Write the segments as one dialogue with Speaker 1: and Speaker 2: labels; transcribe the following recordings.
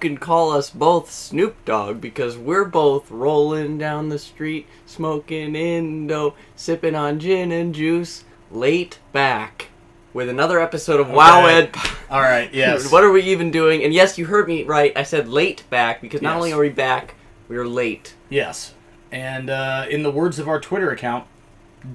Speaker 1: can call us both Snoop Dogg because we're both rolling down the street, smoking Indo, sipping on gin and juice, late back with another episode of Wow
Speaker 2: Okay.
Speaker 1: Ed.
Speaker 2: All right. Yes.
Speaker 1: What are we even doing? And yes, you heard me right. I said late back because not
Speaker 2: Yes.
Speaker 1: only are we back, we are late.
Speaker 2: Yes. And uh, in the words of our Twitter account,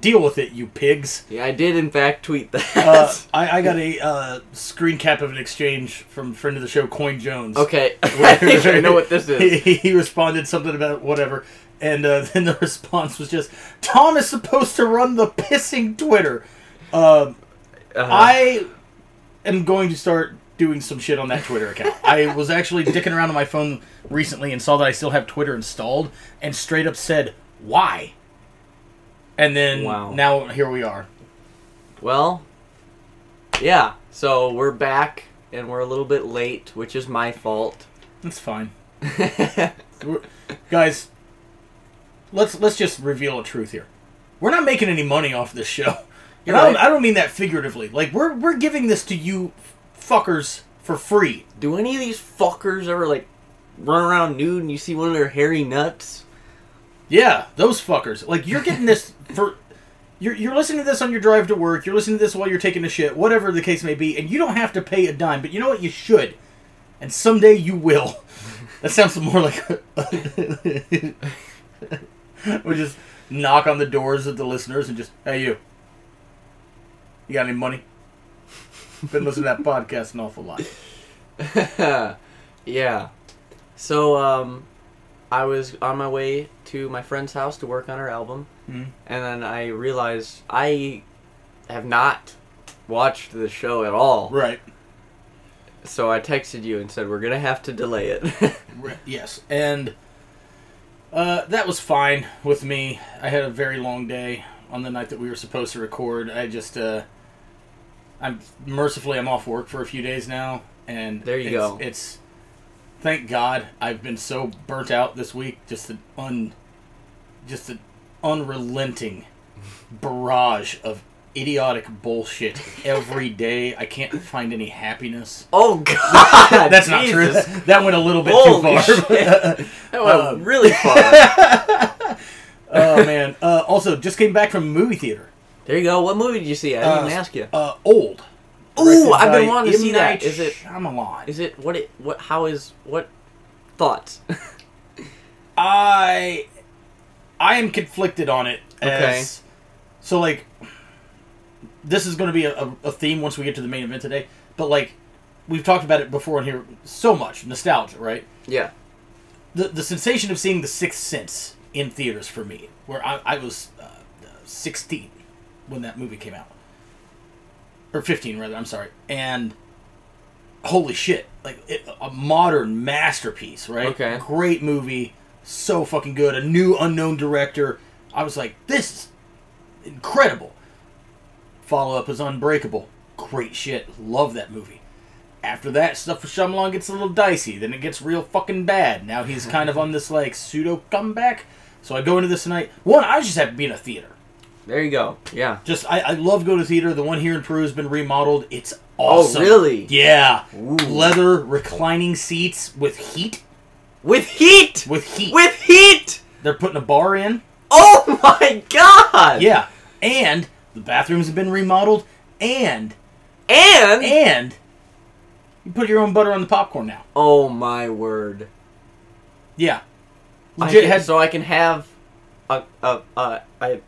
Speaker 2: deal with it, you pigs.
Speaker 1: Yeah, I did in fact tweet that.
Speaker 2: Uh, I, I got a uh, screen cap of an exchange from friend of the show, Coin Jones.
Speaker 1: okay, I think I know what this is.
Speaker 2: He, he responded something about whatever, and uh, then the response was just, "Tom is supposed to run the pissing Twitter." Um,
Speaker 1: Uh-huh.
Speaker 2: I am going to start doing some shit on that Twitter account. I was actually dicking around on my phone recently and saw that I still have Twitter installed and straight up said, why? And then
Speaker 1: Wow.
Speaker 2: now here we are.
Speaker 1: Well, yeah. So we're back, and we're a little bit late, which is my fault.
Speaker 2: That's fine. We're- guys, let's let's just reveal a truth here. We're not making any money off this show. And I, don't,
Speaker 1: right.
Speaker 2: I don't mean that figuratively. Like we're we're giving this to you fuckers for free.
Speaker 1: Do any of these fuckers ever like run around nude and you see one of their hairy nuts?
Speaker 2: Yeah, those fuckers. Like you're getting this for you're you're listening to this on your drive to work, you're listening to this while you're taking a shit, whatever the case may be, and you don't have to pay a dime, but you know what you should. And someday you will. That sounds more like we just knock on the doors of the listeners and just, "Hey you. You got any money?" Been listening to that podcast an awful lot.
Speaker 1: yeah. So um, I was on my way to my friend's house to work on her album,
Speaker 2: Mhm.
Speaker 1: and then I realized I have not watched the show at all.
Speaker 2: Right.
Speaker 1: So I texted you and said we're gonna have to delay it.
Speaker 2: Re- Yes, and uh, that was fine with me. I had a very long day on the night that we were supposed to record. I just, uh, I'm mercifully I'm off work for a few days now, and
Speaker 1: There you
Speaker 2: it's,
Speaker 1: go.
Speaker 2: It's thank God I've been so burnt out this week. Just an un, just an unrelenting barrage of idiotic bullshit every day. I can't find any happiness.
Speaker 1: oh God,
Speaker 2: That's not true.
Speaker 1: Jesus
Speaker 2: That, that went a little bit
Speaker 1: Holy
Speaker 2: too far.
Speaker 1: shit. That went
Speaker 2: Um,
Speaker 1: really far.
Speaker 2: oh man. Uh, also, just came back from a movie theater.
Speaker 1: there you go. What movie did you see? I didn't even ask you.
Speaker 2: Uh, old.
Speaker 1: Ooh,
Speaker 2: Directed
Speaker 1: I've been
Speaker 2: by
Speaker 1: wanting to
Speaker 2: M.
Speaker 1: see that.
Speaker 2: Night
Speaker 1: Is it?
Speaker 2: Shyamalan?
Speaker 1: Is it what? It what? How is what? Thoughts?
Speaker 2: I I am conflicted on it.
Speaker 1: Okay.
Speaker 2: As, so like, this is going to be a, a, a theme once we get to the main event today. But like, we've talked about it before in here so much nostalgia, right?
Speaker 1: yeah.
Speaker 2: the the sensation of seeing The Sixth Sense in theaters for me, where I, I was uh, 16 when that movie came out, or 15 rather. I'm sorry, and holy shit, like it, a modern masterpiece, right?
Speaker 1: Okay.
Speaker 2: great movie, so fucking good. A new unknown director. I was like, this is incredible. Follow up is Unbreakable. Great shit. Love that movie. After that, stuff with Shyamalan gets a little dicey. Then it gets real fucking bad. Now he's kind of on this like pseudo comeback. So I go into this tonight. One, I was just happy to be in a theater.
Speaker 1: There you go. Yeah.
Speaker 2: Just I, I love going to theater. The one here in Peru has been remodeled. It's awesome.
Speaker 1: Oh, really?
Speaker 2: Yeah.
Speaker 1: Ooh.
Speaker 2: Leather reclining seats with heat.
Speaker 1: With heat.
Speaker 2: With heat.
Speaker 1: With heat.
Speaker 2: They're putting a bar in.
Speaker 1: Oh my God.
Speaker 2: Yeah. And the bathrooms have been remodeled. And
Speaker 1: And,
Speaker 2: and you put your own butter on the popcorn now.
Speaker 1: oh my word.
Speaker 2: Yeah.
Speaker 1: I
Speaker 2: Legit
Speaker 1: can-
Speaker 2: had
Speaker 1: so I can have a a a, a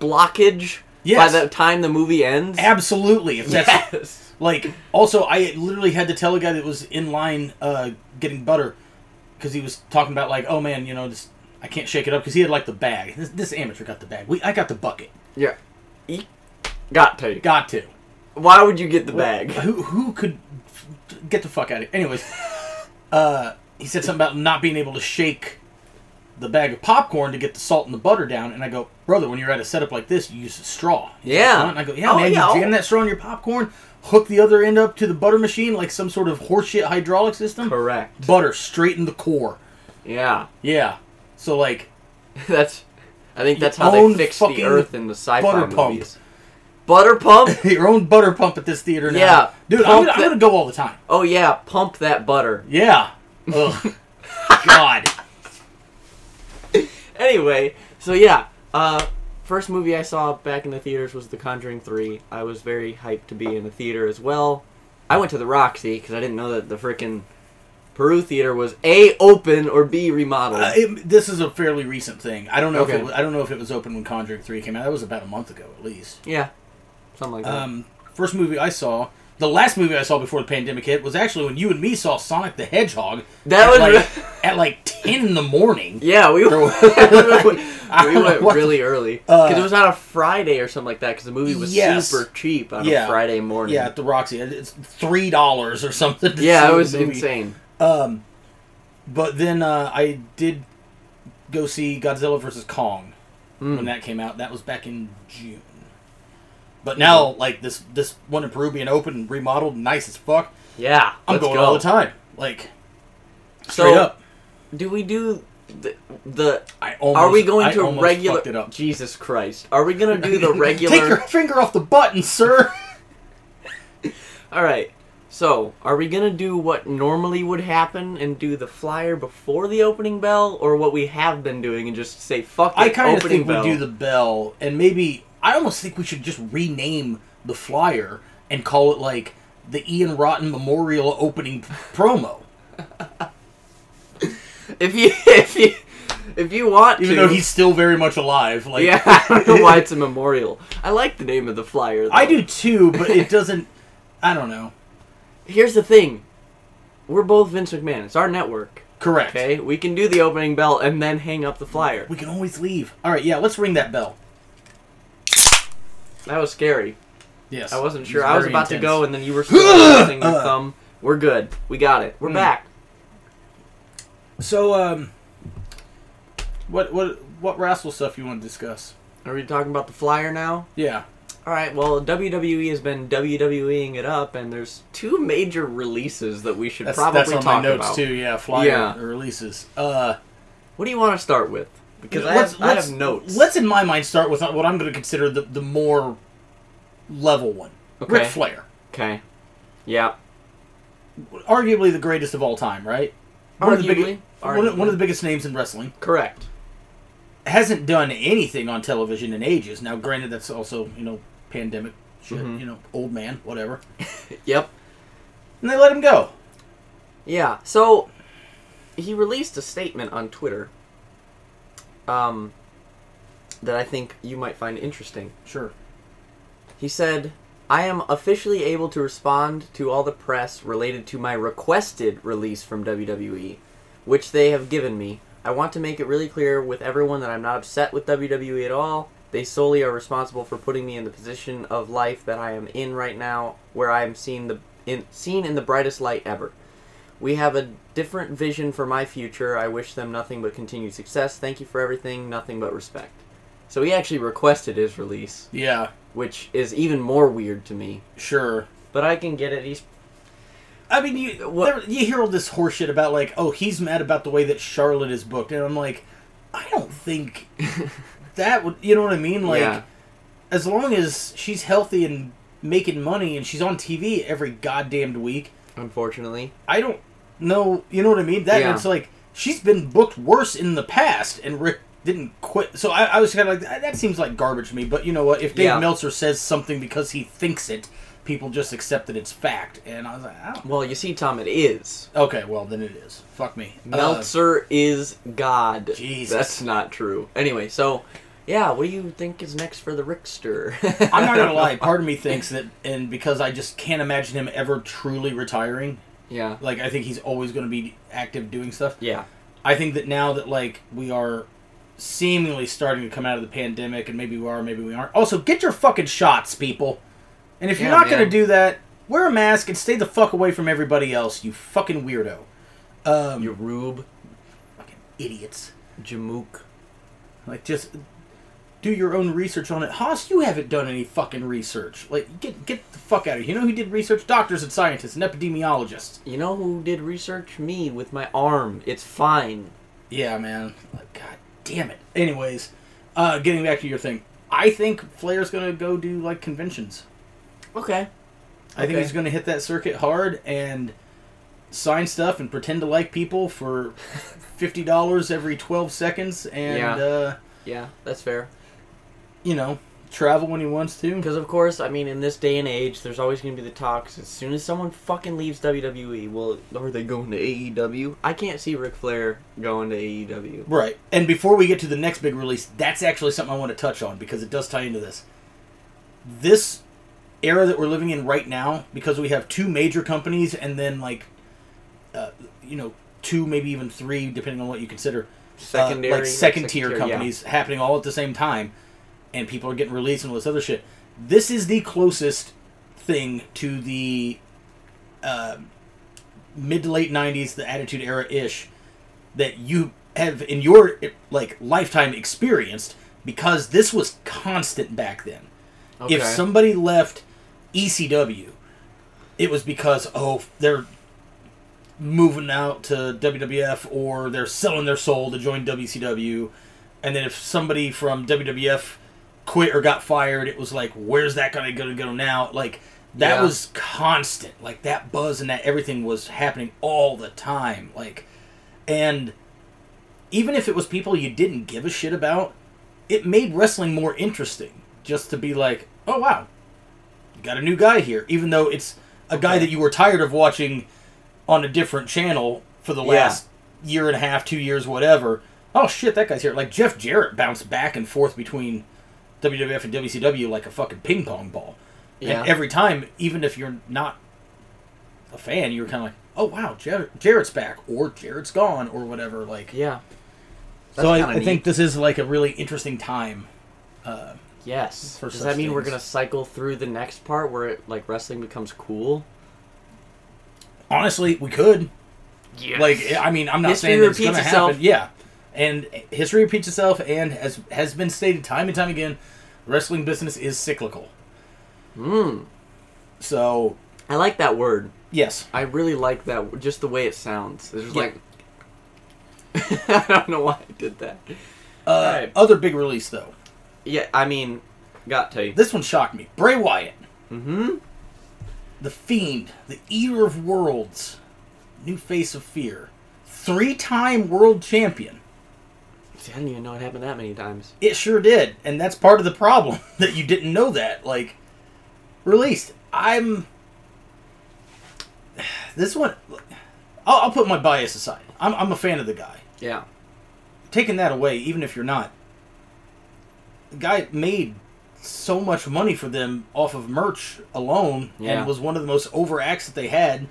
Speaker 1: blockage
Speaker 2: Yes.
Speaker 1: by the time the movie ends.
Speaker 2: absolutely if that's
Speaker 1: Yes.
Speaker 2: Like, also, I literally had to tell a guy that was in line uh, getting butter because he was talking about like, oh man, you know, just I can't shake it up because he had like the bag. This, this amateur got the bag. We I got the bucket.
Speaker 1: Yeah. E- Got to.
Speaker 2: Got to
Speaker 1: Why would you get the bag?
Speaker 2: Who who could get the fuck out of? Anyways, uh, he said something about not being able to shake the bag of popcorn to get the salt and the butter down, and I go, brother, when you're at a setup like this, you use a straw. He's like,
Speaker 1: Yeah.
Speaker 2: "What?" and I go, yeah,
Speaker 1: Oh,
Speaker 2: man,
Speaker 1: yeah.
Speaker 2: you jam that straw in your popcorn, hook the other end up to the butter machine like some sort of horseshit hydraulic system.
Speaker 1: Correct.
Speaker 2: butter straight in the core.
Speaker 1: Yeah.
Speaker 2: Yeah. So like
Speaker 1: That's. I think that's how
Speaker 2: own
Speaker 1: they fix the
Speaker 2: fucking
Speaker 1: Earth in the sci-fi
Speaker 2: butter pump.
Speaker 1: movies. butter pump.
Speaker 2: Your own butter pump at this theater now.
Speaker 1: Yeah.
Speaker 2: Dude, I'm
Speaker 1: Pump
Speaker 2: gonna, I'm
Speaker 1: the-
Speaker 2: gonna go all the time.
Speaker 1: Oh yeah, pump that butter.
Speaker 2: Yeah. Ugh. God.
Speaker 1: Anyway, so yeah, uh, first movie I saw back in the theaters was The Conjuring Three. I was very hyped to be in a theater as well. I went to the Roxy because I didn't know that the frickin' Peru theater was a open or b remodeled.
Speaker 2: Uh, it, this is a fairly recent thing. I don't know if
Speaker 1: Okay.
Speaker 2: it was, I don't know if it was open when Conjuring Three came out. That was about a month ago, at least.
Speaker 1: yeah, something like that.
Speaker 2: Um, first movie I saw, the last movie I saw before the pandemic hit was actually when you and me saw Sonic the Hedgehog.
Speaker 1: That
Speaker 2: at
Speaker 1: was
Speaker 2: like,
Speaker 1: re-
Speaker 2: at like ten in the morning.
Speaker 1: yeah, we
Speaker 2: There
Speaker 1: we
Speaker 2: was- don't know
Speaker 1: went
Speaker 2: what the-
Speaker 1: really early
Speaker 2: Uh,
Speaker 1: because it was on a Friday or something like that. Because the movie was
Speaker 2: Yes.
Speaker 1: super cheap on
Speaker 2: Yeah.
Speaker 1: a Friday morning.
Speaker 2: Yeah, at the Roxy, It- it's three dollars or something. to see
Speaker 1: yeah, it
Speaker 2: the
Speaker 1: was
Speaker 2: movie.
Speaker 1: insane.
Speaker 2: Um, but then uh, I did go see Godzilla vs Kong when that came out. That was back in June. But now, like this, this one in Peru being open and remodeled, nice as fuck.
Speaker 1: Yeah,
Speaker 2: I'm
Speaker 1: let's
Speaker 2: going
Speaker 1: go.
Speaker 2: all the time. Like
Speaker 1: So,
Speaker 2: straight up.
Speaker 1: do we do the? the
Speaker 2: I almost,
Speaker 1: are we going
Speaker 2: I
Speaker 1: to
Speaker 2: almost
Speaker 1: regular?
Speaker 2: fucked it up.
Speaker 1: Jesus Christ! Are we gonna do the
Speaker 2: Take your
Speaker 1: regular?
Speaker 2: finger off the button, sir.
Speaker 1: All right. So, are we gonna do what normally would happen and do the flyer before the opening bell, or what we have been doing and just say "fuck it"?
Speaker 2: I kind of
Speaker 1: opening
Speaker 2: think
Speaker 1: bell.
Speaker 2: we do the bell, and maybe I almost think we should just rename the flyer and call it like the Ian Rotten Memorial opening p- promo.
Speaker 1: If you if you if you want
Speaker 2: Even
Speaker 1: to,
Speaker 2: though he's still very much alive, like
Speaker 1: yeah, I don't know why it's a memorial. I like the name of the flyer. Though.
Speaker 2: I do too, but it doesn't. I don't know.
Speaker 1: Here's the thing: we're both Vince McMahon. It's our network.
Speaker 2: Correct.
Speaker 1: Okay, we can do the opening bell and then hang up the flyer.
Speaker 2: We can always leave. All right, yeah, let's ring that bell.
Speaker 1: That was scary.
Speaker 2: Yes,
Speaker 1: I wasn't
Speaker 2: It's
Speaker 1: sure. I was
Speaker 2: very
Speaker 1: about to
Speaker 2: intense.
Speaker 1: go, and then you were still pressing your thumb. We're good. We got it.
Speaker 2: Hmm.
Speaker 1: We're back.
Speaker 2: So, um, what what what wrestle stuff you want to discuss?
Speaker 1: Are we talking about the flyer now?
Speaker 2: Yeah,
Speaker 1: All right. Well, WWE has been WWEing it up, and there's two major releases that we should
Speaker 2: that's
Speaker 1: probably
Speaker 2: that's on
Speaker 1: talk
Speaker 2: my notes
Speaker 1: about.
Speaker 2: too. Yeah, flyer
Speaker 1: Yeah.
Speaker 2: releases. Uh,
Speaker 1: What do you want to start with? Because I have, I have notes.
Speaker 2: Let's, in my mind, start with what I'm going to consider the, the more level one.
Speaker 1: Okay.
Speaker 2: Ric Flair,
Speaker 1: Okay. Yeah.
Speaker 2: arguably the greatest of all time, right? One of the biggest,
Speaker 1: Arguably.
Speaker 2: one, of, one of
Speaker 1: Arguably.
Speaker 2: the biggest names in wrestling.
Speaker 1: Correct.
Speaker 2: Hasn't done anything on television in ages. Now, granted, that's also you know pandemic shit.
Speaker 1: Mm-hmm.
Speaker 2: You know, old man, whatever.
Speaker 1: Yep.
Speaker 2: And they let him go.
Speaker 1: Yeah. So he released a statement on Twitter um that I think you might find interesting.
Speaker 2: Sure.
Speaker 1: He said, "I am officially able to respond to all the press related to my requested release from WWE, which they have given me. I want to make it really clear with everyone that I'm not upset with WWE at all. They solely are responsible for putting me in the position of life that I am in right now, where I am seen the in, seen in the brightest light ever." We have a different vision for my future. I wish them nothing but continued success. Thank you for everything. Nothing but respect. So he actually requested his release
Speaker 2: Yeah.
Speaker 1: which is even more weird to me.
Speaker 2: Sure.
Speaker 1: But I can get it. He's
Speaker 2: I mean, you
Speaker 1: What-
Speaker 2: there- you hear all this horseshit about like, oh, he's mad about the way that Charlotte is booked, and I'm like, I don't think that would. You know what I mean? Like,
Speaker 1: Yeah.
Speaker 2: as long as she's healthy and making money, and she's on TV every goddamned week,
Speaker 1: unfortunately,
Speaker 2: I don't know. You know what I mean? That
Speaker 1: Yeah.
Speaker 2: it's like she's been booked worse in the past, and Rick didn't quit. So I, I was kind of like, that seems like garbage to me. But you know what? If Dave
Speaker 1: Yeah.
Speaker 2: Meltzer says something because he thinks it, people just accept that it's fact, and I was like, I don't.
Speaker 1: well, you see, Tom, it is
Speaker 2: Okay, well then it is. Fuck me. Uh,
Speaker 1: Meltzer is God.
Speaker 2: Jesus.
Speaker 1: that's not true. Anyway, so yeah, what do you think is next for the Rickster?
Speaker 2: Uh, I'm not gonna lie. Part of me thinks that, and because I just can't imagine him ever truly retiring.
Speaker 1: yeah,
Speaker 2: Like I think he's always gonna be active doing stuff.
Speaker 1: yeah,
Speaker 2: I think that now that like we are seemingly starting to come out of the pandemic, and maybe we are, maybe we aren't. Also, get your fucking shots, people. And if you're
Speaker 1: Yeah,
Speaker 2: not
Speaker 1: man.
Speaker 2: gonna do that, wear a mask and stay the fuck away from everybody else. You fucking weirdo. Um,
Speaker 1: you rube,
Speaker 2: fucking idiots.
Speaker 1: Jamook.
Speaker 2: Like, just do your own research on it. Haas, you haven't done any fucking research. Like, get get the fuck out of here. You know who did research? Doctors and scientists and epidemiologists.
Speaker 1: You know who did research? Me with my arm. It's fine.
Speaker 2: Yeah, man. Like, God damn it. Anyways, uh, getting back to your thing. I think Flair's gonna go do like conventions.
Speaker 1: Okay.
Speaker 2: I think
Speaker 1: Okay.
Speaker 2: he's gonna hit that circuit hard and sign stuff and pretend to like people for fifty dollars every twelve seconds and
Speaker 1: Yeah.
Speaker 2: uh,
Speaker 1: Yeah, that's fair.
Speaker 2: you know travel when he wants to.
Speaker 1: Because of course, I mean, in this day and age, there's always going to be the talks. As soon as someone fucking leaves WWE, well, are they going to AEW? I can't see Ric Flair going to E AEW.
Speaker 2: Right. And before we get to the next big release, that's actually something I want to touch on because it does tie into this. This era that we're living in right now, because we have two major companies and then like, uh, you know, two maybe even three, depending on what you consider, uh,
Speaker 1: Secondary,
Speaker 2: like second tier
Speaker 1: secondary, yeah.
Speaker 2: companies happening all at the same time, and people are getting released and all this other shit. This is the closest thing to the uh, mid to late '90s, the Attitude Era ish, that you have in your like lifetime experienced because this was constant back then.
Speaker 1: Okay.
Speaker 2: If somebody left ECW, it was because oh they're moving out to WWF or they're selling their soul to join WCW. And then if somebody from WWF quit or got fired, it was like where's that guy going to go now? Like that
Speaker 1: Yeah.
Speaker 2: was constant. Like that buzz and that everything was happening all the time. Like and even if it was people you didn't give a shit about, it made wrestling more interesting just to be like, oh wow, you got a new guy here, even though it's a guy that you were tired of watching on a different channel for the
Speaker 1: Yeah.
Speaker 2: last year and a half, two years, whatever. Oh shit, that guy's here. Like Jeff Jarrett bounced back and forth between WWF and WCW like a fucking ping pong ball.
Speaker 1: Yeah.
Speaker 2: And every time, even if you're not a fan, you were kind of like, oh wow, Jar- Jarrett's back, or Jarrett's gone, or whatever. Like,
Speaker 1: yeah.
Speaker 2: so
Speaker 1: kinda
Speaker 2: I, I
Speaker 1: neat.
Speaker 2: think this is like a really interesting time. Uh,
Speaker 1: Yes.
Speaker 2: for
Speaker 1: Does
Speaker 2: such
Speaker 1: that mean we're
Speaker 2: things.
Speaker 1: gonna cycle through the next part where it, like wrestling becomes cool?
Speaker 2: Honestly, we could
Speaker 1: Yes.
Speaker 2: like, I mean, I'm not
Speaker 1: History
Speaker 2: saying that it's going
Speaker 1: repeats
Speaker 2: to
Speaker 1: itself.
Speaker 2: happen. Yeah, and history repeats itself, and as has been stated time and time again, wrestling business is cyclical. So
Speaker 1: Hmm. I like that word.
Speaker 2: yes,
Speaker 1: I really like that. w- Just the way it sounds. It's just
Speaker 2: Yeah.
Speaker 1: like. I don't know why I did that.
Speaker 2: uh,
Speaker 1: Alright.
Speaker 2: other big release though.
Speaker 1: Yeah, I mean, got to.
Speaker 2: This one shocked me. Bray Wyatt,
Speaker 1: Mm-hmm.
Speaker 2: the Fiend, the Eater of Worlds, new face of fear, three-time world champion.
Speaker 1: See, I didn't even know it happened that many times.
Speaker 2: It sure did, and that's part of the problem that you didn't know that. Like, released. I'm. This one, I'll, I'll put my bias aside. I'm, I'm a fan of the guy.
Speaker 1: Yeah.
Speaker 2: Taking that away, even if you're not, the guy made so much money for them off of merch alone,
Speaker 1: Yeah.
Speaker 2: and was one of the most over acts that they had.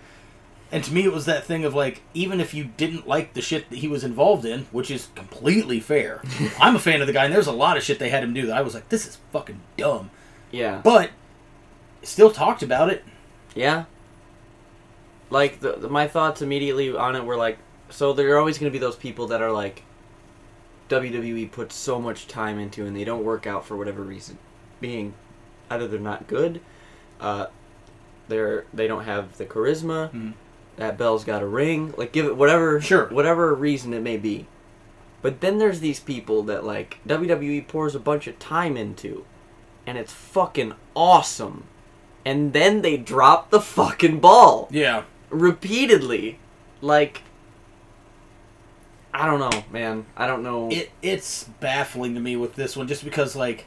Speaker 2: And to me, it was that thing of like, even if you didn't like the shit that he was involved in, which is completely fair. I'm a fan of the guy, and there's a lot of shit they had him do that I was like, this is fucking dumb.
Speaker 1: Yeah.
Speaker 2: But still talked about it.
Speaker 1: Yeah. Like the, the- my thoughts immediately on it were like, so there are always going to be those people that are like, WWE puts so much time into and they don't work out for whatever reason, being either they're not good, uh, they're they don't have the charisma,
Speaker 2: Mhm.
Speaker 1: that bell's got a ring, like give it whatever
Speaker 2: Sure.
Speaker 1: whatever reason it may be. But then there's these people that like WWE pours a bunch of time into, and it's fucking awesome and then they drop the fucking ball
Speaker 2: Yeah.
Speaker 1: repeatedly. Like, I don't know, man. I don't know.
Speaker 2: It it's baffling to me with this one just because like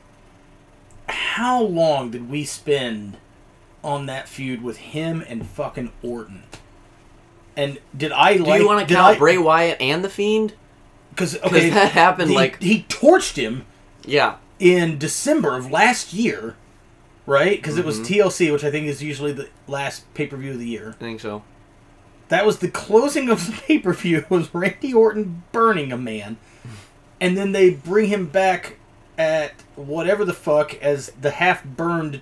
Speaker 2: how long did we spend on that feud with him and fucking Orton? And did I
Speaker 1: Do
Speaker 2: like
Speaker 1: you want to count Bray Wyatt and the Fiend?
Speaker 2: Because okay,
Speaker 1: that happened,
Speaker 2: he-
Speaker 1: like-
Speaker 2: he torched him
Speaker 1: Yeah,
Speaker 2: in December of last year, right? Because it was
Speaker 1: Mm-hmm.
Speaker 2: TLC, which I think is usually the last pay per view of the year.
Speaker 1: I think so.
Speaker 2: That was the closing of the pay per view. Was Randy Orton burning a man, and then they bring him back at whatever the fuck as the half burned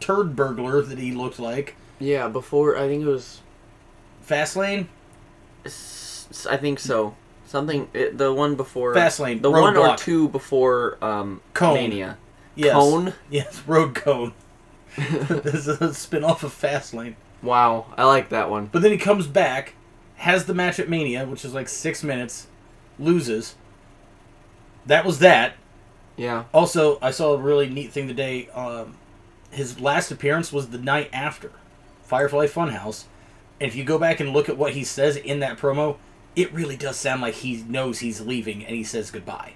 Speaker 2: turd burglar that he looked like.
Speaker 1: Yeah, before I think it was.
Speaker 2: Fastlane,
Speaker 1: s- I think so. Something it, the one before
Speaker 2: Fastlane,
Speaker 1: the one or
Speaker 2: Roadblock.
Speaker 1: two before um,
Speaker 2: Cone.
Speaker 1: Mania.
Speaker 2: yes,
Speaker 1: Cone.
Speaker 2: yes, Road Cone. this is a spin off of Fastlane.
Speaker 1: Wow, I like that one.
Speaker 2: But then he comes back, has the match at Mania, which is like six minutes, loses. That was that.
Speaker 1: Yeah.
Speaker 2: Also, I saw a really neat thing today. Um, his last appearance was the night after Firefly Funhouse. And if you go back and look at what he says in that promo, it really does sound like he knows he's leaving and he says goodbye.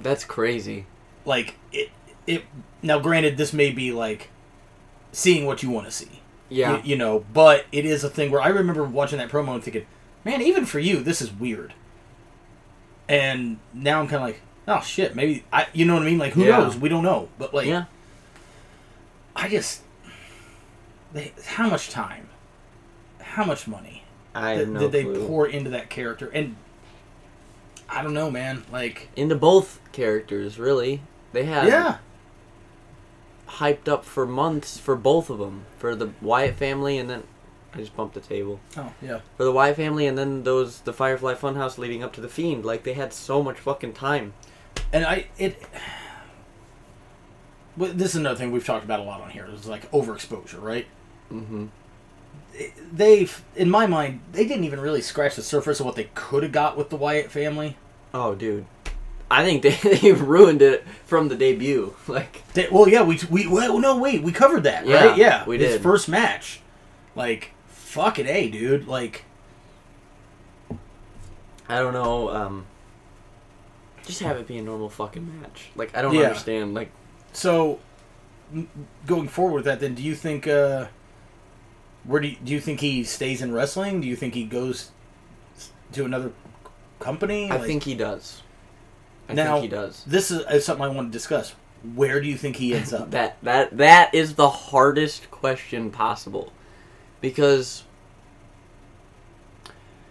Speaker 1: That's crazy.
Speaker 2: Like it, it. Now, granted, this may be like seeing what you want to see.
Speaker 1: Yeah.
Speaker 2: You, you know, but it is a thing where I remember watching that promo and thinking, man, even for you, this is weird. And now I'm kind of like, oh shit, maybe I. You know what I mean? Like, who
Speaker 1: Yeah.
Speaker 2: knows? We don't know. But like,
Speaker 1: yeah.
Speaker 2: I just, they, how much time, how much money
Speaker 1: I
Speaker 2: that
Speaker 1: have no
Speaker 2: did they
Speaker 1: clue.
Speaker 2: pour into that character? And I don't know, man. Like,
Speaker 1: into both characters really. They had hyped up for months for both of them, for the Wyatt family and then I just bumped the table.
Speaker 2: Oh yeah.
Speaker 1: For the Wyatt family and then those the Firefly Funhouse leading up to the Fiend, like they had so much fucking time.
Speaker 2: And I it. Well, this is another thing we've talked about a lot on here. It's like overexposure, right?
Speaker 1: Mhm.
Speaker 2: It- They, in my mind, they didn't even really scratch the surface of what they could have got with the Wyatt family.
Speaker 1: Oh, dude. I think they, they ruined it from the debut. Like
Speaker 2: They, well, yeah, we we well, no wait, we covered that,
Speaker 1: Yeah,
Speaker 2: right? Yeah,
Speaker 1: we
Speaker 2: his
Speaker 1: did.
Speaker 2: first match, like fucking a dude, like
Speaker 1: I don't know, um just have it be a normal fucking match. Like I don't
Speaker 2: Yeah.
Speaker 1: understand. Like
Speaker 2: so. m- Going forward with that, then, do you think uh, where do you, do you think he stays in wrestling? Do you think he goes to another company?
Speaker 1: I
Speaker 2: Like,
Speaker 1: think he does. I
Speaker 2: Now-
Speaker 1: think he does.
Speaker 2: this is, is something I want to discuss. Where do you think he ends up?
Speaker 1: That that that is the hardest question possible, because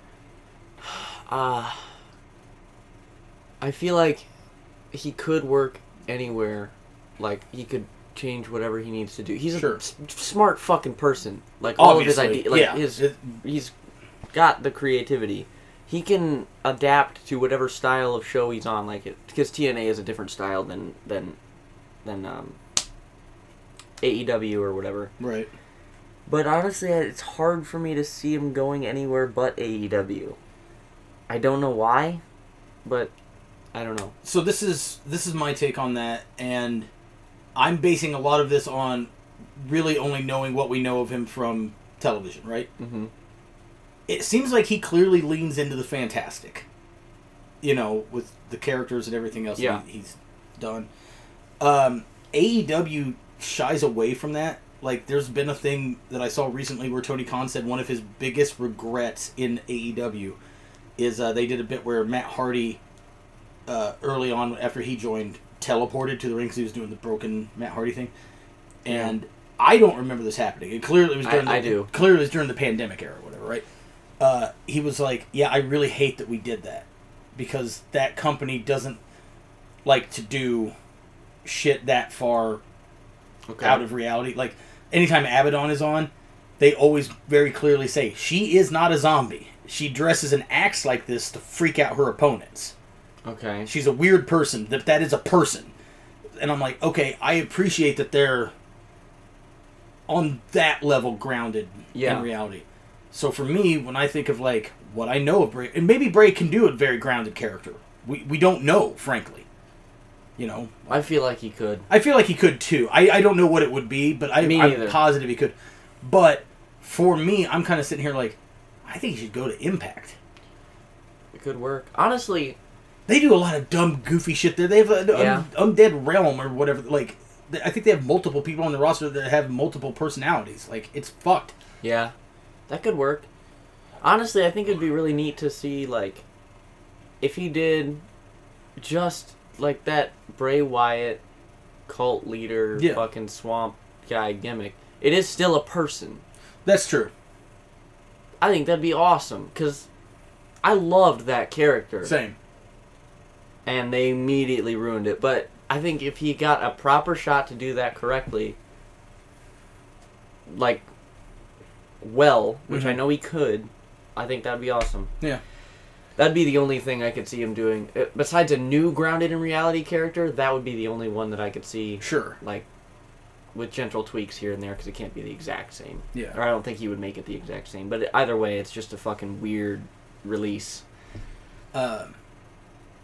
Speaker 1: uh, I feel like he could work anywhere. Like he could change whatever he needs to do. He's
Speaker 2: Sure.
Speaker 1: a s- smart fucking person. Like all of his
Speaker 2: Obviously,
Speaker 1: ideas. Like
Speaker 2: yeah.
Speaker 1: his
Speaker 2: It-
Speaker 1: he's got the creativity. He can adapt to whatever style of show he's on, like it because TNA is a different style than than than um, AEW or whatever.
Speaker 2: right.
Speaker 1: But honestly, it's hard for me to see him going anywhere but AEW. I don't know why, but I don't know.
Speaker 2: so this is this is my take on that and i'm basing a lot of this on really only knowing what we know of him from television right
Speaker 1: Mhm.
Speaker 2: it seems like he clearly leans into the fantastic you know with the characters and everything else
Speaker 1: Yeah.
Speaker 2: he- he's done um aew shies away from that like there's been a thing that i saw recently where tony khan said one of his biggest regrets in E aew is uh, they did a bit where matt hardy uh, early on after he joined teleported to the ring 'cause he was doing the broken Matt Hardy thing, and I don't remember this happening. It clearly was
Speaker 1: I-
Speaker 2: during the,
Speaker 1: I do.
Speaker 2: clearly it was during the pandemic era, or whatever. Right? Uh, he was like, "Yeah, I really hate that we did that because that company doesn't like to do shit that far
Speaker 1: Okay.
Speaker 2: out of reality. Like anytime Abaddon is on, they always very clearly say she is not a zombie. She dresses and acts like this to freak out her opponents."
Speaker 1: okay.
Speaker 2: she's a weird person that that is a person and i'm like okay i appreciate that they're on that level grounded
Speaker 1: Yeah.
Speaker 2: in reality so for me when i think of like what i know of bray and maybe bray can do a very grounded character we, we don't know frankly you know
Speaker 1: I feel like he could.
Speaker 2: I feel like he could too. I, I don't know what it would be, but I,
Speaker 1: Me
Speaker 2: I'm
Speaker 1: neither.
Speaker 2: positive he could. But for me, I'm kind of sitting here like, I think he should go to Impact.
Speaker 1: It could work. Honestly,
Speaker 2: they do a lot of dumb, goofy shit there. They have an
Speaker 1: Yeah.
Speaker 2: un- undead realm or whatever. Like, th- I think they have multiple people on the roster that have multiple personalities. Like, it's fucked.
Speaker 1: Yeah, that could work. Honestly, I think it'd be really neat to see like if he did just like that Bray Wyatt cult leader
Speaker 2: Yeah.
Speaker 1: fucking swamp guy gimmick. It is still a person.
Speaker 2: That's true.
Speaker 1: I think that'd be awesome cuz I loved that character
Speaker 2: Same.
Speaker 1: and they immediately ruined it. But I think if he got a proper shot to do that correctly, like well, which I
Speaker 2: Mhm.
Speaker 1: know he could, I think that'd be awesome.
Speaker 2: Yeah.
Speaker 1: That'd be the only thing I could see him doing. Uh, Besides a new grounded in reality character, that would be the only one that I could see
Speaker 2: Sure.
Speaker 1: like with gentle tweaks here and there because it can't be the exact same.
Speaker 2: Yeah.
Speaker 1: Or I don't think he would make it the exact same. But either way, it's just a fucking weird release.
Speaker 2: Um,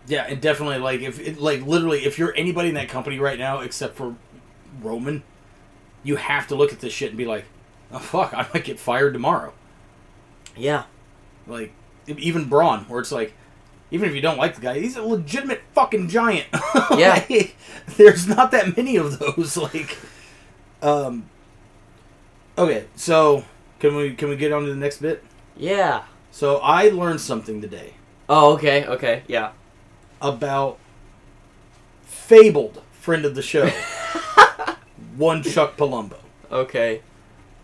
Speaker 2: Yeah, and definitely like if it, like literally if you're anybody in that company right now except for Roman, you have to look at this shit and be like, "Oh fuck, I might get fired tomorrow."
Speaker 1: Yeah.
Speaker 2: Like even Braun, where it's like, even if you don't like the guy, he's a legitimate fucking giant.
Speaker 1: Yeah.
Speaker 2: Like, there's not that many of those. Like, um, okay, so can we can we get on to the next bit?
Speaker 1: Yeah.
Speaker 2: So I learned something today
Speaker 1: Oh, okay, okay, yeah.
Speaker 2: about fabled friend of the show, one Chuck Palumbo.
Speaker 1: Okay.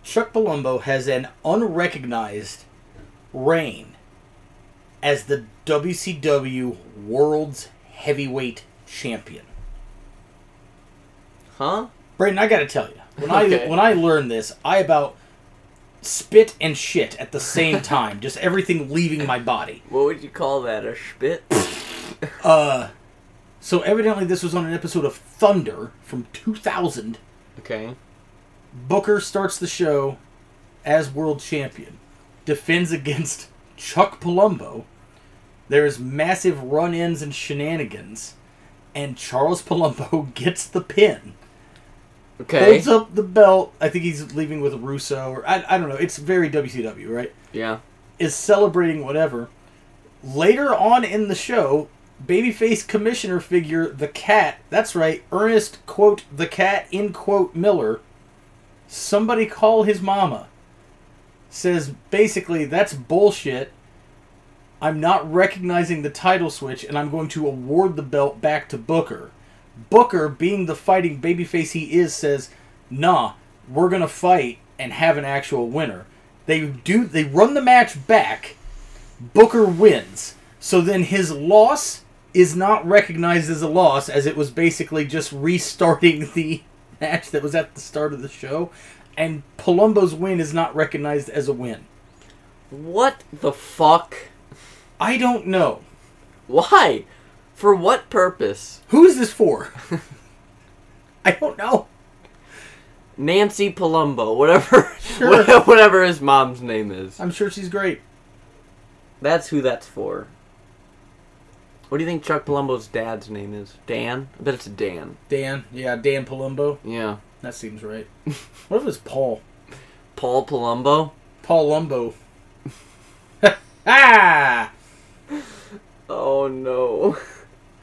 Speaker 2: Chuck Palumbo has an unrecognized reign as the WCW World's Heavyweight Champion.
Speaker 1: Huh?
Speaker 2: Brayden, I gotta tell you, when I
Speaker 1: Okay.
Speaker 2: when I learned this, I about spit and shit at the same time, just everything leaving my body.
Speaker 1: What would you call that? A spit?
Speaker 2: Uh, so evidently, this was on an episode of Thunder from 2000.
Speaker 1: okay.
Speaker 2: Booker starts the show as world champion, defends against Chuck Palumbo. There is massive run ins and shenanigans, and Charles Palumbo gets the pin.
Speaker 1: Okay.
Speaker 2: Holds up the belt. I think he's leaving with Russo, or I, I don't know. It's very WCW, right?
Speaker 1: Yeah.
Speaker 2: Is celebrating whatever. Later on in the show, babyface commissioner figure the cat, that's right, Ernest, quote, the cat, end quote, Miller, somebody call his mama. Says basically, that's bullshit. I'm not recognizing the title switch, and I'm going to award the belt back to Booker. Booker, being the fighting babyface he is, says, "Nah, we're gonna fight and have an actual winner." They do. They run the match back. Booker wins. So then his loss is not recognized as a loss, as it was basically just restarting the match that was at the start of the show, and Palumbo's win is not recognized as a win.
Speaker 1: What the fuck?
Speaker 2: I don't know.
Speaker 1: Why? For what purpose?
Speaker 2: Who is this for? I don't know.
Speaker 1: Nancy Palumbo, whatever,
Speaker 2: Sure.
Speaker 1: whatever his mom's name is.
Speaker 2: I'm sure she's great.
Speaker 1: That's who that's for. What do you think Chuck Palumbo's dad's name is? Dan? I bet it's Dan.
Speaker 2: Dan, yeah, Dan Palumbo.
Speaker 1: Yeah.
Speaker 2: That seems right. What if it's Paul?
Speaker 1: Paul Palumbo?
Speaker 2: Paul Lumbo. ah!
Speaker 1: Oh no.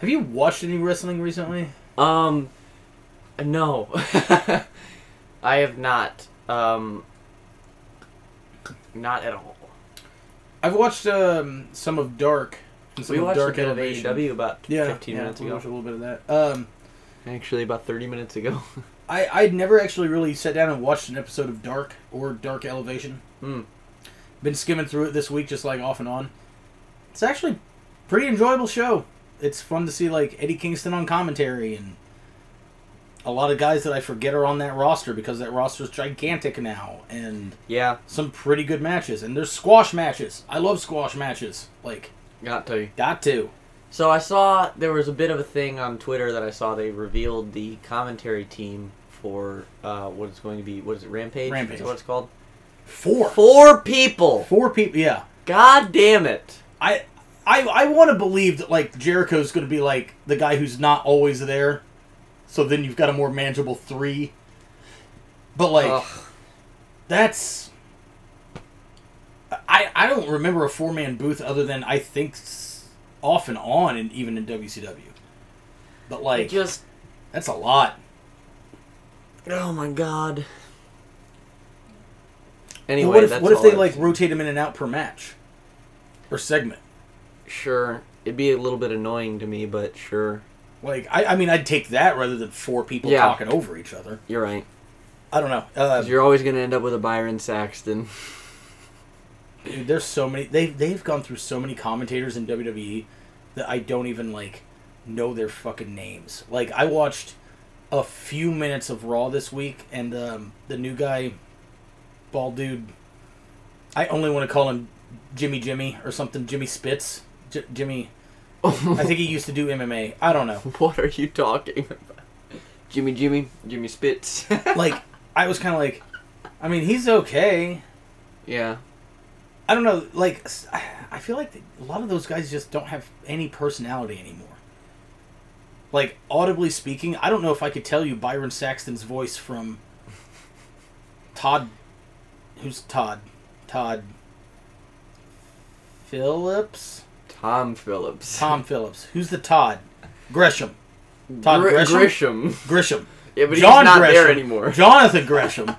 Speaker 2: Have you watched any wrestling recently?
Speaker 1: Um, no, I have not. Um, not at all.
Speaker 2: I've watched um, some of Dark. and Some
Speaker 1: we
Speaker 2: of
Speaker 1: watched
Speaker 2: Dark
Speaker 1: a bit of
Speaker 2: Elevation.
Speaker 1: AEW about
Speaker 2: Yeah,
Speaker 1: 15
Speaker 2: yeah,
Speaker 1: minutes
Speaker 2: we watched a
Speaker 1: ago.
Speaker 2: little bit of that. Um,
Speaker 1: Actually, about 30 minutes ago.
Speaker 2: I I'd never actually really sat down and watched an episode of Dark or Dark Elevation.
Speaker 1: Hmm.
Speaker 2: Been skimming through it this week, just like off and on. It's actually pretty enjoyable show. It's fun to see like Eddie Kingston on commentary and a lot of guys that I forget are on that roster because that roster's gigantic now and
Speaker 1: yeah,
Speaker 2: some pretty good matches and there's squash matches. I love squash matches. Like
Speaker 1: got to.
Speaker 2: got to.
Speaker 1: So I saw there was a bit of a thing on Twitter that I saw they revealed the commentary team for uh, what is going to be what is it Rampage? Is
Speaker 2: Rampage.
Speaker 1: that what it's called?
Speaker 2: Four.
Speaker 1: Four people.
Speaker 2: Four people, yeah.
Speaker 1: God damn it!
Speaker 2: I I I want to believe that like Jericho's going to be like the guy who's not always there. So then you've got a more manageable 3. But like
Speaker 1: Ugh.
Speaker 2: that's I I don't remember a four-man booth other than I think s- off and on and even in WCW. But
Speaker 1: I
Speaker 2: like
Speaker 1: just
Speaker 2: that's a lot.
Speaker 1: oh my god. Anyway,
Speaker 2: what if
Speaker 1: that's
Speaker 2: what if
Speaker 1: all
Speaker 2: they
Speaker 1: I've
Speaker 2: like
Speaker 1: seen.
Speaker 2: rotate him in and out per match or segment?
Speaker 1: Sure. It'd be a little bit annoying to me, but sure.
Speaker 2: Like I, I mean I'd take that rather than four people
Speaker 1: Yeah.
Speaker 2: talking over each other.
Speaker 1: You're right.
Speaker 2: I don't know. Uh,
Speaker 1: 'Cause you're always going to end up with a Byron Saxton.
Speaker 2: Dude, there's so many. They they've gone through so many commentators in WWE that I don't even like know their fucking names. Like I watched a few minutes of Raw this week, and um, the new guy, bald dude. I only want to call him Jimmy Jimmy or something. Jimmy Spitz. J- Jimmy. I think he used to do MMA. I don't know.
Speaker 1: what are you talking about? Jimmy Jimmy, Jimmy Spitz.
Speaker 2: Like I was kind of like, I mean, he's okay.
Speaker 1: yeah.
Speaker 2: I don't know. Like, s- I feel like a lot of those guys just don't have any personality anymore. Like audibly speaking, I don't know if I could tell you Byron Saxton's voice from Todd. Who's Todd? Todd Phillips.
Speaker 1: Tom Phillips.
Speaker 2: Tom Phillips. Who's the Todd? Gresham. Todd
Speaker 1: Gr-
Speaker 2: Gresham.
Speaker 1: Grisham.
Speaker 2: Grisham.
Speaker 1: Yeah, but he's not there anymore.
Speaker 2: Jonathan Gresham.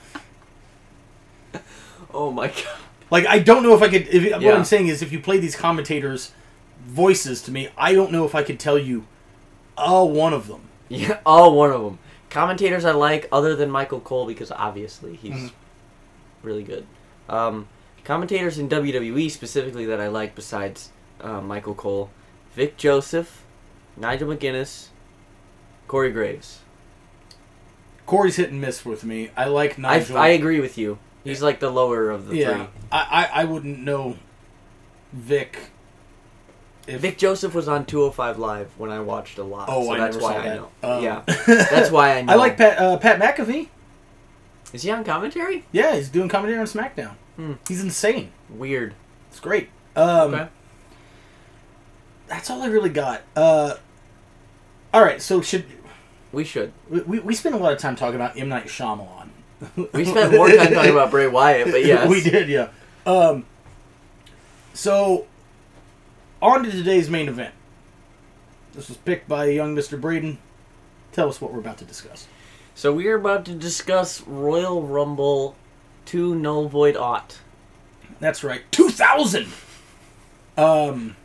Speaker 1: Oh my god.
Speaker 2: Like I don't know if I could. If, What
Speaker 1: Yeah.
Speaker 2: I'm saying is, if you play these commentators' voices to me, I don't know if I could tell you a one of them.
Speaker 1: Yeah, all one of them. Commentators I like other than Michael Cole because obviously he's
Speaker 2: Mm-hmm.
Speaker 1: really good. Um, commentators in WWE specifically that I like besides uh, Michael Cole, Vic Joseph, Nigel McGuinness, Corey Graves.
Speaker 2: Corey's hit and miss with me. I like
Speaker 1: I,
Speaker 2: Nigel.
Speaker 1: I agree with you. He's like the lower of the
Speaker 2: yeah. I, I I wouldn't know Vic.
Speaker 1: three.
Speaker 2: If,
Speaker 1: Vic Joseph was on 205 Live when I watched a lot.
Speaker 2: Oh,
Speaker 1: so
Speaker 2: I
Speaker 1: that's
Speaker 2: never
Speaker 1: why
Speaker 2: saw
Speaker 1: I
Speaker 2: that.
Speaker 1: know.
Speaker 2: Um,
Speaker 1: yeah, that's why I know.
Speaker 2: I like Pat uh, Pat McAfee.
Speaker 1: Is he on commentary?
Speaker 2: Yeah, he's doing commentary on SmackDown.
Speaker 1: Hmm.
Speaker 2: He's insane.
Speaker 1: Weird.
Speaker 2: It's great. Um,
Speaker 1: Okay.
Speaker 2: That's all I really got. Uh, all right, so should
Speaker 1: We should.
Speaker 2: we, we, we spent a lot of time talking about M Night Shyamalan.
Speaker 1: We spent more time talking about Bray Wyatt, but yes.
Speaker 2: we did, yeah. Um, so on to today's main event. This was picked by young Mister Braden. Tell us what we're about to discuss.
Speaker 1: So we are about to discuss Royal Rumble 2 Null Void Aught.
Speaker 2: That's right, two thousand. Um,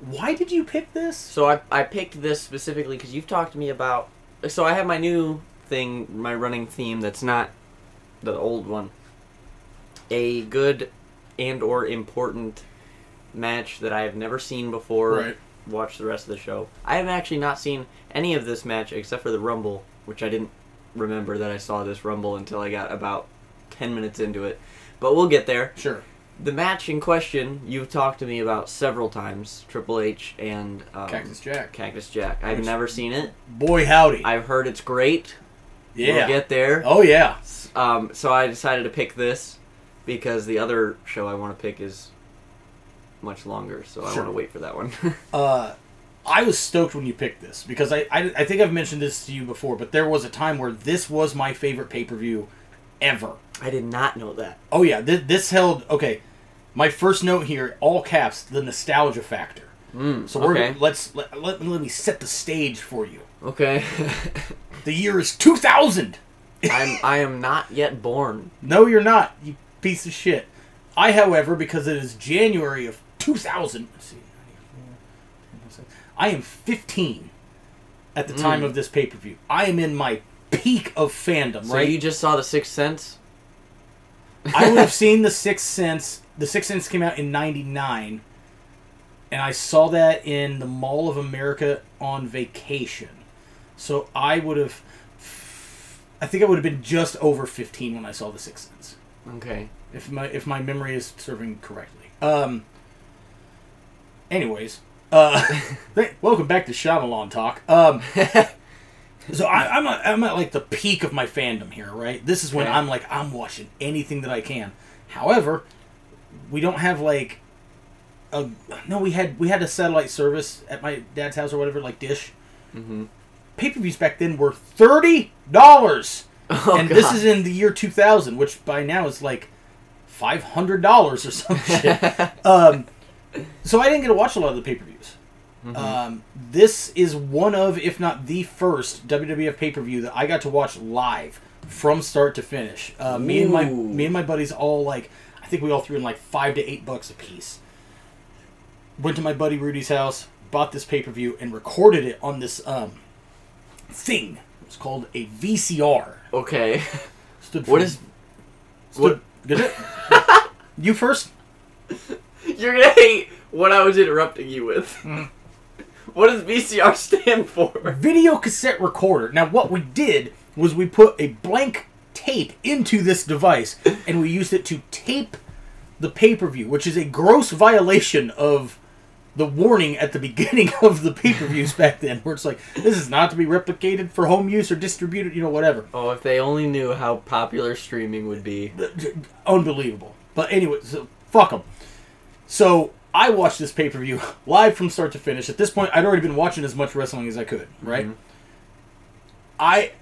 Speaker 2: why did you pick this?
Speaker 1: So I, I picked this specifically because you've talked to me about. So I have my new thing, my running theme that's not the old one. A good and or important match that I have never seen before.
Speaker 2: Right.
Speaker 1: Watch the rest of the show. I have actually not seen any of this match except for the Rumble, which I didn't remember that I saw this Rumble until I got about 10 minutes into it. But we'll get there.
Speaker 2: Sure.
Speaker 1: The match in question, you've talked to me about several times, Triple H and um,
Speaker 2: Cactus Jack.
Speaker 1: Cactus Jack. I've
Speaker 2: Which-
Speaker 1: never seen it.
Speaker 2: Boy, howdy.
Speaker 1: I've heard it's great.
Speaker 2: yeah.
Speaker 1: We'll get there.
Speaker 2: oh yeah.
Speaker 1: S- Um, so I decided to pick this because the other show I want to pick is much longer, so I
Speaker 2: Sure.
Speaker 1: want to wait for that one.
Speaker 2: Uh, I was stoked when you picked this because I, I I think I've mentioned this to you before, but there was a time where this was my favorite pay per view ever.
Speaker 1: I did not know that.
Speaker 2: Oh yeah, this, this held okay. My first note here, all caps, the nostalgia factor.
Speaker 1: Mm,
Speaker 2: So we're
Speaker 1: okay.
Speaker 2: let's let, let, let me set the stage for you.
Speaker 1: Okay.
Speaker 2: The year is two thousand.
Speaker 1: I'm I am not yet born.
Speaker 2: No, you're not, you piece of shit. I, however, because it is January of 2000, let's see, 94, I am 15 at the time
Speaker 1: Hmm.
Speaker 2: of this pay per view. I am in my peak of fandom,
Speaker 1: So
Speaker 2: right?
Speaker 1: you just saw the Sixth Sense.
Speaker 2: I would have seen The Sixth Sense. The Sixth Sense came out in 99, and I saw that in the Mall of America on vacation. So I would have. I think I would have been just over 15 when I saw The Sixth Sense.
Speaker 1: Okay.
Speaker 2: if my if my memory is serving correctly. Um. Anyways, uh, th- welcome back to Shyamalan talk. Um, so I, I'm at, I'm at like the peak of my fandom here, right? This is when
Speaker 1: Okay.
Speaker 2: I'm like I'm watching anything that I can. However, we don't have like a no. We had we had a satellite service at my dad's house or whatever, like Dish.
Speaker 1: Mm-hmm.
Speaker 2: Pay per views back then were thirty dollars
Speaker 1: Oh,
Speaker 2: and
Speaker 1: God.
Speaker 2: this is in the year 2000, which by now is like five hundred dollars or some shit. um, so I didn't get to watch a lot of the pay per views.
Speaker 1: Mm-hmm.
Speaker 2: Um, this is one of, if not the first WWF pay per view that I got to watch live from start to finish. Uh, me and my
Speaker 1: Ooh.
Speaker 2: me and my buddies all like, I think we all threw in like five to eight bucks a piece. Went to my buddy Rudy's house, bought this pay per view, and recorded it on this um, thing. It's called a VCR.
Speaker 1: okay.
Speaker 2: Stood for
Speaker 1: What is?
Speaker 2: Stood- Did it? you first.
Speaker 1: You're gonna hate what I was interrupting you with. What does VCR stand for?
Speaker 2: Video cassette recorder. Now, what we did was we put a blank tape into this device, and we used it to tape the pay per view, which is a gross violation of the warning at the beginning of the pay per views back then, where it's like this is not to be replicated for home use or distributed, you know, whatever.
Speaker 1: Oh, if they only knew how popular streaming would be.
Speaker 2: unbelievable. But anyway, so Fuck them. So I watched this pay per view live from start to finish. At this point, I'd already been watching as much wrestling as I could. Right. I.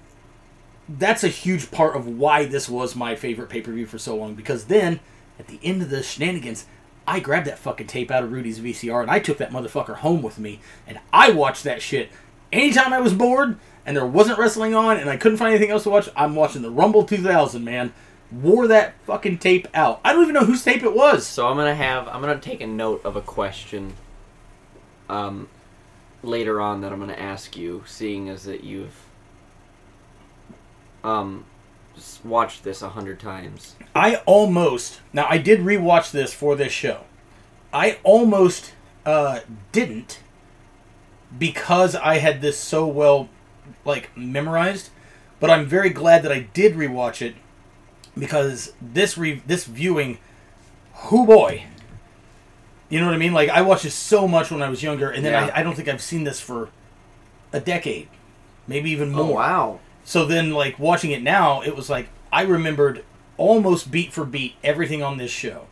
Speaker 2: That's a huge part of why this was my favorite pay per view for so long because then at the end of the shenanigans, I grabbed that fucking tape out of Rudy's VCR and I took that motherfucker home with me and I watched that shit anytime I was bored and there wasn't wrestling on and I couldn't find anything else to watch. I'm watching the Rumble 2000, man. Wore that fucking tape out. I don't even know whose tape it was.
Speaker 1: So I'm gonna have I'm gonna take a note of a question. Um, later on that I'm gonna ask you, seeing as that you've um s- watched this a hundred times.
Speaker 2: I almost now I did rewatch this for this show. I almost uh, didn't because I had this so well like memorized, but I'm very glad that I did rewatch it because this re- this viewing, whoo boy, you know what I mean. Like I watched this so much when I was younger, and then
Speaker 1: Yeah.
Speaker 2: I, I don't think I've seen this for a decade, maybe even
Speaker 1: Oh
Speaker 2: more.
Speaker 1: wow!
Speaker 2: So then, like watching it now, it was like I remembered almost beat for beat everything on this show,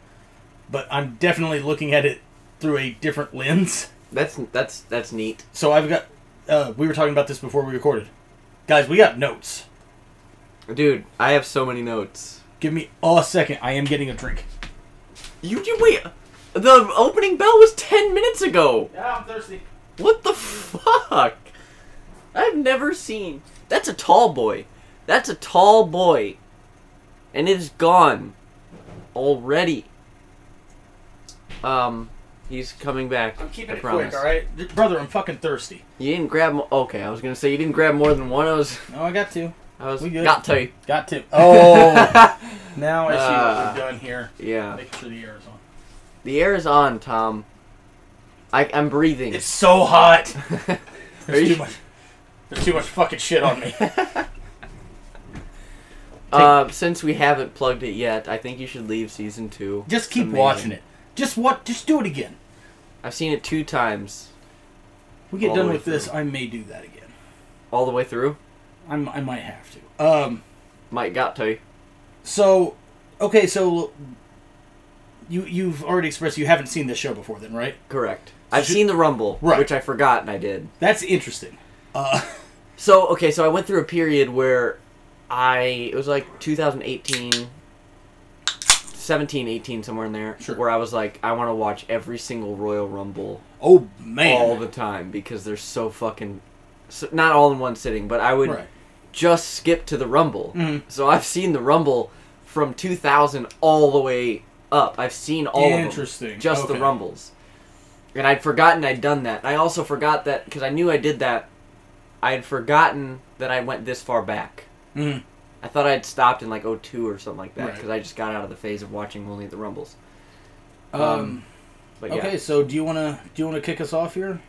Speaker 2: but I'm definitely looking at it through a different lens.
Speaker 1: That's that's that's neat.
Speaker 2: So I've got. Uh, we were talking about this before we recorded, guys. We got notes.
Speaker 1: Dude, I have so many notes.
Speaker 2: Give me a second. I am getting a drink.
Speaker 1: You did wait. The opening bell was ten minutes ago.
Speaker 2: Yeah, I'm thirsty.
Speaker 1: What the fuck? I've never seen. That's a tall boy. That's a tall boy. And it is gone already. Um, he's coming back. I promise.
Speaker 2: right, brother. I'm fucking thirsty.
Speaker 1: You didn't grab. Mo- okay, I was gonna say you didn't grab more than one. I was.
Speaker 2: No, I got two.
Speaker 1: I was.
Speaker 2: We good.
Speaker 1: Got to.
Speaker 2: Got two. Oh, now I see
Speaker 1: Uh.
Speaker 2: what we're doing here.
Speaker 1: Yeah.
Speaker 2: Making sure the air is on.
Speaker 1: The air is on, Tom. I, I'm breathing.
Speaker 2: It's so hot.
Speaker 1: Are
Speaker 2: There's
Speaker 1: you-
Speaker 2: too much. There's too much fucking shit on me.
Speaker 1: uh, since we haven't plugged it yet, I think you should leave season two.
Speaker 2: Just
Speaker 1: It's
Speaker 2: keep
Speaker 1: amazing.
Speaker 2: watching it. Just what? Just do it again.
Speaker 1: I've seen it two times
Speaker 2: We get
Speaker 1: All the
Speaker 2: done
Speaker 1: way
Speaker 2: with this.
Speaker 1: through.
Speaker 2: I may do that again.
Speaker 1: all the way through.
Speaker 2: I'm, I might have to. Um.
Speaker 1: Mike got to.
Speaker 2: So, okay. So, you you've already expressed you haven't seen this show before, then, right?
Speaker 1: Correct. I've
Speaker 2: Should-
Speaker 1: seen the Rumble,
Speaker 2: Right.
Speaker 1: which I forgot and I did.
Speaker 2: That's interesting. Uh,
Speaker 1: So okay, so I went through a period where I it was like 2018 17 18 somewhere in there
Speaker 2: Sure.
Speaker 1: where I was like I want to watch every single Royal Rumble
Speaker 2: oh man.
Speaker 1: all the time because they're so fucking so, not all in one sitting, but I would
Speaker 2: Right.
Speaker 1: just skip to the Rumble.
Speaker 2: Mhm.
Speaker 1: So I've seen the Rumble from 2000 all the way up. I've seen all of them.
Speaker 2: Interesting.
Speaker 1: Just the
Speaker 2: Okay.
Speaker 1: Rumbles. And I'd forgotten I'd done that. I also forgot that because I knew I did that. I had forgotten that I went this far back.
Speaker 2: Mhm.
Speaker 1: I thought I'd stopped in like 02 or something like that
Speaker 2: Right.
Speaker 1: because I just got out of the phase of watching only the Rumbles.
Speaker 2: Um,
Speaker 1: Um, But
Speaker 2: okay.
Speaker 1: yeah,
Speaker 2: So, do you wanna do you wanna kick us off here?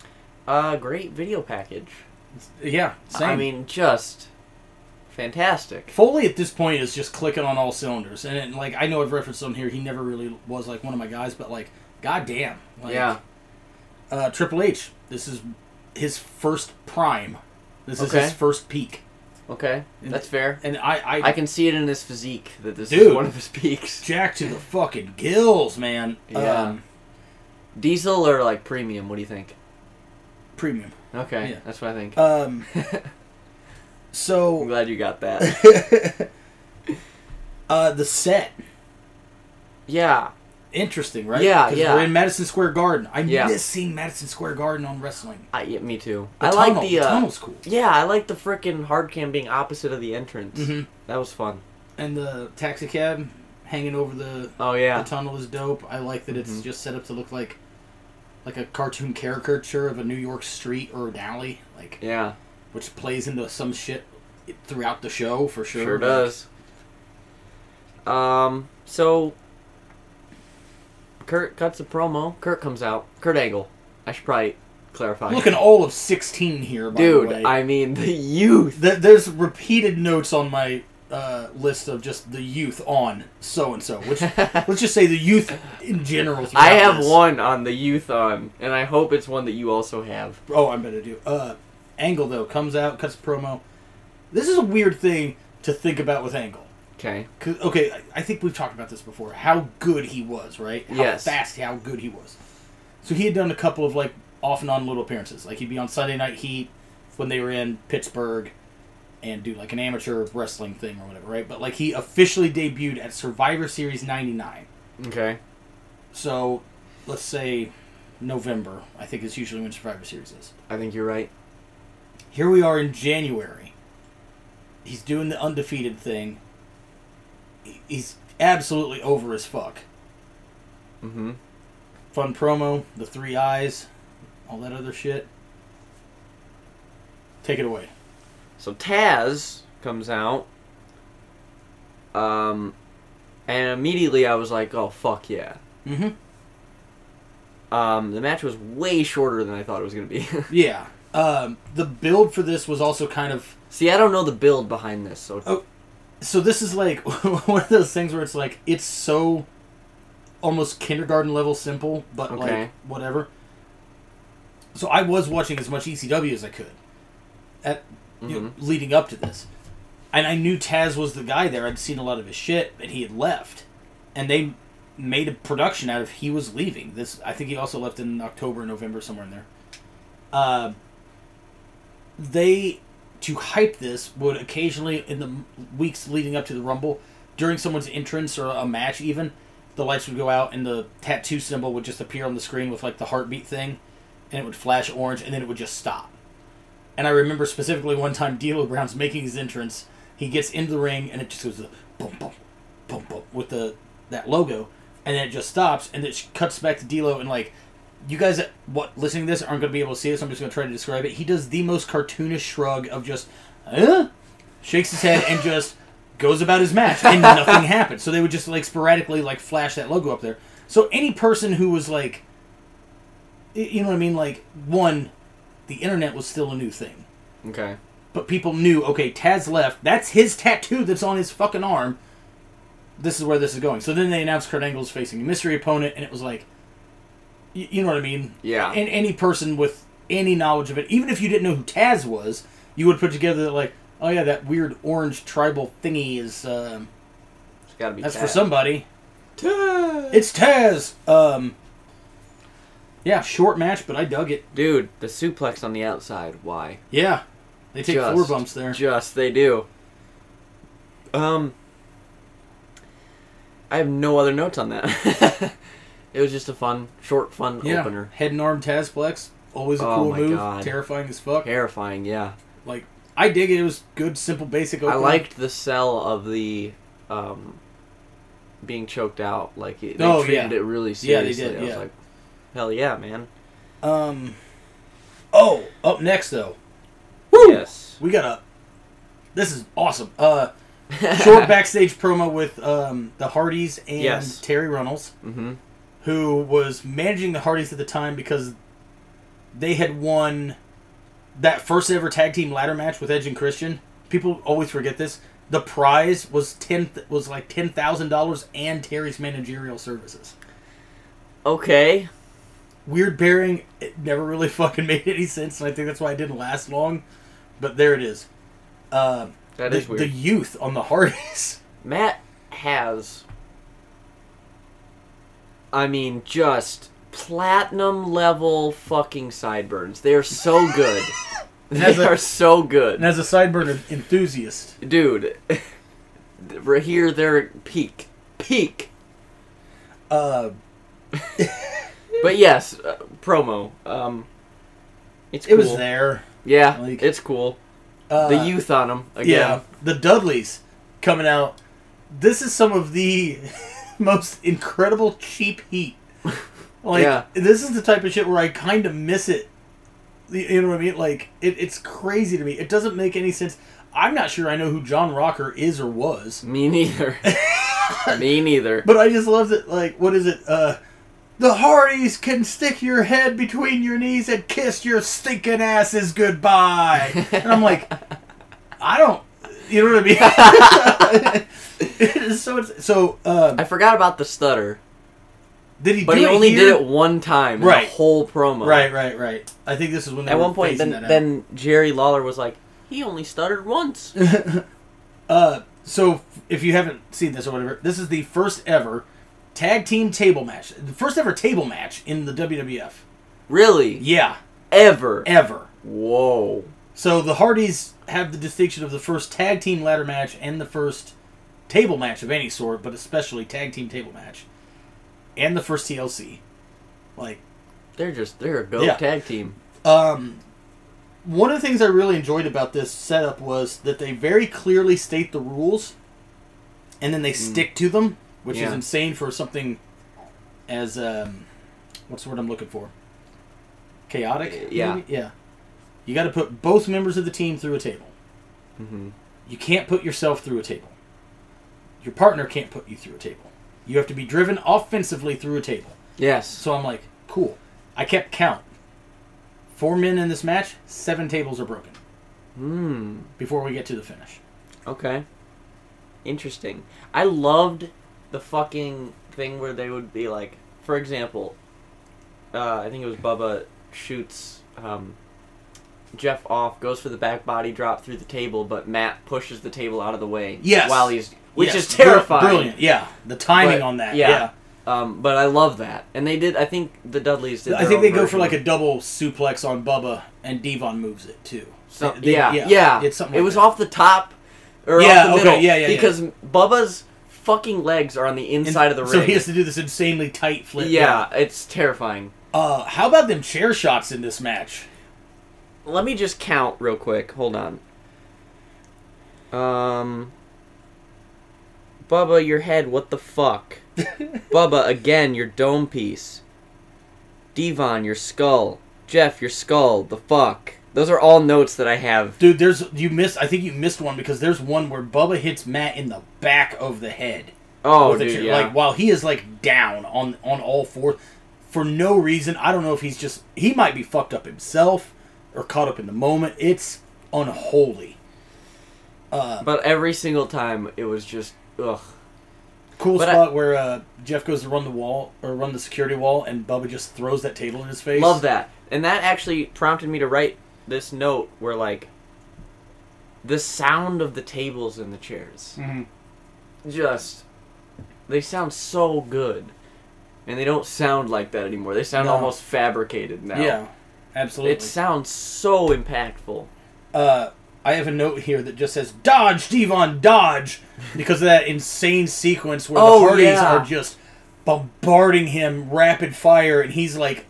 Speaker 1: uh, great video package.
Speaker 2: Yeah. Same.
Speaker 1: I mean, just fantastic.
Speaker 2: Foley at this point is just clicking on all cylinders, and, and, like I know I've referenced on here, he never really was like one of my guys, but like, goddamn, like,
Speaker 1: yeah,
Speaker 2: uh, Triple H, this is his first prime, this is
Speaker 1: Okay.
Speaker 2: his first peak,
Speaker 1: okay, that's fair.
Speaker 2: and I, I,
Speaker 1: I can see it in his physique that this is
Speaker 2: Dude.
Speaker 1: one of his peaks.
Speaker 2: jack to the fucking gills, man.
Speaker 1: Yeah.
Speaker 2: Um,
Speaker 1: Diesel or like premium? What do you think?
Speaker 2: premium.
Speaker 1: Okay,
Speaker 2: Yeah.
Speaker 1: that's what I think.
Speaker 2: Um,
Speaker 1: I'm
Speaker 2: so
Speaker 1: glad you got that.
Speaker 2: uh, the set,
Speaker 1: yeah,
Speaker 2: interesting, right?
Speaker 1: Yeah,
Speaker 2: 'Cause
Speaker 1: yeah.
Speaker 2: We're in Madison Square Garden. I
Speaker 1: Yeah.
Speaker 2: miss seeing Madison Square Garden on wrestling.
Speaker 1: I, yeah, me too.
Speaker 2: The
Speaker 1: I
Speaker 2: tunnel,
Speaker 1: like the, uh,
Speaker 2: tunnel's cool.
Speaker 1: yeah, I like the frickin' hard cam being opposite of the entrance.
Speaker 2: Mhm.
Speaker 1: That was fun.
Speaker 2: and the taxi cab hanging over the,
Speaker 1: Oh yeah,
Speaker 2: the tunnel is dope. I like that it's
Speaker 1: Mhm.
Speaker 2: just set up to look like like a cartoon caricature of a New York street or an alley, like
Speaker 1: yeah,
Speaker 2: which plays into some shit throughout the show for sure.
Speaker 1: sure,
Speaker 2: Like,
Speaker 1: does. Um, so Kurt cuts a promo. Kurt comes out. Kurt Angle. I should probably clarify.
Speaker 2: Looking all of sixteen here, by
Speaker 1: Dude,
Speaker 2: the way.
Speaker 1: I mean the youth.
Speaker 2: Th- there's repeated notes on my uh, list of just the youth on so and so, which let's just say the youth in general.
Speaker 1: I
Speaker 2: throughout
Speaker 1: have
Speaker 2: this.
Speaker 1: one on the youth on, and I hope it's one that you also have.
Speaker 2: Oh, I'm gonna do. Uh, Angle though comes out, cuts a promo. This is a weird thing to think about with Angle.
Speaker 1: Okay.
Speaker 2: 'Cause- okay, I- I think we've talked about this before. How good he was, right? How
Speaker 1: Yes.
Speaker 2: fast, how good he was. So he had done a couple of like off and on little appearances. Like he'd be on Sunday Night Heat when they were in Pittsburgh, and do like an amateur wrestling thing or whatever, right? But like he officially debuted at Survivor Series '99.
Speaker 1: Okay.
Speaker 2: So let's say November, I think is usually when Survivor Series is.
Speaker 1: I think you're right.
Speaker 2: Here we are in January. He's doing the undefeated thing. He- He's absolutely over as fuck.
Speaker 1: Mm-hmm.
Speaker 2: Fun promo, the three eyes, all that other shit. Take it away.
Speaker 1: So Taz comes out. Um, and immediately I was like, oh, fuck yeah.
Speaker 2: Mm-hmm.
Speaker 1: Um, the match was way shorter than I thought it was going to be.
Speaker 2: Yeah. Um, the build for this was also kind of
Speaker 1: See, I don't know the build behind this, so
Speaker 2: Oh. so this is like one of those things where it's like it's so almost kindergarten level simple, but
Speaker 1: Okay.
Speaker 2: like whatever. So I was watching as much ECW as I could at you know, leading up to this, and I knew Taz was the guy there. I'd seen a lot of his shit, and he had left, and they made a production out of he was leaving. This I think he also left in October, November, somewhere in there. Uh, they to hype this would occasionally in the m- weeks leading up to the rumble during someone's entrance or a match even the lights would go out and the tattoo symbol would just appear on the screen with like the heartbeat thing and it would flash orange and then it would just stop and i remember specifically one time D'Lo brown's making his entrance he gets into the ring and it just goes the boom boom boom boom with the that logo and then it just stops and it sh- cuts back to D'Lo and like you guys that what listening to this aren't going to be able to see this. I'm just going to try to describe it. He does the most cartoonish shrug of just, "Huh?" shakes his head and just goes about his match, and nothing happened. So they would just like sporadically like flash that logo up there. So any person who was like, y- you know what I mean, like one, the internet was still a new thing,
Speaker 1: okay.
Speaker 2: but people knew. Okay, Taz left. That's his tattoo that's on his fucking arm. This is where this is going. So then they announced Kurt Angle's facing a mystery opponent, and it was like, y- you know what I mean?
Speaker 1: Yeah.
Speaker 2: and any person with any knowledge of it, even if you didn't know who Taz was, you would put together that like, oh yeah, that weird orange tribal thingy is um,
Speaker 1: it's got to be
Speaker 2: that's
Speaker 1: Taz.
Speaker 2: for somebody.
Speaker 1: Taz!
Speaker 2: It's Taz. Um, yeah, short match, but I dug it.
Speaker 1: Dude, the suplex on the outside. Why?
Speaker 2: Yeah, they take
Speaker 1: Just-
Speaker 2: four bumps there.
Speaker 1: Just they do. Um, I have no other notes on that. it was just a fun, short, fun
Speaker 2: yeah,
Speaker 1: opener.
Speaker 2: head and arm Tazplex, always a
Speaker 1: Oh
Speaker 2: cool
Speaker 1: my
Speaker 2: move,
Speaker 1: God.
Speaker 2: terrifying as fuck.
Speaker 1: Terrifying, yeah.
Speaker 2: Like I dig it. It was good, simple, basic. Opener.
Speaker 1: I liked the sell of the um, being choked out. Like it, they
Speaker 2: Oh,
Speaker 1: treated
Speaker 2: yeah.
Speaker 1: it really
Speaker 2: Yeah, they did,
Speaker 1: seriously. I was
Speaker 2: yeah.
Speaker 1: like, hell yeah, man.
Speaker 2: Um, oh, up next though,
Speaker 1: Yes.
Speaker 2: we got a. This is awesome. Uh, short backstage promo with um, the Hardys and
Speaker 1: Yes.
Speaker 2: Terry Runnels,
Speaker 1: hmm
Speaker 2: who was managing the Hardys at the time because they had won that first ever tag team ladder match with Edge and Christian. People always forget this. The prize was ten was like ten thousand dollars and Terry's managerial services.
Speaker 1: Okay.
Speaker 2: Weird pairing. It never really fucking made any sense, and I think that's why it didn't last long. But there it is. Uh,
Speaker 1: That
Speaker 2: the,
Speaker 1: is weird.
Speaker 2: the youth on the Hardys.
Speaker 1: Matt has, I mean, just platinum level fucking sideburns. They are so good.
Speaker 2: As
Speaker 1: they
Speaker 2: a-
Speaker 1: are so
Speaker 2: And
Speaker 1: good,
Speaker 2: as a sideburn enthusiast,
Speaker 1: dude. We're here. They're peak, peak.
Speaker 2: uh,
Speaker 1: But yes, uh, promo. Um, it's
Speaker 2: it
Speaker 1: cool.
Speaker 2: was there.
Speaker 1: Yeah,
Speaker 2: Like-
Speaker 1: it's cool.
Speaker 2: Uh,
Speaker 1: The youth on them
Speaker 2: yeah,
Speaker 1: again.
Speaker 2: the Dudleys coming out. This is some of the most incredible cheap heat. Like
Speaker 1: Yeah.
Speaker 2: this is the type of shit where I kind of miss it. You- You know what I mean? Like it, it's crazy to me. It doesn't make any sense. I'm not sure I know who John Rocker is or was,
Speaker 1: Me neither. Me neither.
Speaker 2: but I just love that. Like, what is it? Uh, the Hardys can stick your head between your knees and kiss your stinking asses goodbye. And I'm like, I don't. You know what I mean? it is so. ins- So um,
Speaker 1: I forgot about the stutter,
Speaker 2: did he?
Speaker 1: but
Speaker 2: do
Speaker 1: he
Speaker 2: it
Speaker 1: only
Speaker 2: here?
Speaker 1: did it one time. in
Speaker 2: Right.
Speaker 1: The whole promo.
Speaker 2: Right, right, right. I think this is when they
Speaker 1: At
Speaker 2: were
Speaker 1: one point,
Speaker 2: phasing
Speaker 1: then
Speaker 2: that out.
Speaker 1: then Jerry Lawler was like, he only stuttered once.
Speaker 2: uh, so if you haven't seen this or whatever, this is the first ever tag team table match. The first ever table match in the WWF.
Speaker 1: Really?
Speaker 2: Yeah,
Speaker 1: Ever?
Speaker 2: ever.
Speaker 1: Whoa.
Speaker 2: So the Hardys have the distinction of the first tag team ladder match and the first table match of any sort, but especially tag team table match, and the first TLC. Like
Speaker 1: They're just they're a go
Speaker 2: Yeah.
Speaker 1: tag team.
Speaker 2: Um, one of the things I really enjoyed about this setup was that they very clearly state the rules, and then they stick to them, which is
Speaker 1: Mm. Yeah.
Speaker 2: insane for something as um, what's the word I'm looking for? Chaotic.
Speaker 1: Uh, Yeah.
Speaker 2: maybe? yeah. You got to put both members of the team through a table.
Speaker 1: Mm-hmm.
Speaker 2: You can't put yourself through a table. Your partner can't put you through a table. You have to be driven offensively through a table.
Speaker 1: Yes.
Speaker 2: So I'm like, cool. I kept count. Four men in this match, seven tables are broken
Speaker 1: Hmm.
Speaker 2: before we get to the finish.
Speaker 1: Okay. Interesting. I loved the fucking thing where they would be like, for example, uh, I think it was Bubba shoots um, Jeff off, goes for the back body drop through the table, but Matt pushes the table out of the way.
Speaker 2: Yes.
Speaker 1: While he's, which
Speaker 2: Yes,
Speaker 1: is terrifying.
Speaker 2: br- Brilliant. Yeah. The timing
Speaker 1: But,
Speaker 2: on that.
Speaker 1: yeah.
Speaker 2: Yeah.
Speaker 1: Um, but I love that, and they did. I think the Dudleys did.
Speaker 2: I
Speaker 1: their
Speaker 2: think
Speaker 1: own
Speaker 2: they go for
Speaker 1: version.
Speaker 2: like a double suplex on Bubba, and Devon moves it too.
Speaker 1: So,
Speaker 2: They-
Speaker 1: yeah, yeah,
Speaker 2: It's something.
Speaker 1: it
Speaker 2: like
Speaker 1: was
Speaker 2: that.
Speaker 1: off the top or
Speaker 2: Yeah,
Speaker 1: off the
Speaker 2: okay,
Speaker 1: middle.
Speaker 2: yeah, yeah, yeah.
Speaker 1: Because Bubba's fucking legs are on the
Speaker 2: And
Speaker 1: inside of the ring.
Speaker 2: So he has to do this insanely tight flip.
Speaker 1: yeah, it's terrifying.
Speaker 2: Uh, how about them chair shots in this match?
Speaker 1: Let me just count real quick. Hold on. Um, Bubba, your head. What the fuck? Bubba, again, your dome piece. Devon, your skull. Jeff, your skull. The fuck. Those are all notes that I have.
Speaker 2: Dude, there's you missed. I think you missed one because there's one where Bubba hits Matt in the back of the head.
Speaker 1: Oh,
Speaker 2: with the
Speaker 1: dude,
Speaker 2: chair.
Speaker 1: yeah.
Speaker 2: Like while he is like down on on all fours for no reason. I don't know if he's just he might be fucked up himself or caught up in the moment. It's unholy.
Speaker 1: But every single time, it was just ugh.
Speaker 2: Cool
Speaker 1: But I-
Speaker 2: spot where uh, Jeff goes to run the wall or run the security wall, and Bubba just throws that table in his face.
Speaker 1: Love that, and that actually prompted me to write this note where like the sound of the tables and the chairs
Speaker 2: Mhm.
Speaker 1: just they sound so good, and they don't sound like that anymore. They sound
Speaker 2: No.
Speaker 1: almost fabricated now.
Speaker 2: Yeah, absolutely.
Speaker 1: it sounds so impactful.
Speaker 2: uh, I have a note here that just says "Dodge, Devon, dodge," because of that insane sequence where
Speaker 1: Oh,
Speaker 2: the Hardys
Speaker 1: yeah.
Speaker 2: are just bombarding him rapid fire, and he's like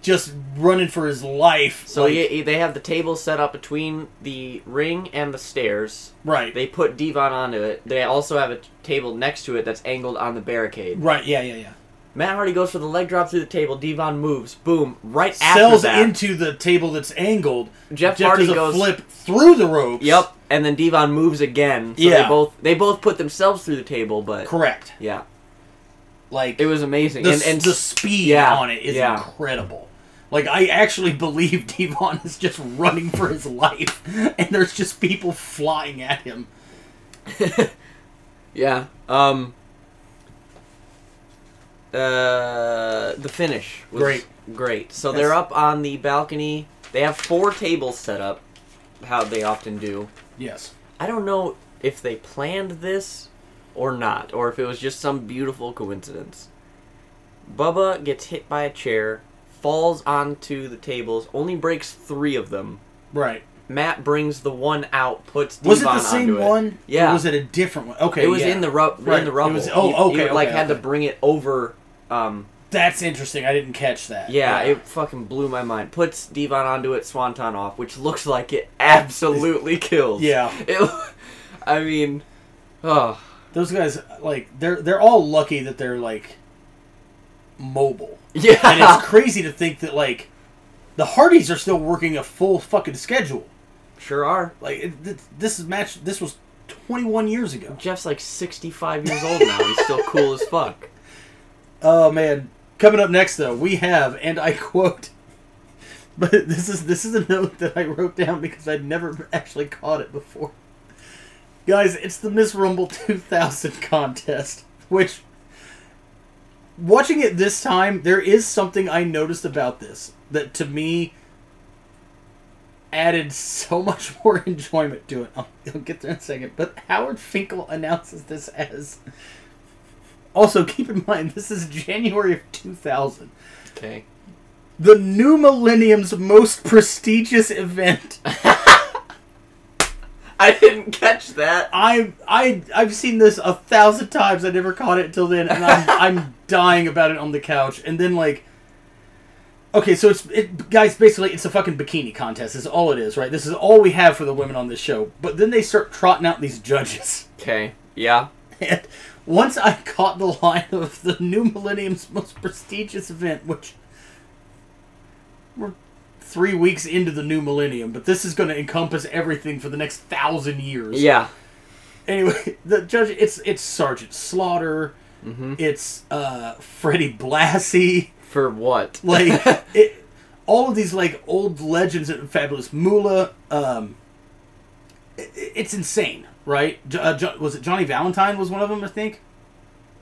Speaker 2: just running for his life.
Speaker 1: So
Speaker 2: like,
Speaker 1: ye- they have the table set up between the ring and the stairs.
Speaker 2: right,
Speaker 1: They put Devon onto it. They also have a t- table next to it that's angled on the barricade.
Speaker 2: right, yeah, yeah, yeah.
Speaker 1: Matt Hardy goes for the leg drop through the table. Devon moves. Boom. Right
Speaker 2: Sells
Speaker 1: after that.
Speaker 2: into the table that's angled.
Speaker 1: Jeff
Speaker 2: Jeff
Speaker 1: Hardy
Speaker 2: does a
Speaker 1: goes-
Speaker 2: flip through the ropes.
Speaker 1: Yep. And then Devon moves again. So
Speaker 2: Yeah.
Speaker 1: They both they both put themselves through the table, but
Speaker 2: correct.
Speaker 1: yeah,
Speaker 2: Like
Speaker 1: it was amazing.
Speaker 2: the,
Speaker 1: and and
Speaker 2: the speed
Speaker 1: yeah,
Speaker 2: on it is
Speaker 1: yeah.
Speaker 2: incredible. Like I actually believe Devon is just running for his life, and there's just people flying at him.
Speaker 1: yeah. Um. Uh, the finish was
Speaker 2: Great.
Speaker 1: Great. So
Speaker 2: Yes.
Speaker 1: they're up on the balcony. They have four tables set up, how they often do.
Speaker 2: Yes.
Speaker 1: I don't know if they planned this or not, or if it was just some beautiful coincidence. Bubba gets hit by a chair, falls onto the tables, only breaks three of them.
Speaker 2: Right.
Speaker 1: Matt brings the one out, puts Devon
Speaker 2: Was it the same
Speaker 1: onto it.
Speaker 2: one?
Speaker 1: Yeah,
Speaker 2: Or was it a different one? Okay.
Speaker 1: It was
Speaker 2: yeah.
Speaker 1: in the rub
Speaker 2: Right.
Speaker 1: in the
Speaker 2: It
Speaker 1: rubble.
Speaker 2: was- oh,
Speaker 1: You-
Speaker 2: okay,
Speaker 1: you, like
Speaker 2: okay,
Speaker 1: had to
Speaker 2: okay.
Speaker 1: bring it over. Um,
Speaker 2: That's interesting. I didn't catch that.
Speaker 1: yeah, it fucking blew my mind. Puts Devon onto it, Swanton off, which looks like it absolutely kills.
Speaker 2: Yeah.
Speaker 1: It, I mean, oh.
Speaker 2: Those guys, like, they're they're all lucky that they're like mobile,
Speaker 1: Yeah.
Speaker 2: and it's crazy to think that like the Hardys are still working a full fucking schedule.
Speaker 1: Sure are.
Speaker 2: Like it, th- this is match. This was 21 years ago.
Speaker 1: Jeff's like 65 years old now. He's still cool as fuck.
Speaker 2: Oh man. Coming up next though, we have and I quote but this is this is a note that I wrote down because I'd never actually caught it before. Guys, it's the Miss Rumble 2000 contest, which watching it this time, there is something I noticed about this that to me added so much more enjoyment to it. I'll, I'll get there in a second. But Howard Finkel announces this as. Also, keep in mind, this is January of 2000.
Speaker 1: Okay.
Speaker 2: The new millennium's most prestigious event.
Speaker 1: I didn't catch that.
Speaker 2: I I I've seen this a thousand times. I never caught it until then, and I'm I'm dying about it on the couch. And then like, okay, so it's it, guys. Basically, it's a fucking bikini contest. Is all it is, right? This is all we have for the women on this show. But then they start trotting out these judges.
Speaker 1: Okay. Yeah.
Speaker 2: And once I caught the line of the new millennium's most prestigious event, which we're three weeks into the new millennium, but this is going to encompass everything for the next thousand years.
Speaker 1: Yeah.
Speaker 2: Anyway, the judge it's it's Sergeant Slaughter, it's uh, Freddie Blassie,
Speaker 1: For what?
Speaker 2: like it, all of these like old legends and fabulous Moolah. Um, i- i- it's insane, right? Jo- uh, Jo- was it Johnny Valentine was one of them? I think.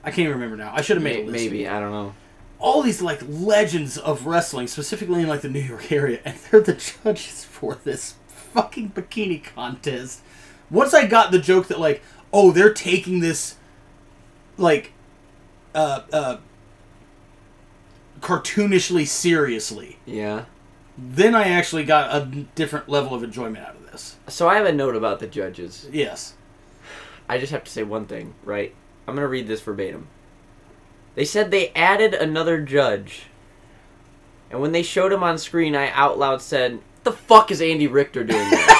Speaker 2: I can't remember now. I should have made a
Speaker 1: May-
Speaker 2: list.
Speaker 1: Maybe I don't know.
Speaker 2: all these like legends of wrestling, specifically in like the New York area, and they're the judges for this fucking bikini contest. Once I got the joke that like, oh, they're taking this like uh uh cartoonishly seriously,
Speaker 1: Yeah.
Speaker 2: then I actually got a different level of enjoyment out of this.
Speaker 1: So I have a note about the judges.
Speaker 2: Yes.
Speaker 1: I just have to say one thing, right? I'm gonna read this verbatim. They said they added another judge, and when they showed him on screen, I out loud said, "What the fuck is Andy Richter doing?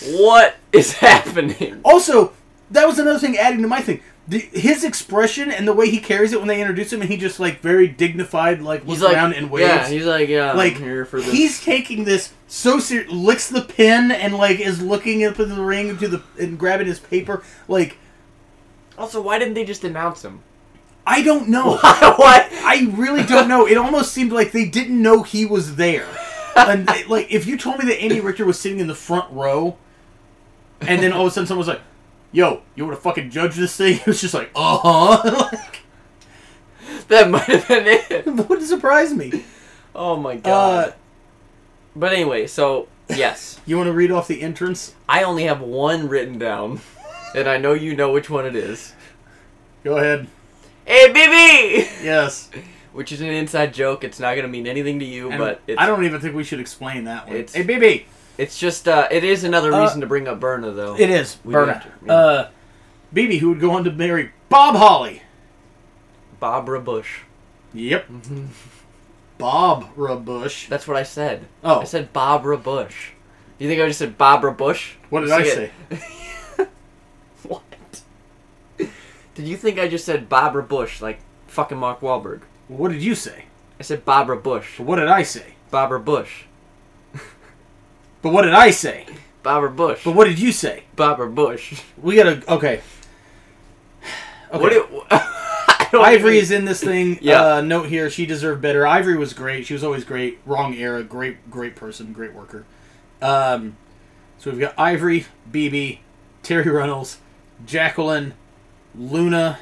Speaker 1: There? what is happening?"
Speaker 2: Also, that was another thing adding to my thing. The, his expression and the way he carries it when they introduce him, and he just like very dignified, like looks
Speaker 1: He's like,
Speaker 2: around and waves.
Speaker 1: yeah, he's like, yeah,
Speaker 2: like
Speaker 1: I'm here for this.
Speaker 2: he's taking this so serious, licks the pin and like is looking up in the ring to the and grabbing his paper. Like
Speaker 1: also, why didn't they just announce him?
Speaker 2: I don't know.
Speaker 1: what?
Speaker 2: I really don't know. It almost seemed like they didn't know he was there. And they- like if you told me that Andy Richter was sitting in the front row, and then all of a sudden someone was like, "Yo, you want to fucking judge this thing?" It was just like, "Uh huh." like,
Speaker 1: That might have been it.
Speaker 2: wouldn't surprise me.
Speaker 1: Oh my god.
Speaker 2: Uh,
Speaker 1: but anyway, so yes,
Speaker 2: you want to read off the entrance?
Speaker 1: I only have one written down, and I know you know which one it is.
Speaker 2: Go ahead.
Speaker 1: Hey, BB!
Speaker 2: Yes.
Speaker 1: Which is an inside joke. It's not gonna mean anything to you,
Speaker 2: And
Speaker 1: but it's,
Speaker 2: I don't even think we should explain that one.
Speaker 1: It's-
Speaker 2: hey, BB.
Speaker 1: It's just uh, it is another
Speaker 2: Uh,
Speaker 1: reason to bring up Berna though.
Speaker 2: It is
Speaker 1: We
Speaker 2: Berna.
Speaker 1: do have to-
Speaker 2: Uh, BB, who would go on to marry Bob Holly.
Speaker 1: Barbara Bush.
Speaker 2: Yep. Barbara Bush.
Speaker 1: That's what I said.
Speaker 2: Oh.
Speaker 1: I said Barbara Bush. You think I just said Barbara Bush?
Speaker 2: What did
Speaker 1: You
Speaker 2: I
Speaker 1: see
Speaker 2: say?
Speaker 1: it? What? Did you think I just said Barbara Bush like fucking Mark Wahlberg?
Speaker 2: What did you say?
Speaker 1: I said Barbara Bush.
Speaker 2: But what did I say?
Speaker 1: Barbara Bush.
Speaker 2: But what did I say?
Speaker 1: Barbara Bush.
Speaker 2: But what did you say?
Speaker 1: Barbara Bush.
Speaker 2: We gotta. Okay. Okay.
Speaker 1: What? It, I don't
Speaker 2: Ivory
Speaker 1: even-
Speaker 2: is in this thing.
Speaker 1: Yeah.
Speaker 2: Uh, note here, she deserved better. Ivory was great. She was always great. Wrong era. Great, great person. Great worker. Um, so we've got Ivory, BB, Terry Reynolds, Jacqueline, Luna,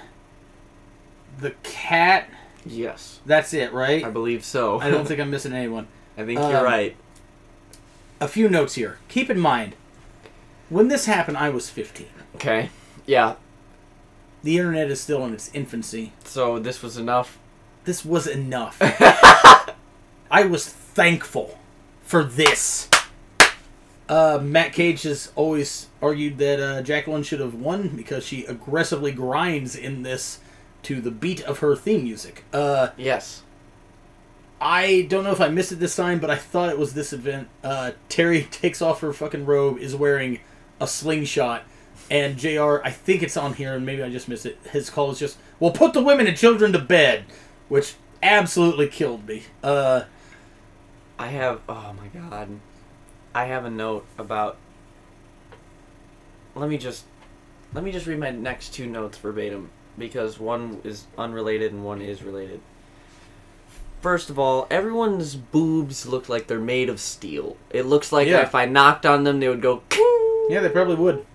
Speaker 2: the cat.
Speaker 1: Yes,
Speaker 2: That's it, right?
Speaker 1: I believe so.
Speaker 2: I don't think I'm missing anyone.
Speaker 1: I think
Speaker 2: um,
Speaker 1: you're right.
Speaker 2: A few notes here. Keep in mind, when this happened, I was 15.
Speaker 1: Okay. Yeah.
Speaker 2: The internet is still in its infancy.
Speaker 1: So this was enough.
Speaker 2: This was enough. I was thankful for this. Uh, Matt Cage has always argued that uh, Jacqueline should have won because she aggressively grinds in this to the beat of her theme music. Uh,
Speaker 1: Yes.
Speaker 2: I don't know if I missed it this time, but I thought it was this event. Uh, Terry takes off her fucking robe, is wearing a slingshot, and JR, I think it's on here, and maybe I just missed it. His call is just, well, put the women and children to bed, which absolutely killed me. Uh,
Speaker 1: I have. Oh my god. I have a note about. Let me just. Let me just read my next two notes verbatim because one is unrelated and one is related. First of all, everyone's boobs look like they're made of steel. It looks like
Speaker 2: Yeah.
Speaker 1: if I knocked on them, they would go.
Speaker 2: yeah, they probably would.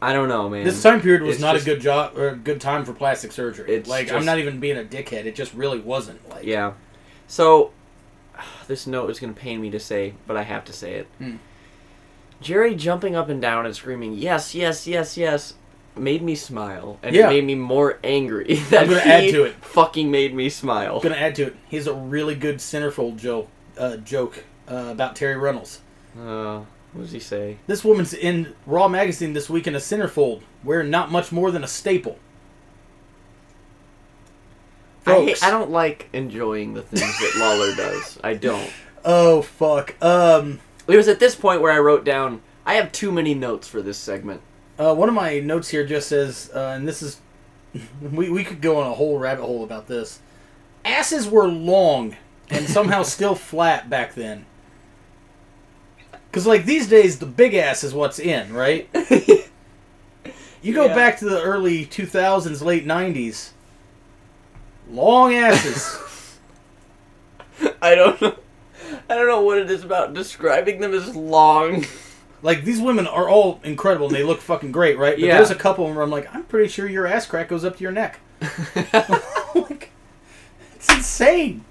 Speaker 1: I don't know, man.
Speaker 2: This time period was
Speaker 1: It's
Speaker 2: not
Speaker 1: just-
Speaker 2: a good job or a good time for plastic surgery.
Speaker 1: It's
Speaker 2: like
Speaker 1: just-
Speaker 2: I'm not even being a dickhead. It just really wasn't. Like
Speaker 1: Yeah. So this note is going to pain me to say, but I have to say it.
Speaker 2: Hmm.
Speaker 1: Jerry jumping up and down and screaming, "Yes, yes, yes, yes." Made me smile, and
Speaker 2: Yeah.
Speaker 1: it made me more angry. That
Speaker 2: gonna
Speaker 1: he
Speaker 2: add to it.
Speaker 1: Fucking made me smile.
Speaker 2: Gonna add to it. He has a really good centerfold joke, uh, joke uh, about Terry Runnels.
Speaker 1: Uh, what does he say?
Speaker 2: This woman's in Raw magazine this week in a centerfold, wearing not much more than a staple.
Speaker 1: I, hate-
Speaker 2: Folks.
Speaker 1: I don't like enjoying the things that Lawler does. I don't.
Speaker 2: Oh fuck. Um.
Speaker 1: It was at this point where I wrote down, I have too many notes for this segment.
Speaker 2: Uh, one of my notes here just says, uh, and this is, we, we could go on a whole rabbit hole about this. Asses were long and somehow still flat back then. Because, like, these days, the big ass is what's in, right? you go
Speaker 1: Yeah.
Speaker 2: back to the early 2000s, late 90s, long asses.
Speaker 1: I don't know. I don't know what it is about describing them as long.
Speaker 2: like, these women are all incredible and they look fucking great, right? But
Speaker 1: Yeah.
Speaker 2: there's a couple where I'm like, I'm pretty sure your ass crack goes up to your neck. like, it's insane.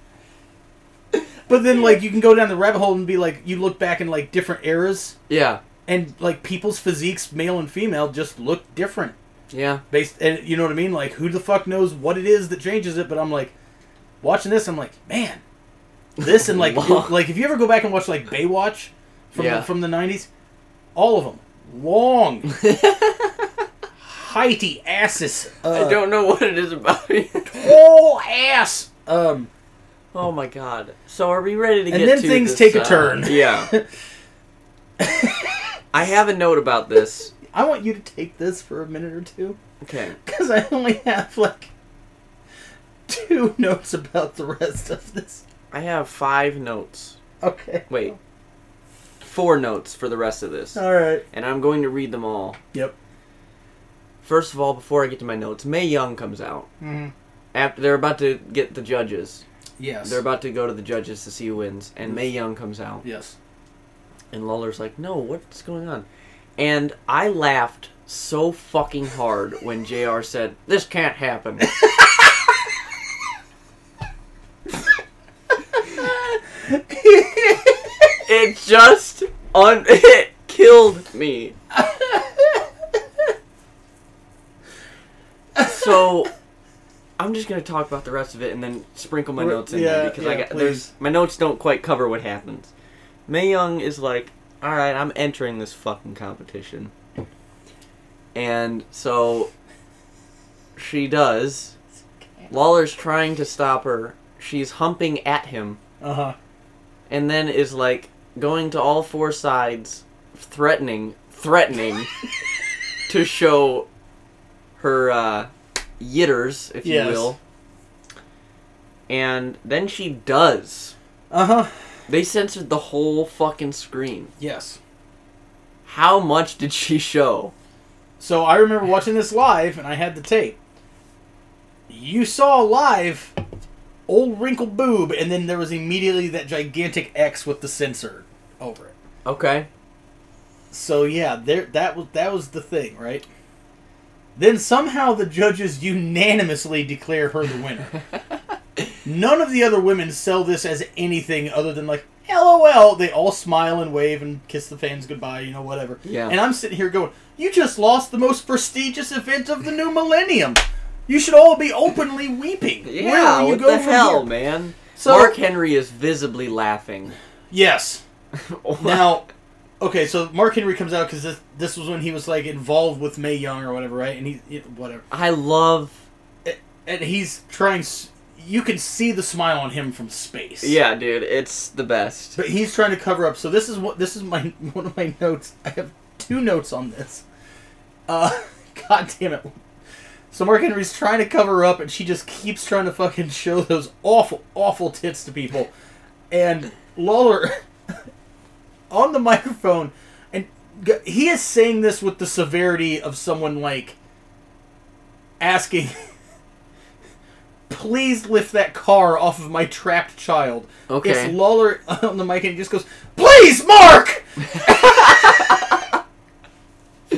Speaker 2: But then, like, you can go down the rabbit hole and be like, you look back in like different eras,
Speaker 1: yeah.
Speaker 2: and like people's physiques, male and female, just look different.
Speaker 1: Yeah.
Speaker 2: Based, and you know what I mean? Like, who the fuck knows what it is that changes it? But I'm like, watching this, I'm like, man, this and like,
Speaker 1: Long.
Speaker 2: like if you ever go back and watch like Baywatch from
Speaker 1: Yeah.
Speaker 2: the, from the '90s, all of them long, heighty asses,
Speaker 1: I
Speaker 2: uh,
Speaker 1: don't know what it is about.
Speaker 2: whole ass. Um,
Speaker 1: oh my god. So are we ready to
Speaker 2: And
Speaker 1: get
Speaker 2: then
Speaker 1: to
Speaker 2: things
Speaker 1: this,
Speaker 2: take a
Speaker 1: uh,
Speaker 2: turn.
Speaker 1: Yeah. I have a note about this.
Speaker 2: I want you to take this for a minute or two
Speaker 1: Okay.
Speaker 2: because I only have like two notes about the rest of this.
Speaker 1: I have 5 notes.
Speaker 2: Okay.
Speaker 1: Wait. 4 notes for the rest of this.
Speaker 2: All right.
Speaker 1: And I'm going to read them all.
Speaker 2: Yep.
Speaker 1: First of all, before I get to my notes, May Young comes out.
Speaker 2: Mm-hmm.
Speaker 1: After they're about to get the judges.
Speaker 2: Yes.
Speaker 1: They're about to go to the judges to see who wins,
Speaker 2: Mm.
Speaker 1: and May Young comes out,
Speaker 2: yes.
Speaker 1: and Lawler's like, "No, what's going on?" And I laughed so fucking hard when Jr. said, "This can't happen." it just un- it killed me. so I'm just gonna talk about the rest of it and then sprinkle my
Speaker 2: We're-
Speaker 1: notes in
Speaker 2: yeah,
Speaker 1: there because I
Speaker 2: yeah,
Speaker 1: got, there's
Speaker 2: please.
Speaker 1: my notes don't quite cover what happens. Mae Young is like, all right, I'm entering this fucking competition, and so she does. Lawler's trying to stop her. She's humping at him
Speaker 2: Uh huh.
Speaker 1: and then is like going to all four sides, threatening, threatening to show her uh, yitters, if
Speaker 2: Yes.
Speaker 1: you will. And then she does.
Speaker 2: Uh huh.
Speaker 1: They censored the whole fucking screen.
Speaker 2: Yes.
Speaker 1: How much did she show?
Speaker 2: So I remember watching this live, and I had the tape. You saw live old wrinkled boob, and then there was immediately that gigantic X with the censor over it.
Speaker 1: Okay.
Speaker 2: So yeah, there that was that was the thing, right? Then somehow the judges unanimously declare her the winner. None of the other women sell this as anything other than like LOL. They all smile and wave and kiss the fans goodbye, you know, whatever.
Speaker 1: Yeah.
Speaker 2: And I'm sitting here going, "You just lost the most prestigious event of the new millennium. You should all be openly weeping." Where
Speaker 1: Yeah,
Speaker 2: will you
Speaker 1: what
Speaker 2: go
Speaker 1: the
Speaker 2: from
Speaker 1: hell,
Speaker 2: here?
Speaker 1: man?
Speaker 2: So-
Speaker 1: Mark Henry is visibly laughing.
Speaker 2: Yes. Now, okay, so Mark Henry comes out because this this was when he was like involved with May Young or whatever, right? And he yeah, whatever,
Speaker 1: I love.
Speaker 2: and he's trying. s- You can see the smile on him from space.
Speaker 1: Yeah, dude, it's the best.
Speaker 2: but he's trying to cover up. So this is what this is my one of my notes. I have two notes on this. Uh, god damn it. So Mark Henry's trying to cover up, and she just keeps trying to fucking show those awful, awful tits to people. And Lawler on the microphone, and g- he is saying this with the severity of someone like asking, "Please lift that car off of my trapped child."
Speaker 1: Okay.
Speaker 2: It's Lawler on the mic, and he just goes, "Please, Mark."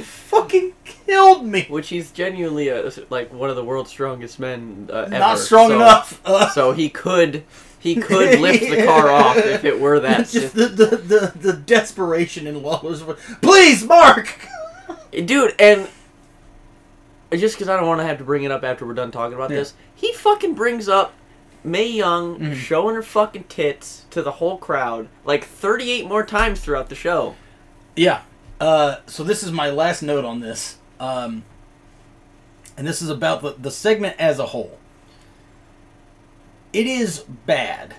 Speaker 2: fucking killed me.
Speaker 1: which he's genuinely a, like one of the world's strongest men uh, ever.
Speaker 2: Not strong
Speaker 1: so-
Speaker 2: enough. Uh,
Speaker 1: so he could he could lift the car off if it were that.
Speaker 2: just the, the, the, the desperation in Lawler's voice. Please, Mark!
Speaker 1: sim- dude, and just because I don't want to have to bring it up after we're done talking about
Speaker 2: Yeah.
Speaker 1: this, he fucking brings up Mae Young
Speaker 2: Mhm.
Speaker 1: showing her fucking tits to the whole crowd like 38 more times throughout the show.
Speaker 2: Yeah. Uh, so this is my last note on this, um, and this is about the, the segment as a whole. It is bad,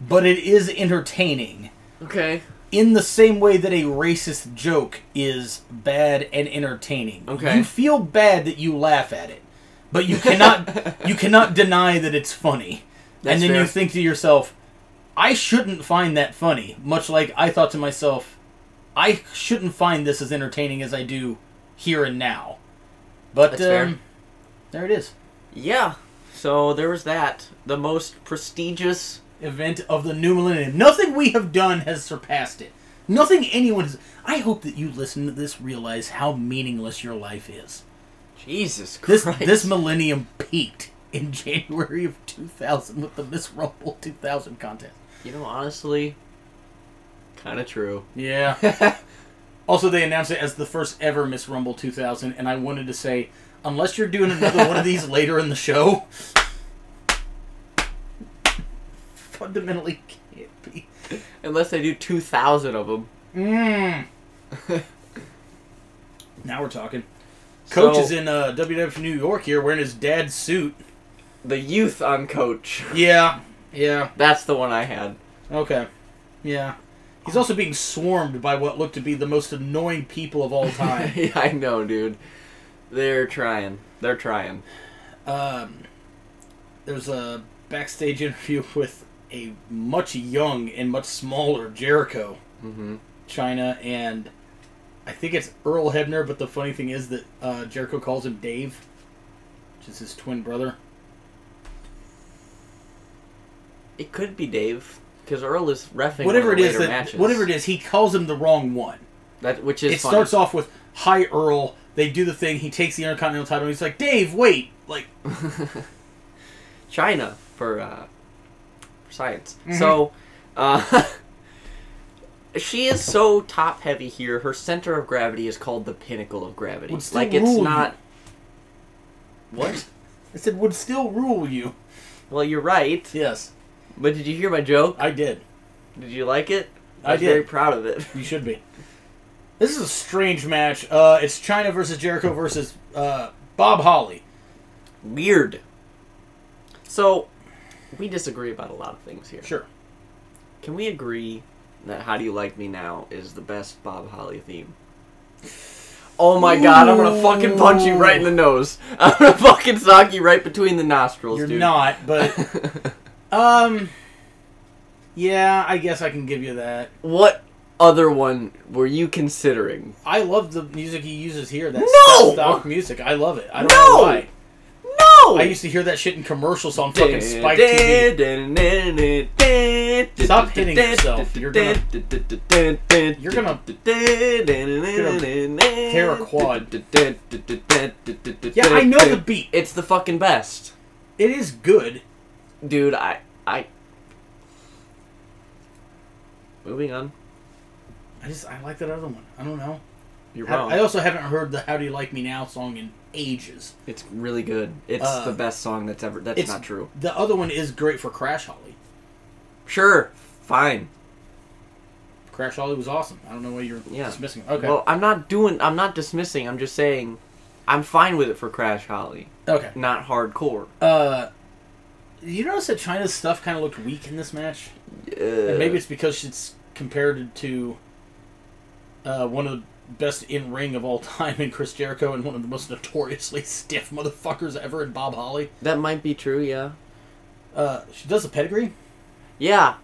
Speaker 2: but it is entertaining
Speaker 1: Okay.
Speaker 2: in the same way that a racist joke is bad and entertaining.
Speaker 1: Okay.
Speaker 2: You feel bad that you laugh at it, but you cannot you cannot deny that it's funny.
Speaker 1: That's
Speaker 2: and then
Speaker 1: fair.
Speaker 2: you think to yourself, I shouldn't find that funny, much like I thought to myself, I shouldn't find this as entertaining as I do here and now. But
Speaker 1: That's
Speaker 2: um,
Speaker 1: fair.
Speaker 2: there it is.
Speaker 1: Yeah. So there was that. The most prestigious.
Speaker 2: event of the new millennium. Nothing we have done has surpassed it. Nothing anyone has. I hope that you listen to this realize how meaningless your life is.
Speaker 1: Jesus
Speaker 2: This
Speaker 1: Christ.
Speaker 2: this millennium peaked in January of 2000 with the Miss Rumble 2000 contest.
Speaker 1: you know, honestly, kind of true.
Speaker 2: Yeah. also, they announced it as the first ever Miss Rumble 2000, and I wanted to say, unless you're doing another one of these later in the show, fundamentally can't be.
Speaker 1: Unless they do 2,000 of them.
Speaker 2: Mm. now we're talking. Coach
Speaker 1: So-
Speaker 2: is in uh, WWF New York here wearing his dad's suit.
Speaker 1: The youth on coach.
Speaker 2: Yeah. Yeah.
Speaker 1: That's the one I had.
Speaker 2: Okay. Yeah. He's also being swarmed by what looked to be the most annoying people of all time.
Speaker 1: yeah, I know, dude. They're trying. They're trying.
Speaker 2: um, there's a backstage interview with a much young and much smaller Jericho. Mm-hmm.
Speaker 1: hmm
Speaker 2: China, and I think it's Earl Hebner. But the funny thing is that uh, Jericho calls him Dave, which is his twin brother.
Speaker 1: It could be Dave, because Earl is refing
Speaker 2: whatever it is, that,
Speaker 1: matches.
Speaker 2: whatever it is, he calls him the wrong one.
Speaker 1: that which is
Speaker 2: it starts off with "Hi, Earl." They do the thing. He takes the Intercontinental title. and He's like, "Dave, wait!" Like,
Speaker 1: China for, uh, for science.
Speaker 2: Mm-hmm.
Speaker 1: So, uh, she is so top heavy here. Her center of gravity is called the pinnacle of gravity.
Speaker 2: Would still
Speaker 1: like it's
Speaker 2: rule you.
Speaker 1: not. What?
Speaker 2: I said, "Would still rule you."
Speaker 1: well, you're right.
Speaker 2: Yes,
Speaker 1: But did you hear my joke?
Speaker 2: I did.
Speaker 1: Did you like it?
Speaker 2: I
Speaker 1: I was very
Speaker 2: did.
Speaker 1: proud of it.
Speaker 2: You should be. This is a strange match. Uh, it's China versus Jericho versus uh, Bob Holly.
Speaker 1: Weird. So, we disagree about a lot of things here.
Speaker 2: Sure.
Speaker 1: Can we agree that How Do You Like Me Now is the best Bob Holly theme? Oh my god, I'm gonna fucking punch you right in the nose. I'm gonna fucking sock you right between the nostrils,
Speaker 2: You're
Speaker 1: dude.
Speaker 2: not, but Um. Yeah, I guess I can give you that.
Speaker 1: what other one were you considering?
Speaker 2: I love the music he uses here. That
Speaker 1: No!
Speaker 2: stock music. I love it. I don't
Speaker 1: No!
Speaker 2: know why.
Speaker 1: No!
Speaker 2: I used to hear that shit in commercials on fucking Spike TV. Stop hitting yourself. You're gonna-
Speaker 1: You're
Speaker 2: gonna
Speaker 1: tear
Speaker 2: tear a quad. Yeah, I know the beat.
Speaker 1: It's the fucking best,
Speaker 2: It is good.
Speaker 1: dude. I I. Moving on.
Speaker 2: I just I like that other one. I don't know.
Speaker 1: You're
Speaker 2: I,
Speaker 1: wrong.
Speaker 2: I also haven't heard the "How Do You Like Me Now" song in ages.
Speaker 1: it's really good. It's
Speaker 2: Uh,
Speaker 1: the best song that's ever. That's not true.
Speaker 2: The other one is great for Crash Holly.
Speaker 1: Sure. Fine.
Speaker 2: Crash Holly was awesome. I don't know why you're
Speaker 1: Yeah.
Speaker 2: dismissing. It. Okay.
Speaker 1: Well, I'm not doing. I'm not dismissing. I'm just saying, I'm fine with it for Crash Holly.
Speaker 2: okay.
Speaker 1: Not hardcore.
Speaker 2: Uh, you notice that China's stuff kind of looked weak in this match.
Speaker 1: Uh,
Speaker 2: And maybe it's because it's compared to uh, one of the best in ring of all time in Chris Jericho and one of the most notoriously stiff motherfuckers ever in Bob Holly.
Speaker 1: that might be true. Yeah.
Speaker 2: Uh, she does the pedigree,
Speaker 1: Yeah.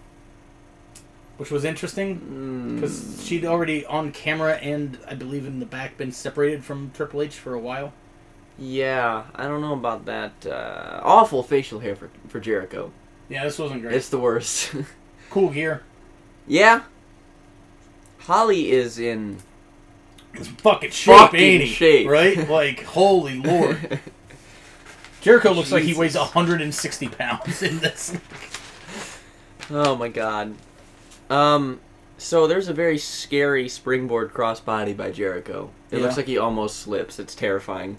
Speaker 2: which was interesting
Speaker 1: Mm,
Speaker 2: because she'd already on camera and I believe in the back been separated from Triple H for a while.
Speaker 1: yeah. I don't know about that. Uh, awful facial hair for for Jericho.
Speaker 2: Yeah, this wasn't great.
Speaker 1: It's the worst.
Speaker 2: cool gear.
Speaker 1: yeah. Holly is in
Speaker 2: It's fucking shape,
Speaker 1: Fucking
Speaker 2: ain't he?
Speaker 1: shape.
Speaker 2: Right? Like, holy lord. Jericho looks like he weighs
Speaker 1: Jesus.
Speaker 2: 160 pounds in this.
Speaker 1: Oh my god. Um, so there's a very scary springboard crossbody by Jericho. It
Speaker 2: Yeah.
Speaker 1: looks like he almost slips. It's terrifying,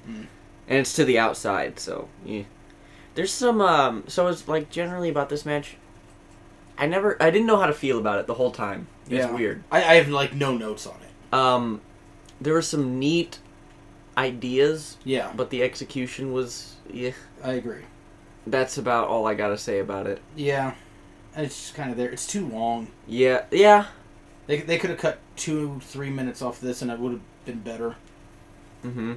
Speaker 1: and it's to the outside. So yeah. there's some. Um, so it's like generally about this match. I never. I didn't know how to feel about it the whole time. It's weird.
Speaker 2: I, I have like no notes on it.
Speaker 1: Um, there were some neat ideas,
Speaker 2: Yeah,
Speaker 1: but the execution was. Yeah,
Speaker 2: I agree.
Speaker 1: that's about all I gotta say about it.
Speaker 2: Yeah, it's just kind of there. It's too long.
Speaker 1: Yeah, yeah.
Speaker 2: They, they could have cut two, three minutes off this, and it would have been better.
Speaker 1: Mm-hmm.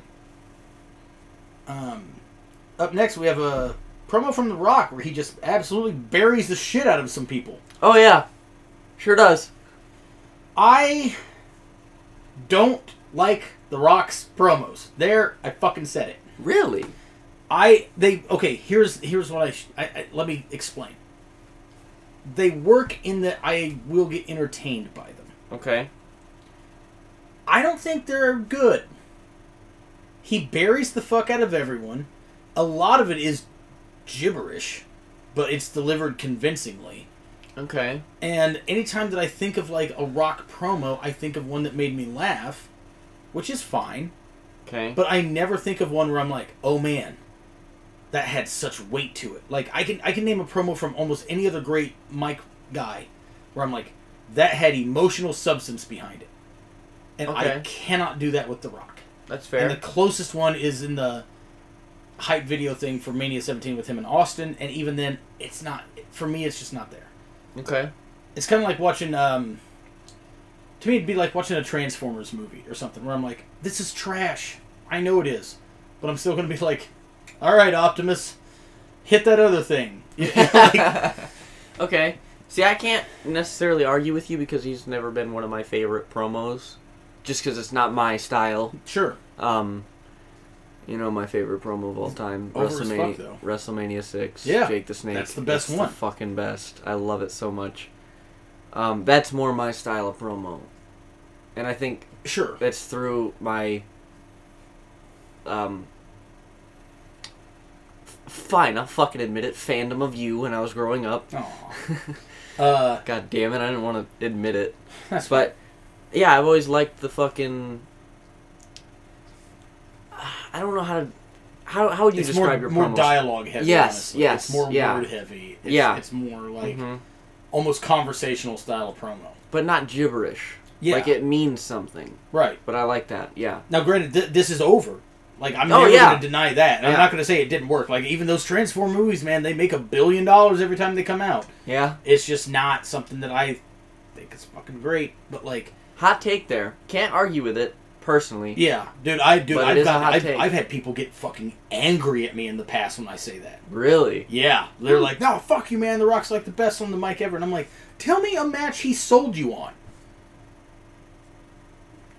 Speaker 2: Um, up next, we have a promo from The Rock where he just absolutely buries the shit out of some people.
Speaker 1: Oh yeah, sure does.
Speaker 2: I don't like The Rock's promos. There, I fucking said it.
Speaker 1: Really?
Speaker 2: I they okay. Here's here's what I, sh- I, I let me explain. They work in that I will get entertained by them.
Speaker 1: Okay.
Speaker 2: I don't think they're good. He buries the fuck out of everyone. A lot of it is gibberish, but it's delivered convincingly.
Speaker 1: Okay.
Speaker 2: And anytime that I think of like a rock promo, I think of one that made me laugh, which is fine.
Speaker 1: Okay.
Speaker 2: But I never think of one where I'm like, oh man, that had such weight to it. Like I can I can name a promo from almost any other great Mike guy where I'm like, that had emotional substance behind it. And I
Speaker 1: Okay.
Speaker 2: cannot do that with The Rock.
Speaker 1: that's fair.
Speaker 2: And the closest one is in the hype video thing for Mania 17 with him in Austin, and even then, it's not for me. It's just not there.
Speaker 1: okay.
Speaker 2: It's kind of like watching. Um, to me, it'd be like watching a Transformers movie or something, where I'm like, "This is trash. I know it is, but I'm still gonna be like, all right, Optimus, hit that other thing." Like,
Speaker 1: Okay. See, I can't necessarily argue with you because he's never been one of my favorite promos, just because it's not my style.
Speaker 2: sure.
Speaker 1: Um, you know my favorite promo of all time,
Speaker 2: Over as fuck,
Speaker 1: WrestleMania,
Speaker 2: though.
Speaker 1: WrestleMania six,
Speaker 2: Yeah,
Speaker 1: Jake the Snake.
Speaker 2: that's the best
Speaker 1: It's
Speaker 2: one.
Speaker 1: The fucking best. I love it so much. Um, that's more my style of promo, and I think
Speaker 2: Sure.
Speaker 1: that's through my. Um. f- Fine, I'll fucking admit it. Fandom of you when I was growing up.
Speaker 2: Aw. uh,
Speaker 1: God damn it, I didn't want to admit it.
Speaker 2: that's
Speaker 1: But yeah, I've always liked the fucking. I don't know how to. How, how would you
Speaker 2: it's more,
Speaker 1: describe your
Speaker 2: more
Speaker 1: promos?
Speaker 2: dialogue heavy.
Speaker 1: Yes,
Speaker 2: honestly.
Speaker 1: yes,
Speaker 2: It's more
Speaker 1: yeah.
Speaker 2: word heavy. It's,
Speaker 1: Yeah.
Speaker 2: It's more like
Speaker 1: Mhm.
Speaker 2: almost conversational style of promo.
Speaker 1: but not gibberish.
Speaker 2: Yeah.
Speaker 1: Like it means something.
Speaker 2: Right.
Speaker 1: But I like that. Yeah.
Speaker 2: Now, granted, th- this is over. Like, I'm
Speaker 1: Oh,
Speaker 2: never
Speaker 1: yeah.
Speaker 2: going to deny that. And I'm
Speaker 1: Yeah.
Speaker 2: not going to say it didn't work. Like, even those Transform movies, man, they make a billion dollars every time they come out.
Speaker 1: Yeah.
Speaker 2: It's just not something that I think is fucking great. But, like,
Speaker 1: Hot take there. Can't argue with it personally.
Speaker 2: yeah, dude, I, dude,
Speaker 1: But it
Speaker 2: I've,
Speaker 1: is a
Speaker 2: gotten-
Speaker 1: hot
Speaker 2: I've,
Speaker 1: take.
Speaker 2: I've had people get fucking angry at me in the past when I say that.
Speaker 1: Really.
Speaker 2: Yeah. They're like, no, fuck you, man. The Rock's like the best on the mic ever. And I'm like, tell me a match he sold you on.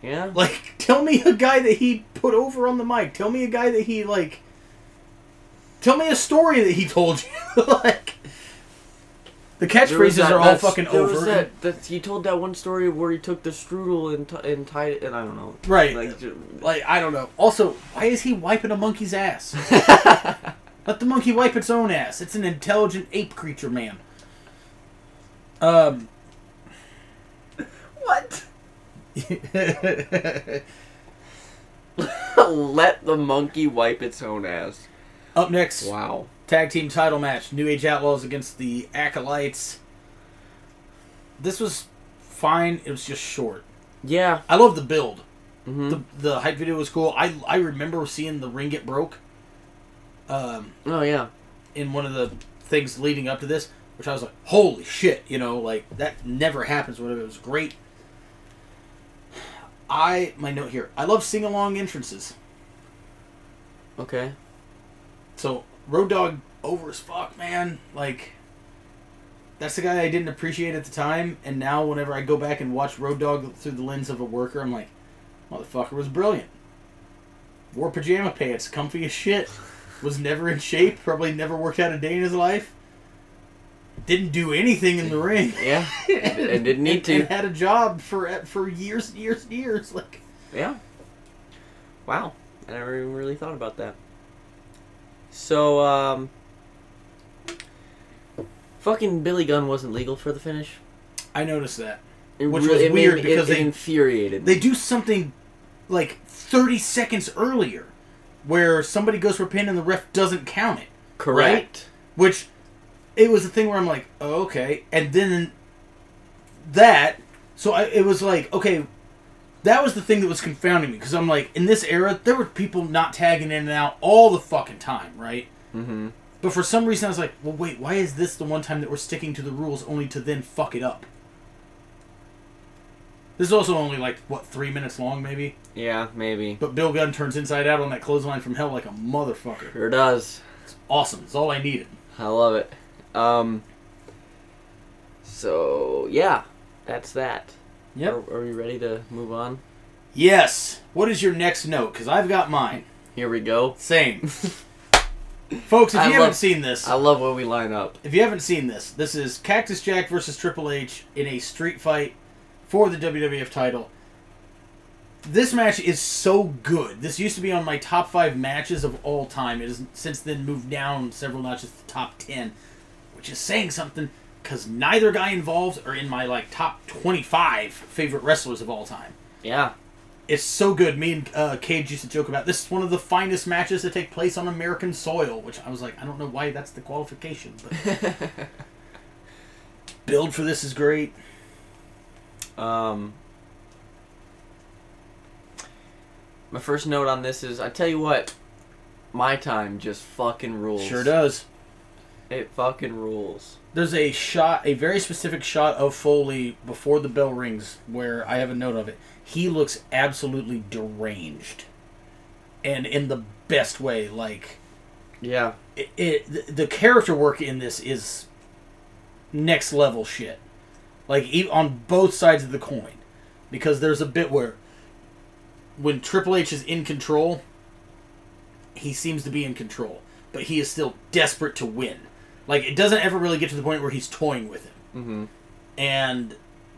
Speaker 1: Yeah.
Speaker 2: Like, tell me a guy that he put over on the mic. Tell me a guy that he like. Tell me a story that he told you. like, the
Speaker 1: There was
Speaker 2: catchphrases
Speaker 1: that-
Speaker 2: are all
Speaker 1: that's-
Speaker 2: fucking
Speaker 1: there was
Speaker 2: over.
Speaker 1: That, that he told that one story where he took the strudel and t- and tied it, and I don't know.
Speaker 2: Right.
Speaker 1: Like, ju-
Speaker 2: Like, I don't know. Also, why is he wiping a monkey's ass? Let the monkey wipe its own ass. It's an intelligent ape creature, man. Um.
Speaker 1: what?
Speaker 2: Up
Speaker 1: Let the monkey wipe its own ass.
Speaker 2: next,
Speaker 1: Wow.
Speaker 2: Tag team title match: New Age Outlaws against the Acolytes. This was fine. It was just short.
Speaker 1: Yeah.
Speaker 2: I love the build.
Speaker 1: hmm
Speaker 2: The the hype video was cool. I I remember seeing the ring get broke. Um,
Speaker 1: oh yeah.
Speaker 2: in one of the things leading up to this, which I was like, holy shit, you know, like that never happens. Whatever, it was great. I my note here. I love sing along entrances.
Speaker 1: Okay.
Speaker 2: So Road Dog over as fuck, man. Like that's the guy I didn't appreciate at the time, and now whenever I go back and watch Road Dog through the lens of a worker, I'm like, motherfucker was brilliant. Wore pajama pants, comfy as shit. Was never in shape, probably never worked out a day in his life. Didn't do anything in the ring.
Speaker 1: Yeah. and didn't need to.
Speaker 2: And had a job for for years and years and years. Like
Speaker 1: Yeah. Wow, I never even really thought about that. So, um, fucking Billy Gunn wasn't legal for the finish.
Speaker 2: I noticed that.
Speaker 1: It
Speaker 2: Which
Speaker 1: re-
Speaker 2: was
Speaker 1: it
Speaker 2: weird
Speaker 1: made, me-
Speaker 2: because
Speaker 1: it,
Speaker 2: they-
Speaker 1: it infuriated me.
Speaker 2: They do something like 30 seconds earlier where somebody goes for a pin and the ref doesn't count it.
Speaker 1: Correct.
Speaker 2: Which it was a thing where I'm like, oh, okay. And then that, so I, it was like, okay, that was the thing that was confounding me because I'm like, in this era, there were people not tagging in and out all the fucking time, right?
Speaker 1: Mm-hmm.
Speaker 2: But for some reason, I was like, well, wait, why is this the one time that we're sticking to the rules only to then fuck it up? This is also only like, what, three minutes long, maybe?
Speaker 1: Yeah, maybe.
Speaker 2: But Bill Gunn turns inside out on that clothesline from hell like a motherfucker.
Speaker 1: Sure does.
Speaker 2: Awesome. It's all I needed.
Speaker 1: I love it. Um. So yeah, that's that. Are, are we ready to move on?
Speaker 2: Yes. What is your next note? Because I've got mine.
Speaker 1: Here we go.
Speaker 2: Same. Folks, if you
Speaker 1: I
Speaker 2: haven't
Speaker 1: love-
Speaker 2: seen this,
Speaker 1: I love when we line up.
Speaker 2: if you haven't seen this, this is Cactus Jack versus Triple H in a street fight for the WWF title. This match is so good. This used to be on my top five matches of all time. It has since then moved down several notches to top ten, which is saying something because neither guy involved are in my like top twenty-five favorite wrestlers of all time.
Speaker 1: Yeah.
Speaker 2: It's so good. Me and uh, Cage used to joke about this is one of the finest matches to take place on American soil, which I was like, I don't know why that's the qualification, but build for this is great.
Speaker 1: Um, my first note on this is I tell you what, my time just fucking rules.
Speaker 2: Sure does.
Speaker 1: It fucking rules.
Speaker 2: There's a shot, a very specific shot of Foley before the bell rings, where I have a note of it. He looks absolutely deranged, and in the best way. Like
Speaker 1: Yeah.
Speaker 2: it, it th- the character work in this is next level shit. Like e- on both sides of the coin, because there's a bit where when Triple H is in control, he seems to be in control, but he is still desperate to win. Like it doesn't ever really get to the point where he's toying with him.
Speaker 1: Mm-hmm.
Speaker 2: And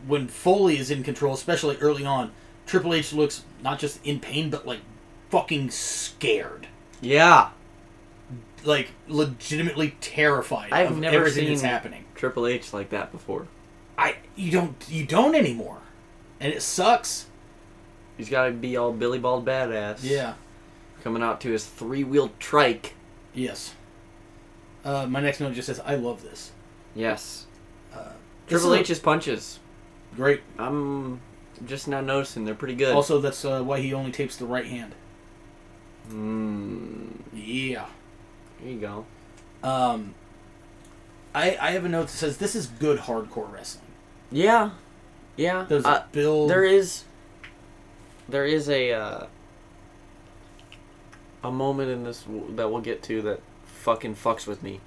Speaker 2: when Foley is in control, especially early on, Triple H looks not just in pain but like fucking scared
Speaker 1: Yeah.
Speaker 2: like legitimately terrified
Speaker 1: I've
Speaker 2: of
Speaker 1: never
Speaker 2: everything that's
Speaker 1: seen-
Speaker 2: happening.
Speaker 1: Triple H like that before.
Speaker 2: I you don't you don't anymore, and it sucks.
Speaker 1: He's got to be all Billy Bald badass. Coming out to his three-wheeled trike.
Speaker 2: Yes. Uh, my next note just says, "I love this."
Speaker 1: Yes.
Speaker 2: Uh,
Speaker 1: Triple
Speaker 2: this is
Speaker 1: H's punches.
Speaker 2: a- great.
Speaker 1: I'm just now noticing they're pretty good.
Speaker 2: Also, that's uh, why he only tapes the right hand.
Speaker 1: Mm,
Speaker 2: Yeah.
Speaker 1: here you go.
Speaker 2: Um. I I have a note that says this is good hardcore wrestling.
Speaker 1: Yeah. Yeah.
Speaker 2: There's
Speaker 1: I-
Speaker 2: a build.
Speaker 1: Uh, There is, there is a uh, a moment in this w- that we'll get to that fucking fucks with me.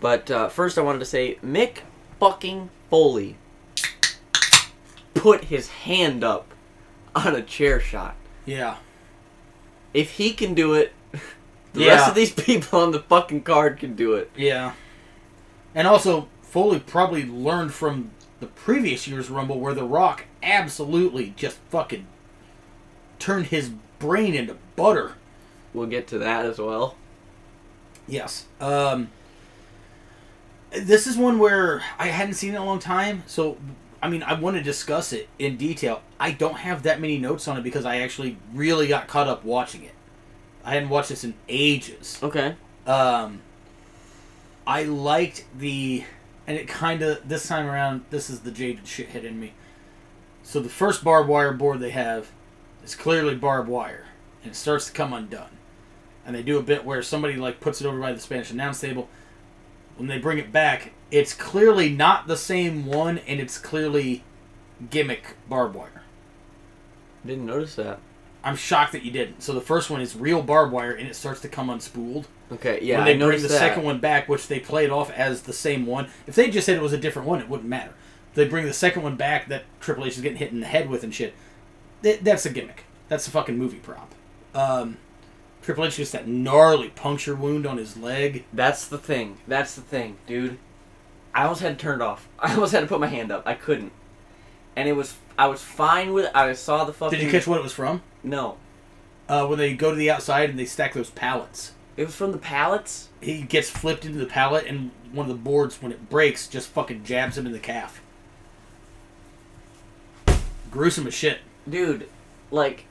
Speaker 1: But uh, first, I wanted to say Mick fucking Foley put his hand up on a chair shot.
Speaker 2: Yeah.
Speaker 1: If he can do it, the
Speaker 2: Yeah.
Speaker 1: rest of these people on the fucking card can do it.
Speaker 2: Yeah. And also, Foley probably learned from the previous year's Rumble where The Rock absolutely just fucking turned his brain into butter.
Speaker 1: We'll get to that as well.
Speaker 2: Yes. Um, this is one where I hadn't seen it in a long time, so I mean, I want to discuss it in detail. I don't have that many notes on it because I actually really got caught up watching it. I hadn't watched this in ages.
Speaker 1: Okay.
Speaker 2: Um, I liked the, and it kind of this time around. This is the jaded shithead in me. So the first barbed wire board they have is clearly barbed wire, and it starts to come undone. And they do a bit where somebody like puts it over by the Spanish announce table. When they bring it back, it's clearly not the same one, and it's clearly gimmick barbed wire.
Speaker 1: Didn't notice that.
Speaker 2: I'm shocked that you didn't. So the first one is real barbed wire, and it starts to come unspooled
Speaker 1: Okay. Yeah.
Speaker 2: when they
Speaker 1: I
Speaker 2: bring
Speaker 1: noticed
Speaker 2: the
Speaker 1: that.
Speaker 2: second one back, which they played off as the same one. If they just said it was a different one, it wouldn't matter. They bring the second one back that Triple H is getting hit in the head with and shit. Th- that's a gimmick. That's a fucking movie prop. Um, Triple H gets that gnarly puncture wound on his leg.
Speaker 1: That's the thing. That's the thing, dude. I almost had it turned off. I almost had to put my hand up. I couldn't. And it was I was fine with I saw the fucking
Speaker 2: Did you catch what it was from?
Speaker 1: No.
Speaker 2: uh, where they go to the outside and they stack those pallets.
Speaker 1: It was from the pallets.
Speaker 2: He gets flipped into the pallet, and one of the boards, when it breaks, just fucking jabs him in the calf. Gruesome as shit.
Speaker 1: dude, like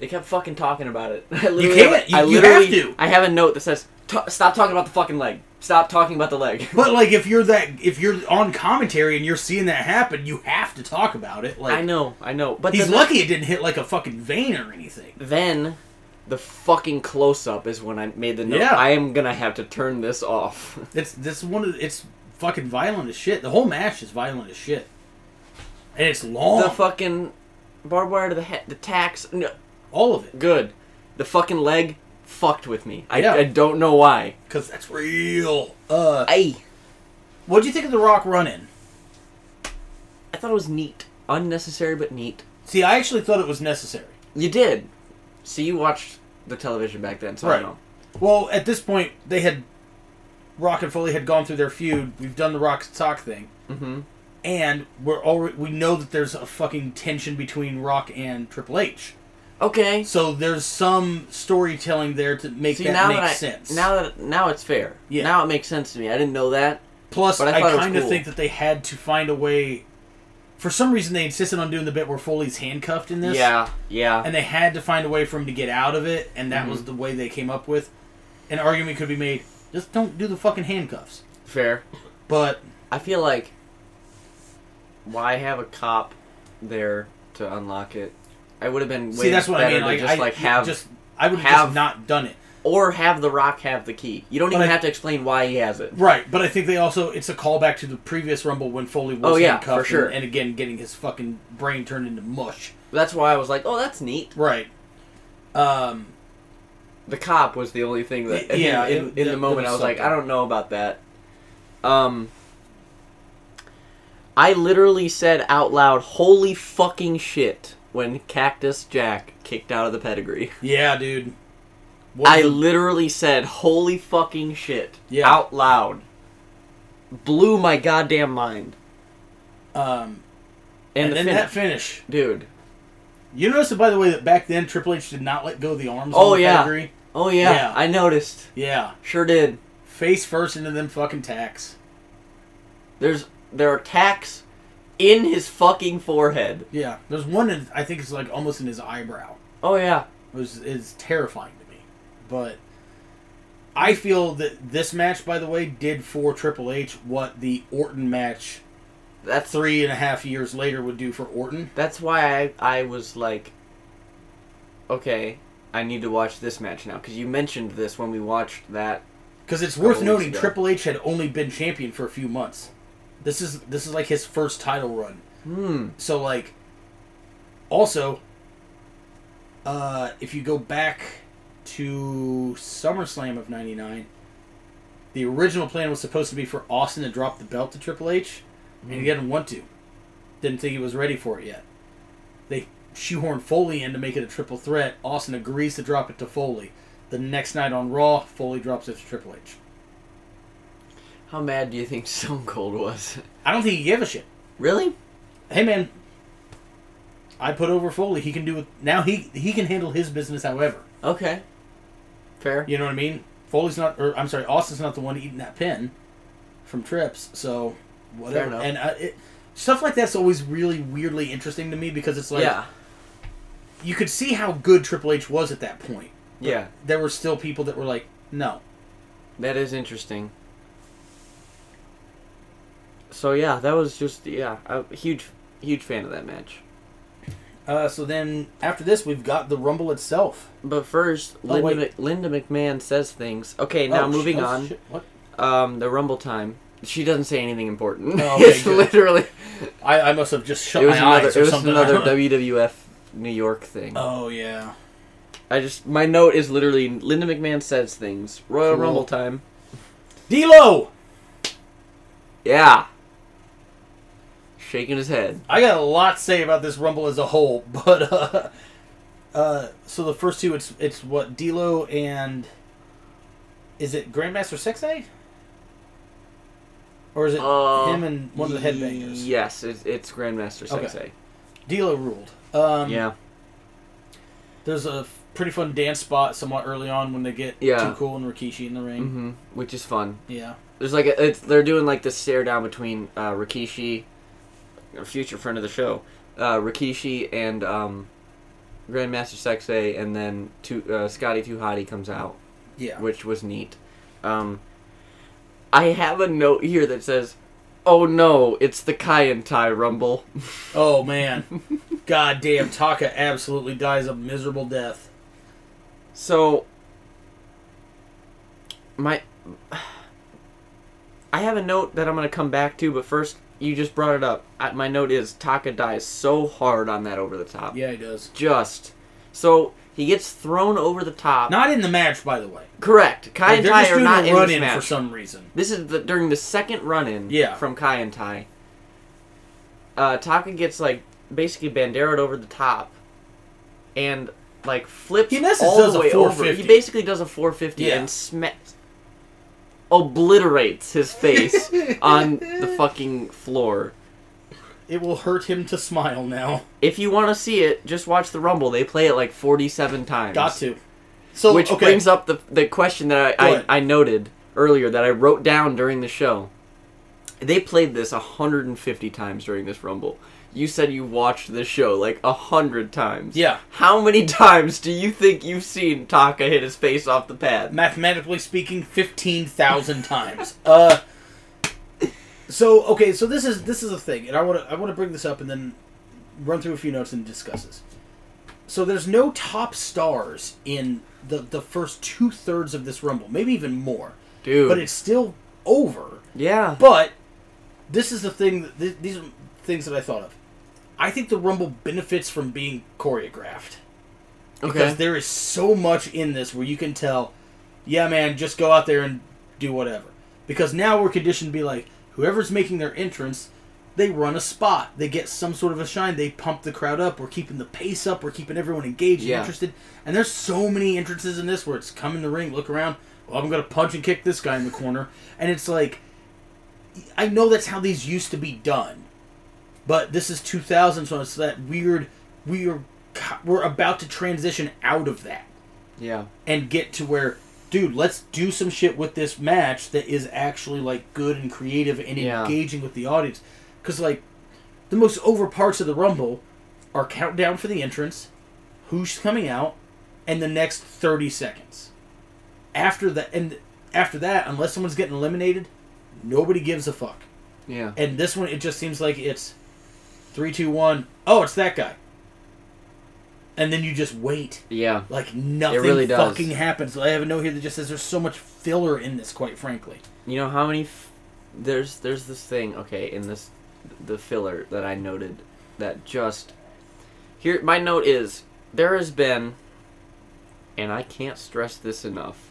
Speaker 1: they kept fucking talking about it. I literally,
Speaker 2: can't. You-
Speaker 1: I
Speaker 2: you
Speaker 1: literally,
Speaker 2: have to.
Speaker 1: I have a note that says, "T- "Stop talking about the fucking leg. Stop talking about the leg."
Speaker 2: But like, if you're that, if you're on commentary and you're seeing that happen, you have to talk about it. Like,
Speaker 1: I know, I know. But
Speaker 2: he's
Speaker 1: then,
Speaker 2: lucky it didn't hit like a fucking vein or anything.
Speaker 1: Then the fucking close up is when I made the note.
Speaker 2: Yeah.
Speaker 1: I am gonna have to turn this off.
Speaker 2: It's this is one of the, it's fucking violent as shit. The whole match is violent as shit, and it's long.
Speaker 1: The fucking barbed wire to the head, the tax. No,
Speaker 2: all of it,
Speaker 1: good. The fucking leg fucked with me. I,
Speaker 2: Yeah.
Speaker 1: I don't know why.
Speaker 2: because that's real. Uh,
Speaker 1: I
Speaker 2: what'd you think of the Rock run-in?
Speaker 1: I thought it was neat, unnecessary but neat.
Speaker 2: See, I actually thought it was necessary.
Speaker 1: You did. So you watched the television back then, so I
Speaker 2: Right.
Speaker 1: don't know.
Speaker 2: Well, at this point, they had Rock and Foley had gone through their feud. We've done the Rock sock thing,
Speaker 1: Mm-hmm.
Speaker 2: and we're already we know that there's a fucking tension between Rock and Triple H.
Speaker 1: Okay.
Speaker 2: So there's some storytelling there to make
Speaker 1: See
Speaker 2: that
Speaker 1: now
Speaker 2: make
Speaker 1: that I,
Speaker 2: sense.
Speaker 1: now that now it's fair.
Speaker 2: Yeah.
Speaker 1: Now it makes sense to me. I didn't know that.
Speaker 2: Plus,
Speaker 1: But I
Speaker 2: I,
Speaker 1: thought it was
Speaker 2: kind of
Speaker 1: cool.
Speaker 2: think that they had to find a way. For some reason, they insisted on doing the bit where Foley's handcuffed in this.
Speaker 1: yeah. Yeah.
Speaker 2: And they had to find a way for him to get out of it, and that
Speaker 1: Mm-hmm.
Speaker 2: was the way they came up with. An argument could be made just don't do the fucking handcuffs.
Speaker 1: fair.
Speaker 2: But,
Speaker 1: I feel like why have a cop there to unlock it? I would have been way
Speaker 2: see, that's what
Speaker 1: better
Speaker 2: I mean.
Speaker 1: to
Speaker 2: Like,
Speaker 1: just
Speaker 2: I,
Speaker 1: like have
Speaker 2: just, I would have
Speaker 1: have-
Speaker 2: just not done it.
Speaker 1: or have the rock have the key. You don't
Speaker 2: But
Speaker 1: even
Speaker 2: I-
Speaker 1: have to explain why he has it.
Speaker 2: Right, but I think they also, it's a callback to the previous Rumble when Foley was
Speaker 1: Oh, yeah,
Speaker 2: handcuffed
Speaker 1: for sure.
Speaker 2: and, and again getting his fucking brain turned into mush.
Speaker 1: That's why I was like, "Oh, that's neat."
Speaker 2: Right. Um,
Speaker 1: The cop was the only thing that
Speaker 2: Y- yeah,
Speaker 1: in, in,
Speaker 2: it-
Speaker 1: in
Speaker 2: that-
Speaker 1: the moment
Speaker 2: that
Speaker 1: I
Speaker 2: was
Speaker 1: was like, "I
Speaker 2: something.
Speaker 1: don't know about that." Um I literally said out loud, "Holy fucking shit." When Cactus Jack kicked out of the pedigree.
Speaker 2: yeah, dude. What
Speaker 1: I
Speaker 2: the-
Speaker 1: literally said, "Holy fucking shit!"
Speaker 2: Yeah.
Speaker 1: out loud. Blew my goddamn mind.
Speaker 2: Um,
Speaker 1: And,
Speaker 2: and
Speaker 1: the
Speaker 2: then
Speaker 1: finish,
Speaker 2: that finish.
Speaker 1: dude.
Speaker 2: You notice, by the way, that back then Triple H did not let go of the arms.
Speaker 1: Oh,
Speaker 2: on the
Speaker 1: yeah.
Speaker 2: pedigree?
Speaker 1: Oh yeah,
Speaker 2: Yeah.
Speaker 1: I noticed.
Speaker 2: yeah.
Speaker 1: Sure did.
Speaker 2: Face first into them fucking tacks.
Speaker 1: There's there are tacks in his fucking forehead.
Speaker 2: Yeah, there's one in, I think it's like almost in his eyebrow.
Speaker 1: Oh yeah,
Speaker 2: It was is terrifying to me, but I feel that this match, by the way, did for Triple H what the Orton match
Speaker 1: that's
Speaker 2: three and a half years later would do for Orton.
Speaker 1: that's why I I was like, okay, I need to watch this match now because you mentioned this when we watched that.
Speaker 2: Because it's
Speaker 1: Couple
Speaker 2: worth
Speaker 1: weeks
Speaker 2: noting,
Speaker 1: ago.
Speaker 2: Triple H had only been champion for a few months. This is this is like his first title run.
Speaker 1: Hmm.
Speaker 2: So like, also, uh, if you go back to SummerSlam of '99, the original plan was supposed to be for Austin to drop the belt to Triple H, and he didn't want to. Didn't think he was ready for it yet. They shoehorn Foley in to make it a triple threat. Austin agrees to drop it to Foley. The next night on Raw, Foley drops it to Triple H.
Speaker 1: How mad do you think Stone Cold was?
Speaker 2: I don't think he gave a shit.
Speaker 1: really?
Speaker 2: hey man i put over foley he can do it now he he can handle his business however
Speaker 1: Okay. Fair.
Speaker 2: you know what i mean foley's not or i'm sorry austin's not the one eating that pin from trips so whatever
Speaker 1: enough.
Speaker 2: and I, it, stuff like that's always really weirdly interesting to me because it's like
Speaker 1: yeah.
Speaker 2: you could see how good triple h was at that point
Speaker 1: Yeah.
Speaker 2: there were still people that were like no
Speaker 1: That is interesting. So yeah, that was just yeah, a huge huge fan of that match.
Speaker 2: uh, so then after this we've got the rumble itself
Speaker 1: But first,
Speaker 2: Oh,
Speaker 1: Linda,
Speaker 2: wait.
Speaker 1: Mc- Linda McMahon says things. Okay, now
Speaker 2: Oh, sh-
Speaker 1: moving
Speaker 2: oh,
Speaker 1: on.
Speaker 2: shit, what?
Speaker 1: Um, the Rumble time. She doesn't say anything important.
Speaker 2: Oh, okay,
Speaker 1: it's
Speaker 2: good.
Speaker 1: literally
Speaker 2: I, I must have just shut
Speaker 1: it was
Speaker 2: my
Speaker 1: another
Speaker 2: eyes
Speaker 1: it
Speaker 2: or
Speaker 1: was
Speaker 2: something
Speaker 1: another WWF New York thing.
Speaker 2: oh yeah
Speaker 1: I just my note is literally Linda McMahon says things. Royal
Speaker 2: Cool.
Speaker 1: Rumble time.
Speaker 2: d-lo
Speaker 1: Yeah. Shaking his head.
Speaker 2: I got a lot to say about this Rumble as a whole, but uh, uh, so the first two, it's it's what D'Lo and is it Grandmaster Sexay, or is it
Speaker 1: Uh,
Speaker 2: him and one of the headbangers?
Speaker 1: Yes, it's, it's Grandmaster
Speaker 2: Okay.
Speaker 1: Sensei.
Speaker 2: D'Lo ruled. Um,
Speaker 1: Yeah.
Speaker 2: There's a f- pretty fun dance spot somewhat early on when they get
Speaker 1: Yeah.
Speaker 2: Too Cool and Rikishi in the ring.
Speaker 1: hmm Which is fun.
Speaker 2: Yeah.
Speaker 1: There's like a, it's, they're doing like this stare down between uh, Rikishi, a future friend of the show, uh, Rikishi and um, Grandmaster Sexay, and then two, uh, Scotty Too Hottie comes out,
Speaker 2: Yeah.
Speaker 1: which was neat. Um, I have a note here that says, "Oh no, it's the Kai and Tai Rumble."
Speaker 2: Oh man. God damn, Taka absolutely dies a miserable death.
Speaker 1: So my I have a note that I'm going to come back to, but first you just brought it up. I, my note is Taka dies so hard on that over the top.
Speaker 2: Yeah, he does.
Speaker 1: Just so he gets thrown over the top.
Speaker 2: Not in the match, by the way.
Speaker 1: Correct. Kai
Speaker 2: Like,
Speaker 1: and
Speaker 2: they're
Speaker 1: Tai
Speaker 2: just
Speaker 1: are
Speaker 2: doing
Speaker 1: not
Speaker 2: a
Speaker 1: in
Speaker 2: run
Speaker 1: this
Speaker 2: in
Speaker 1: match.
Speaker 2: for some reason.
Speaker 1: This is the, during the second run in
Speaker 2: Yeah.
Speaker 1: from Kai and Tai. Uh, Taka gets like basically banderoed over the top, and like flips
Speaker 2: He messes-
Speaker 1: all
Speaker 2: does
Speaker 1: the
Speaker 2: a
Speaker 1: way over. He
Speaker 2: 450.
Speaker 1: basically does a 450
Speaker 2: Yeah.
Speaker 1: and sma- obliterates his face on the fucking floor.
Speaker 2: It will hurt him to smile now.
Speaker 1: If you want to see it, just watch the Rumble. They play it like 47 times.
Speaker 2: Got to. So
Speaker 1: Which
Speaker 2: Oh, okay.
Speaker 1: brings up the, the question that
Speaker 2: Go
Speaker 1: I,
Speaker 2: ahead.
Speaker 1: I, I noted earlier that I wrote down during the show. They played this 150 times during this Rumble. You said you watched this show like 100 times.
Speaker 2: Yeah.
Speaker 1: How many times do you think you've seen Taka hit his face off the pad?
Speaker 2: mathematically speaking, fifteen thousand times. Uh, so okay, so this is this is a thing, and I want to I want to bring this up and then run through a few notes and discuss this. So there's no top stars in the the first two thirds of this rumble, maybe even more,
Speaker 1: Dude.
Speaker 2: but it's still over.
Speaker 1: yeah.
Speaker 2: But this is the thing. That, th- these are things that I thought of. I think the rumble benefits from being choreographed because
Speaker 1: Okay.
Speaker 2: there is so much in this where you can tell, yeah, man, just go out there and do whatever. Because now we're conditioned to be like, whoever's making their entrance, they run a spot, they get some sort of a shine, they pump the crowd up. We're keeping the pace up, we're keeping everyone engaged
Speaker 1: Yeah.
Speaker 2: and interested. And there's so many entrances in this where it's come in the ring, look around. Well, I'm gonna punch and kick this guy in the corner, and it's like, I know that's how these used to be done, but this is 2000, so it's that weird. We are co- we're about to transition out of that
Speaker 1: Yeah.
Speaker 2: and get to where, dude, let's do some shit with this match that is actually like good and creative and
Speaker 1: Yeah.
Speaker 2: engaging with the audience. Because like, the most over parts of the Rumble are countdown for the entrance, who's coming out, and the next 30 seconds. After that, and after that, unless someone's getting eliminated, nobody gives a fuck.
Speaker 1: Yeah.
Speaker 2: And this one, it just seems like it's three, two, one. Oh, it's that guy. And then you just wait.
Speaker 1: Yeah.
Speaker 2: Like nothing
Speaker 1: really does.
Speaker 2: fucking happens. I have a note here that just says there's so much filler in this. Quite frankly,
Speaker 1: You know how many? F- there's there's this thing. Okay, in this the filler that I noted that just here. My note is there has been, and I can't stress this enough.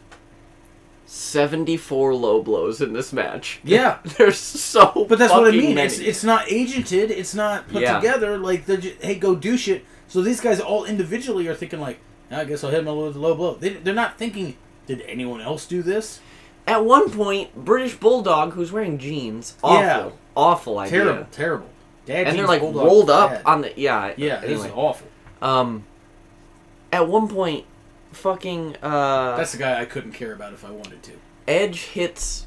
Speaker 1: Seventy four low blows in this match.
Speaker 2: yeah.
Speaker 1: There's so.
Speaker 2: But that's what I
Speaker 1: fucking
Speaker 2: mean.
Speaker 1: many.
Speaker 2: It's it's not agented. It's not put
Speaker 1: Yeah.
Speaker 2: together. Like they're just, hey, go do shit. So these guys all individually are thinking like, I guess I'll hit him with a low blow. They, they're not thinking, did anyone else do this?
Speaker 1: At one point, British Bulldog, who's wearing jeans, awful,
Speaker 2: Yeah.
Speaker 1: awful idea,
Speaker 2: Terrible, terrible. Dad
Speaker 1: and they're
Speaker 2: jeans,
Speaker 1: like
Speaker 2: bulldog,
Speaker 1: rolled up
Speaker 2: dad.
Speaker 1: on the yeah
Speaker 2: yeah, this
Speaker 1: Anyway,
Speaker 2: is awful.
Speaker 1: um, at one point, fucking uh,
Speaker 2: That's the guy I couldn't care about if I wanted to.
Speaker 1: Edge hits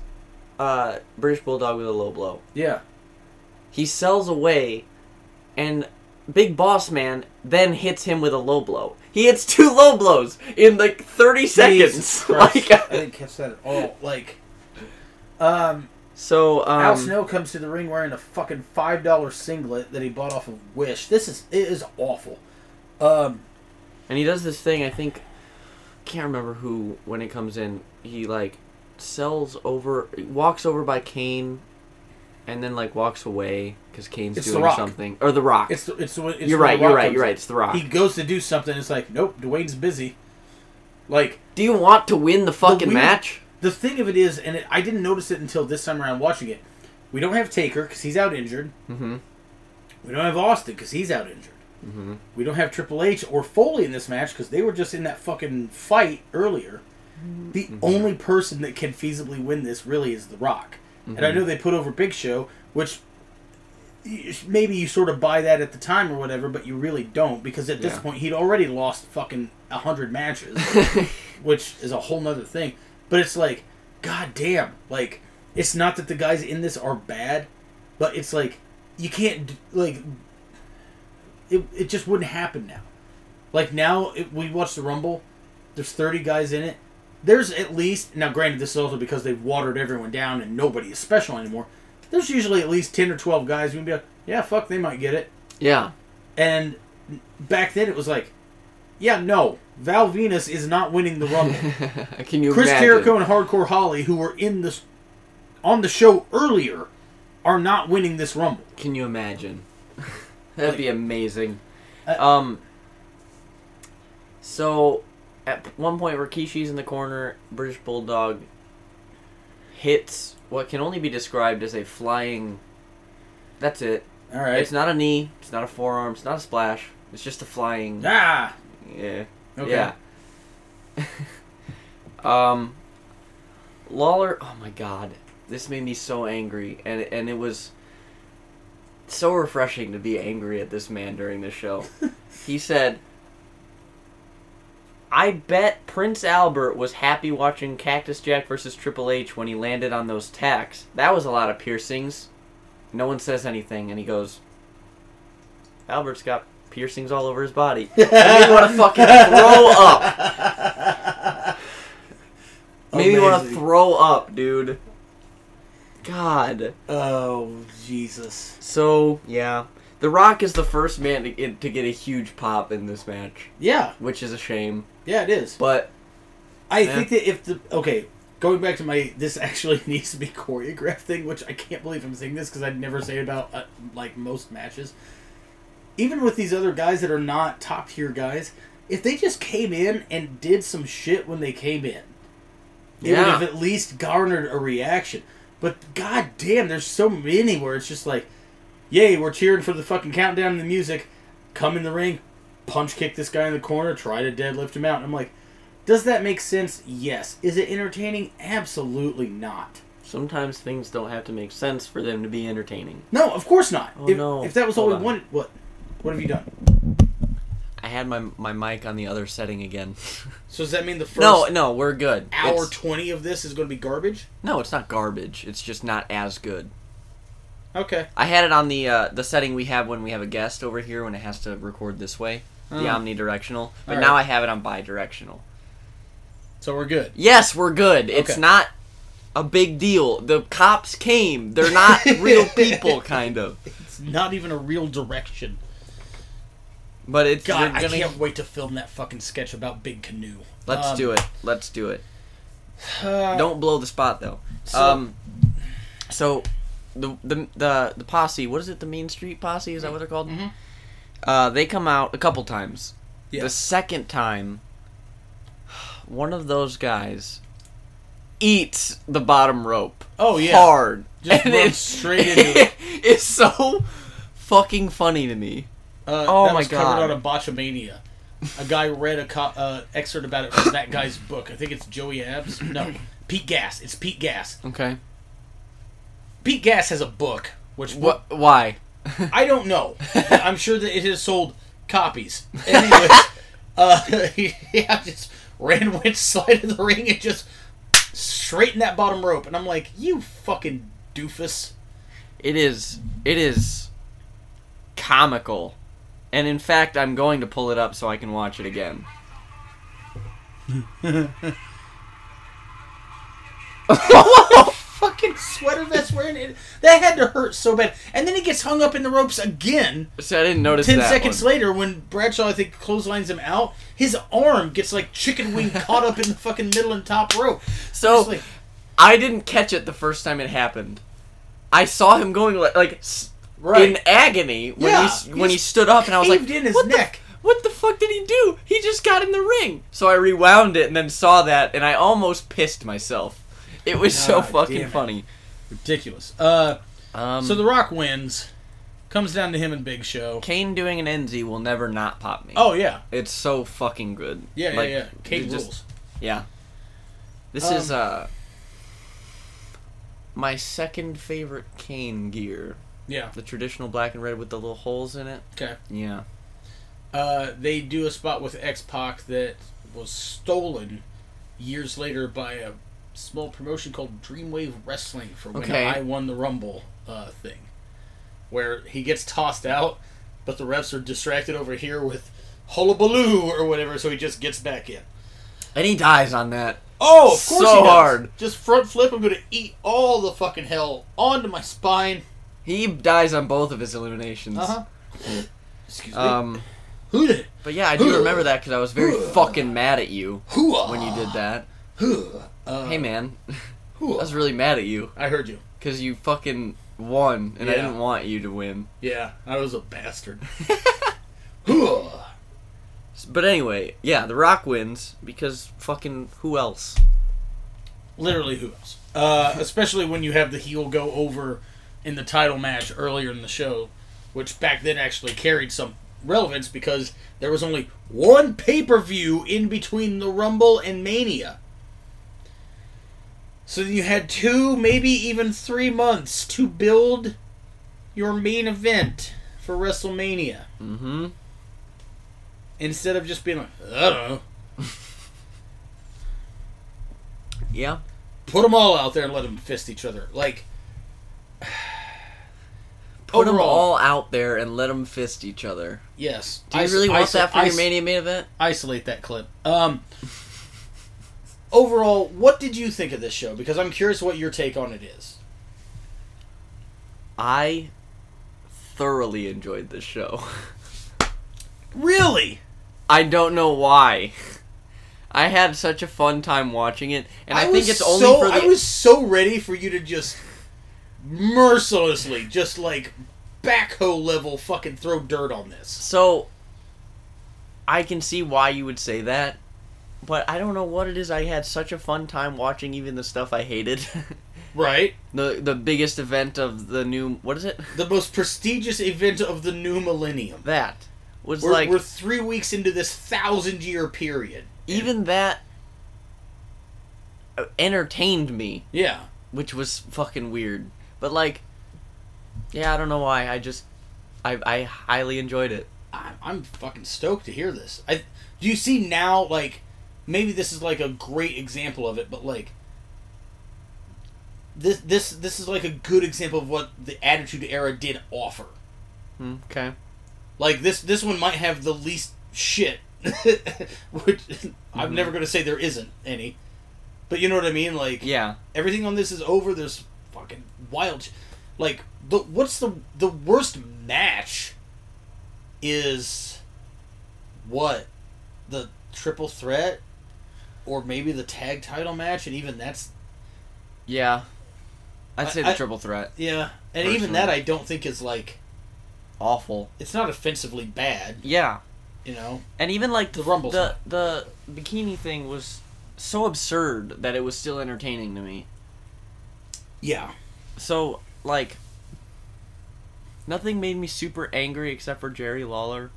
Speaker 1: uh, British Bulldog with a low blow.
Speaker 2: Yeah.
Speaker 1: He sells away, and Big Boss Man then hits him with a low blow. He hits two low blows in like 30
Speaker 2: Jesus
Speaker 1: seconds.
Speaker 2: Christ. I
Speaker 1: like,
Speaker 2: didn't catch that at all. Like, um,
Speaker 1: so, um,
Speaker 2: Al Snow comes to the ring wearing a fucking five dollar singlet that he bought off of Wish. This is it is awful. Um,
Speaker 1: and he does this thing. I think can't remember who when it comes in. He like sells over, walks over by Kane, and then like walks away because Kane's
Speaker 2: It's The
Speaker 1: doing
Speaker 2: Rock.
Speaker 1: something or The Rock.
Speaker 2: it's the, it's, the, it's
Speaker 1: you're
Speaker 2: when
Speaker 1: right.
Speaker 2: The
Speaker 1: You're
Speaker 2: Rock
Speaker 1: right.
Speaker 2: comes
Speaker 1: You're
Speaker 2: in.
Speaker 1: right. It's The Rock.
Speaker 2: He goes to do something. It's like nope, Dwayne's busy. Like
Speaker 1: Do you want to win the fucking
Speaker 2: weird-
Speaker 1: match?
Speaker 2: the thing of it is, and it, I didn't notice it until this time around watching it. We don't have Taker because he's out injured.
Speaker 1: Mhm.
Speaker 2: We don't have Austin because he's out injured. We don't have Triple H or Foley in this match because they were just in that fucking fight earlier. The only person that can feasibly win this really is The Rock, and I know they put over Big Show, which y- maybe you sort of buy that at the time or whatever, but you really don't because at this
Speaker 1: Yeah.
Speaker 2: point he'd already lost fucking a hundred matches, which is a whole nother thing. But it's like, god damn, like it's not that the guys in this are bad, but it's like you can't d- like it. It just wouldn't happen now. Like now, it, we watch the Rumble. There's 30 guys in it. There's at least now. Granted, this is also because they've watered everyone down and nobody is special anymore. There's usually at least 10 or 12 guys who can be like, yeah, fuck, they might get it.
Speaker 1: Yeah.
Speaker 2: And back then it was like, yeah, no, Val Venus is not winning the Rumble.
Speaker 1: Can you
Speaker 2: Chris
Speaker 1: imagine?
Speaker 2: Jericho and Hardcore Holly, who were in this on the show earlier, are not winning this Rumble.
Speaker 1: Can you imagine? That'd be amazing.
Speaker 2: Uh,
Speaker 1: um. So, at one point, Rikishi's in the corner. British Bulldog hits what can only be described as a flying. That's it.
Speaker 2: All right.
Speaker 1: It's not a knee. It's not a forearm. It's not a splash. It's just a flying.
Speaker 2: ah.
Speaker 1: Yeah.
Speaker 2: Okay.
Speaker 1: Yeah. um, Lawler. Oh my God, this made me so angry, and and it was so refreshing to be angry at this man during this show. he said, "I bet Prince Albert was happy watching Cactus Jack versus Triple H when he landed on those tacks. That was a lot of piercings. No one says anything, and he goes." Albert's got piercings all over his body. Made me want to fucking throw up. Made me want to
Speaker 2: Amazing.
Speaker 1: throw up, dude. God.
Speaker 2: Oh Jesus.
Speaker 1: So yeah, The Rock is the first man to get, to get a huge pop in this match,
Speaker 2: Yeah.
Speaker 1: which is a shame.
Speaker 2: Yeah, it is.
Speaker 1: But
Speaker 2: I
Speaker 1: Yeah.
Speaker 2: think that if the okay, going back to my this actually needs to be choreographed thing, which I can't believe I'm saying this because I'd never say it about uh, like most matches. Even with these other guys that are not top tier guys, if they just came in and did some shit when they came in, it would
Speaker 1: Yeah.
Speaker 2: have at least garnered a reaction. But god damn, there's so many where it's just like, yay, we're cheering for the fucking countdown and the music. Come in the ring, punch kick this guy in the corner, try to deadlift him out. And I'm like, does that make sense? Yes. Is it entertaining? Absolutely not.
Speaker 1: sometimes things don't have to make sense for them to be entertaining.
Speaker 2: No, of course not.
Speaker 1: Oh,
Speaker 2: if,
Speaker 1: no.
Speaker 2: if that was
Speaker 1: Hold
Speaker 2: all we
Speaker 1: on.
Speaker 2: wanted, what? What have you done?
Speaker 1: I had my my mic on the other setting again.
Speaker 2: So does that mean the first
Speaker 1: no, no, we're good.
Speaker 2: hour
Speaker 1: It's-
Speaker 2: twenty of this is going to be garbage?
Speaker 1: no, it's not garbage. It's just not as good.
Speaker 2: Okay.
Speaker 1: I had it on the uh, the setting we have when we have a guest over here when it has to record this way, the
Speaker 2: Oh.
Speaker 1: omnidirectional. But
Speaker 2: All
Speaker 1: now
Speaker 2: right.
Speaker 1: I have it on bidirectional.
Speaker 2: So we're good.
Speaker 1: Yes, we're good. It's
Speaker 2: Okay.
Speaker 1: not a big deal. The cops came. They're not real people, kind of.
Speaker 2: It's not even a real direction.
Speaker 1: But it's
Speaker 2: God,
Speaker 1: they're
Speaker 2: I
Speaker 1: gonna-
Speaker 2: can't wait to film that fucking sketch about Big Canoe.
Speaker 1: Let's
Speaker 2: Um,
Speaker 1: do it. Let's do it.
Speaker 2: uh,
Speaker 1: Don't blow the spot though.
Speaker 2: So-
Speaker 1: um, so the the the the posse. What is it? The Main Street Posse. Is that what they're called?
Speaker 2: Mhm.
Speaker 1: Uh, they come out a couple times.
Speaker 2: Yeah.
Speaker 1: The second time, one of those guys eats the bottom rope.
Speaker 2: Oh, yeah.
Speaker 1: hard.
Speaker 2: Just
Speaker 1: And
Speaker 2: runs
Speaker 1: it's-
Speaker 2: straight into it.
Speaker 1: It's so fucking funny to me.
Speaker 2: Uh,
Speaker 1: Oh
Speaker 2: that
Speaker 1: my
Speaker 2: was covered
Speaker 1: God.
Speaker 2: on a Botchamania. A guy read a co- uh, excerpt about it from that guy's book. I think it's Joey Abs. No, Pete Gas. It's Pete Gas.
Speaker 1: Okay.
Speaker 2: Pete Gas has a book, which
Speaker 1: What? Why?
Speaker 2: I don't know. I'm sure that it has sold copies. Anyways, uh, yeah, just ran which side of the ring and just straightened that bottom rope. And I'm like, you fucking doofus.
Speaker 1: It is. It is comical, and in fact, I'm going to pull it up so I can watch it again.
Speaker 2: Fucking sweater vest wearing it. That had to hurt so bad. And then he gets hung up in the ropes again.
Speaker 1: So I didn't notice
Speaker 2: Ten
Speaker 1: that
Speaker 2: seconds
Speaker 1: one.
Speaker 2: later, when Bradshaw, I think, clotheslines him out, his arm gets like chicken wing caught up in the fucking middle and top rope.
Speaker 1: So
Speaker 2: It's like,
Speaker 1: I didn't catch it the first time it happened. I saw him going like, like s
Speaker 2: Right.
Speaker 1: in agony when
Speaker 2: Yeah,
Speaker 1: he s- when he
Speaker 2: he's
Speaker 1: stood up, and I was like,
Speaker 2: caved in his
Speaker 1: what the
Speaker 2: neck."
Speaker 1: f- what the fuck did he do? He just got in the ring. So I rewound it and then saw that, and I almost pissed myself. It was so
Speaker 2: God
Speaker 1: fucking
Speaker 2: damn it.
Speaker 1: funny.
Speaker 2: ridiculous. Uh,
Speaker 1: Um,
Speaker 2: so The Rock wins. Comes down to him and Big Show.
Speaker 1: Kane doing an NZ will never not pop me.
Speaker 2: Oh yeah,
Speaker 1: It's so fucking good.
Speaker 2: yeah,
Speaker 1: Like,
Speaker 2: yeah, yeah. Kate
Speaker 1: it just-
Speaker 2: rules.
Speaker 1: Yeah. This
Speaker 2: Um,
Speaker 1: is uh my second favorite cane gear.
Speaker 2: Yeah.
Speaker 1: The traditional black and red with the little holes in it.
Speaker 2: Okay.
Speaker 1: Yeah.
Speaker 2: Uh, they do a spot with X Pac that was stolen years later by a small promotion called Dreamwave Wrestling for when
Speaker 1: Okay.
Speaker 2: I won the Rumble uh, thing, where he gets tossed out, but the refs are distracted over here with hullabaloo or whatever, so he just gets back in.
Speaker 1: And he dies on that.
Speaker 2: Oh, of course
Speaker 1: So
Speaker 2: he does.
Speaker 1: hard.
Speaker 2: Just front flip. I'm gonna eat all the fucking hell onto my spine.
Speaker 1: He dies on both of his eliminations.
Speaker 2: Uh huh. Excuse me.
Speaker 1: Um,
Speaker 2: Who did?
Speaker 1: but yeah, I do remember that because I was very fucking mad at you
Speaker 2: Who? uh,
Speaker 1: when you did that.
Speaker 2: Who? Uh,
Speaker 1: Hey man, I
Speaker 2: who? uh?
Speaker 1: was really mad at you
Speaker 2: I heard you.
Speaker 1: because you fucking won, and I
Speaker 2: Yeah.
Speaker 1: didn't want you to win.
Speaker 2: Yeah, I was a bastard. Who? uh?
Speaker 1: But anyway, yeah, The Rock wins because fucking who else?
Speaker 2: Literally, who else? Uh, especially when you have the heel go over in the title match earlier in the show, which back then actually carried some relevance because there was only one pay per view in between the Rumble and Mania. So you had two, maybe even three months to build your main event for WrestleMania
Speaker 1: Mm-hmm.
Speaker 2: instead of just being like, I don't know,
Speaker 1: Yeah.
Speaker 2: put them all out there and let them fist each other. Like,
Speaker 1: Put them
Speaker 2: Overall.
Speaker 1: all out there and let them fist each other.
Speaker 2: yes.
Speaker 1: Do you
Speaker 2: Iso-
Speaker 1: really want
Speaker 2: iso-
Speaker 1: that for your
Speaker 2: iso-
Speaker 1: Mania main event?
Speaker 2: isolate that clip. Um, overall, what did you think of this show? Because I'm curious what your take on it is.
Speaker 1: I thoroughly enjoyed this show.
Speaker 2: Really?
Speaker 1: I don't know why. I had such a fun time watching it, and I, think
Speaker 2: was
Speaker 1: it's only
Speaker 2: so,
Speaker 1: for the
Speaker 2: I was so ready for you to just mercilessly, just like backhoe level, fucking throw dirt on this.
Speaker 1: so. I can see why you would say that, but I don't know what it is. I had such a fun time watching even the stuff I hated.
Speaker 2: Right?
Speaker 1: the the biggest event of the new what is it?
Speaker 2: The most prestigious event of the new millennium.
Speaker 1: That was
Speaker 2: We're,
Speaker 1: like
Speaker 2: we're three weeks into this thousand year period.
Speaker 1: even that uh, entertained me.
Speaker 2: Yeah.
Speaker 1: which was fucking weird. But like, yeah, I don't know why. I just, I, I highly enjoyed it.
Speaker 2: I, I'm fucking stoked to hear this. I do you see now like maybe this is like a great example of it, but like this this this is like a good example of what the Attitude Era did offer. Hmm,
Speaker 1: Okay.
Speaker 2: Like this this one might have the least shit, which I'm never gonna say there isn't any, but you know what I mean. Like
Speaker 1: Yeah.
Speaker 2: everything on this is over. There's fucking wild, sh- like the what's the the worst match is what the triple threat or maybe the tag title match, and even that's
Speaker 1: Yeah. I'd say the
Speaker 2: I- I-
Speaker 1: triple threat.
Speaker 2: yeah, and even
Speaker 1: Personally.
Speaker 2: that I don't think is like
Speaker 1: Awful.
Speaker 2: it's not offensively bad,
Speaker 1: Yeah.
Speaker 2: you know.
Speaker 1: And even like
Speaker 2: The Rumble's
Speaker 1: the the bikini thing was so absurd that it was still entertaining to me.
Speaker 2: Yeah,
Speaker 1: So like, nothing made me super angry except for Jerry Lawler,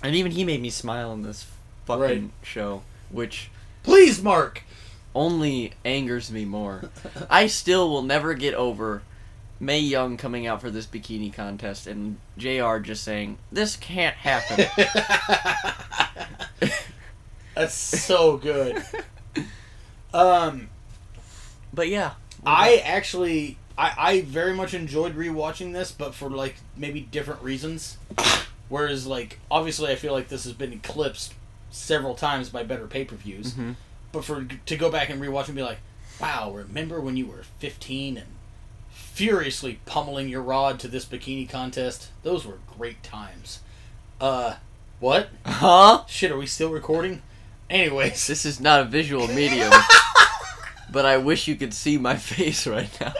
Speaker 1: and even he made me smile in this fucking
Speaker 2: Right.
Speaker 1: show, which
Speaker 2: please, Mark.
Speaker 1: only angers me more. I still will never get over May Young coming out for this bikini contest and JR just saying, This can't happen.
Speaker 2: That's so good. um.
Speaker 1: but yeah.
Speaker 2: I actually, I, I very much enjoyed rewatching this, but for like maybe different reasons. Whereas, like, obviously, I feel like this has been eclipsed several times by better pay per views.
Speaker 1: Mhm.
Speaker 2: But for to go back and rewatch and be like, wow, remember when you were 15 and furiously pummeling your rod to this bikini contest? Those were great times. Uh, what?
Speaker 1: Huh?
Speaker 2: Shit, are we still recording? Anyways.
Speaker 1: This is not a visual medium. but I wish you could see my face right now.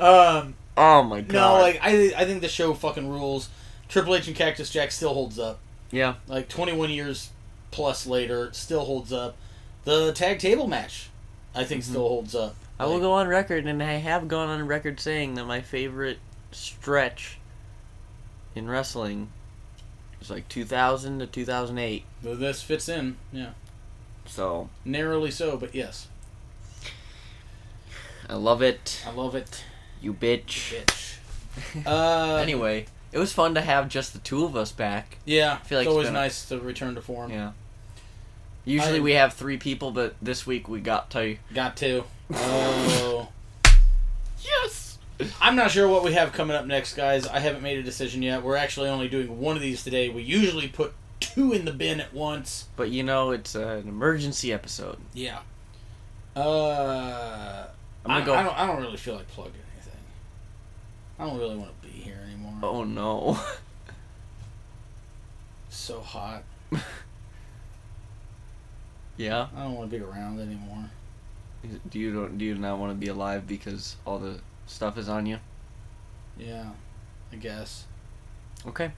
Speaker 2: Um,
Speaker 1: Oh my god.
Speaker 2: No, like I, I think the show fucking rules. Triple H and Cactus Jack still holds up.
Speaker 1: Yeah.
Speaker 2: Like 21 years plus later, it still holds up. The tag table match, I think, still holds up.
Speaker 1: I will
Speaker 2: Like,
Speaker 1: go on record and I have gone on record saying that my favorite stretch in wrestling is like 2000 to 2008.
Speaker 2: though This fits in, yeah,
Speaker 1: So,
Speaker 2: narrowly so, but yes,
Speaker 1: I love it.
Speaker 2: I love it,
Speaker 1: You bitch.
Speaker 2: bitch. Uh,
Speaker 1: Anyway, It was fun to have just the two of us back.
Speaker 2: Yeah,
Speaker 1: feel like
Speaker 2: it's
Speaker 1: it's
Speaker 2: always
Speaker 1: been a-
Speaker 2: nice to return to form.
Speaker 1: Yeah. Usually
Speaker 2: Um, I-
Speaker 1: we have three people, but this week we got to.
Speaker 2: Got to. Oh.
Speaker 1: Yes.
Speaker 2: I'm not sure what we have coming up next, guys. I haven't made a decision yet. We're actually only doing one of these today. We usually put two in the bin at once.
Speaker 1: But you know, it's uh, an emergency episode.
Speaker 2: Yeah. Uh,
Speaker 1: I'm gonna
Speaker 2: I,
Speaker 1: go.
Speaker 2: I don't. I don't really feel like plugging anything. I don't really want to be here anymore.
Speaker 1: Oh no.
Speaker 2: It's so hot.
Speaker 1: yeah.
Speaker 2: I don't want to be around anymore.
Speaker 1: Do you don't do you not want to be alive because all the stuff is on you?
Speaker 2: Yeah. I guess.
Speaker 1: Okay.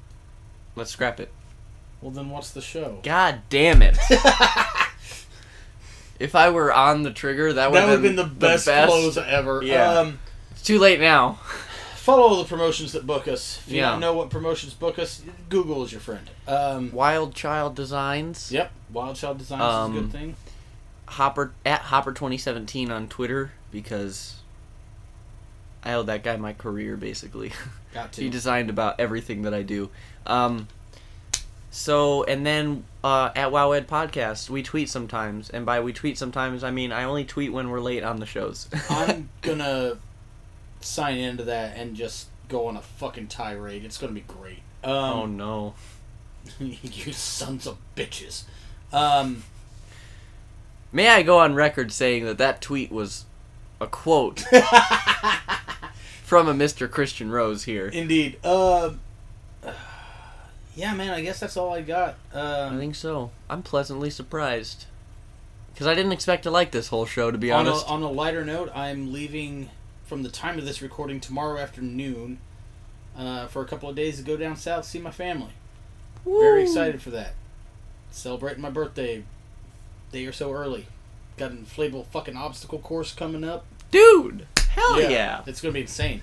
Speaker 1: Let's scrap it.
Speaker 2: Well, then what's the show?
Speaker 1: God damn it. if I were on the trigger, that would
Speaker 2: That would
Speaker 1: have
Speaker 2: have been the best, close ever.
Speaker 1: Yeah.
Speaker 2: Um,
Speaker 1: It's too late now.
Speaker 2: follow the promotions that book us. If you
Speaker 1: Yeah.
Speaker 2: don't know what promotions book us, Google is your friend. Um,
Speaker 1: Wild Child Designs.
Speaker 2: yep. Wild Child Designs is a
Speaker 1: Um,
Speaker 2: good thing.
Speaker 1: Hopper at Hopper twenty seventeen on Twitter because I owe that guy my career basically.
Speaker 2: Got to.
Speaker 1: he designed about everything that I do. Um, so and then uh, at Wow Ed Podcast we tweet sometimes, and by we tweet sometimes I mean I only tweet when we're late on the shows.
Speaker 2: I'm gonna sign into that and just go on a fucking tirade. It's gonna be great.
Speaker 1: oh
Speaker 2: Um,
Speaker 1: no.
Speaker 2: you sons of bitches. Um,
Speaker 1: May I go on record saying that that tweet was a quote from a Mr. Christian Rose here.
Speaker 2: indeed. Uh, yeah, man. I guess that's all I got.
Speaker 1: I
Speaker 2: Um,
Speaker 1: think so. I'm pleasantly surprised. Because I didn't expect to like this whole show, to be
Speaker 2: on a,
Speaker 1: honest.
Speaker 2: on a lighter note, I'm leaving from the time of this recording tomorrow afternoon uh, for a couple of days to go down south see my family. Very excited for that. Celebrating my birthday day or so early. Got an inflatable fucking obstacle course coming up.
Speaker 1: Dude! Hell yeah.
Speaker 2: It's gonna be insane.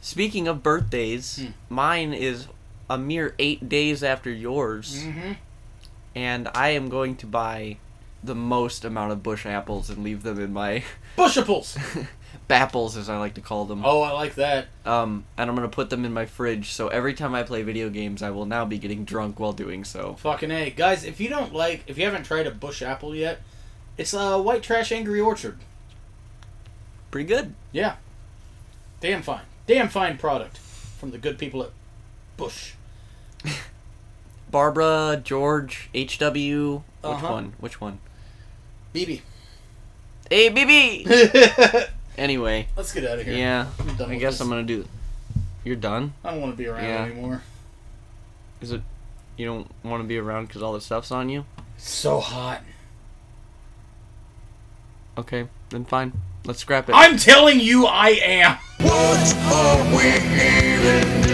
Speaker 1: Speaking of birthdays,
Speaker 2: Hmm.
Speaker 1: mine is a mere eight days after yours,
Speaker 2: Mm-hmm.
Speaker 1: and I am going to buy the most amount of bush apples and leave them in my
Speaker 2: Bushaples.
Speaker 1: bapples, as I like to call them.
Speaker 2: oh, I like that.
Speaker 1: Um, and I'm gonna put them in my fridge, so every time I play video games, I will now be getting drunk while doing so.
Speaker 2: Fucking a, guys. If you don't like, if you haven't tried a bush apple yet, it's a uh, white trash angry orchard.
Speaker 1: Pretty good.
Speaker 2: Yeah. Damn fine. Damn fine product from the good people at Bush.
Speaker 1: Barbara, George, H.W. Which
Speaker 2: Uh-huh.
Speaker 1: one? Which one?
Speaker 2: BB.
Speaker 1: Hey, BB!
Speaker 2: Let's
Speaker 1: anyway,
Speaker 2: get out of here.
Speaker 1: yeah,
Speaker 2: I'm done
Speaker 1: I
Speaker 2: with
Speaker 1: guess
Speaker 2: this.
Speaker 1: I'm gonna do. You're done?
Speaker 2: I don't want to be around
Speaker 1: Yeah.
Speaker 2: anymore.
Speaker 1: Is it. You don't want to be around because all the stuff's on you?
Speaker 2: So hot.
Speaker 1: Okay, then fine. Let's scrap it.
Speaker 2: I'm telling you, I am.
Speaker 3: What are we even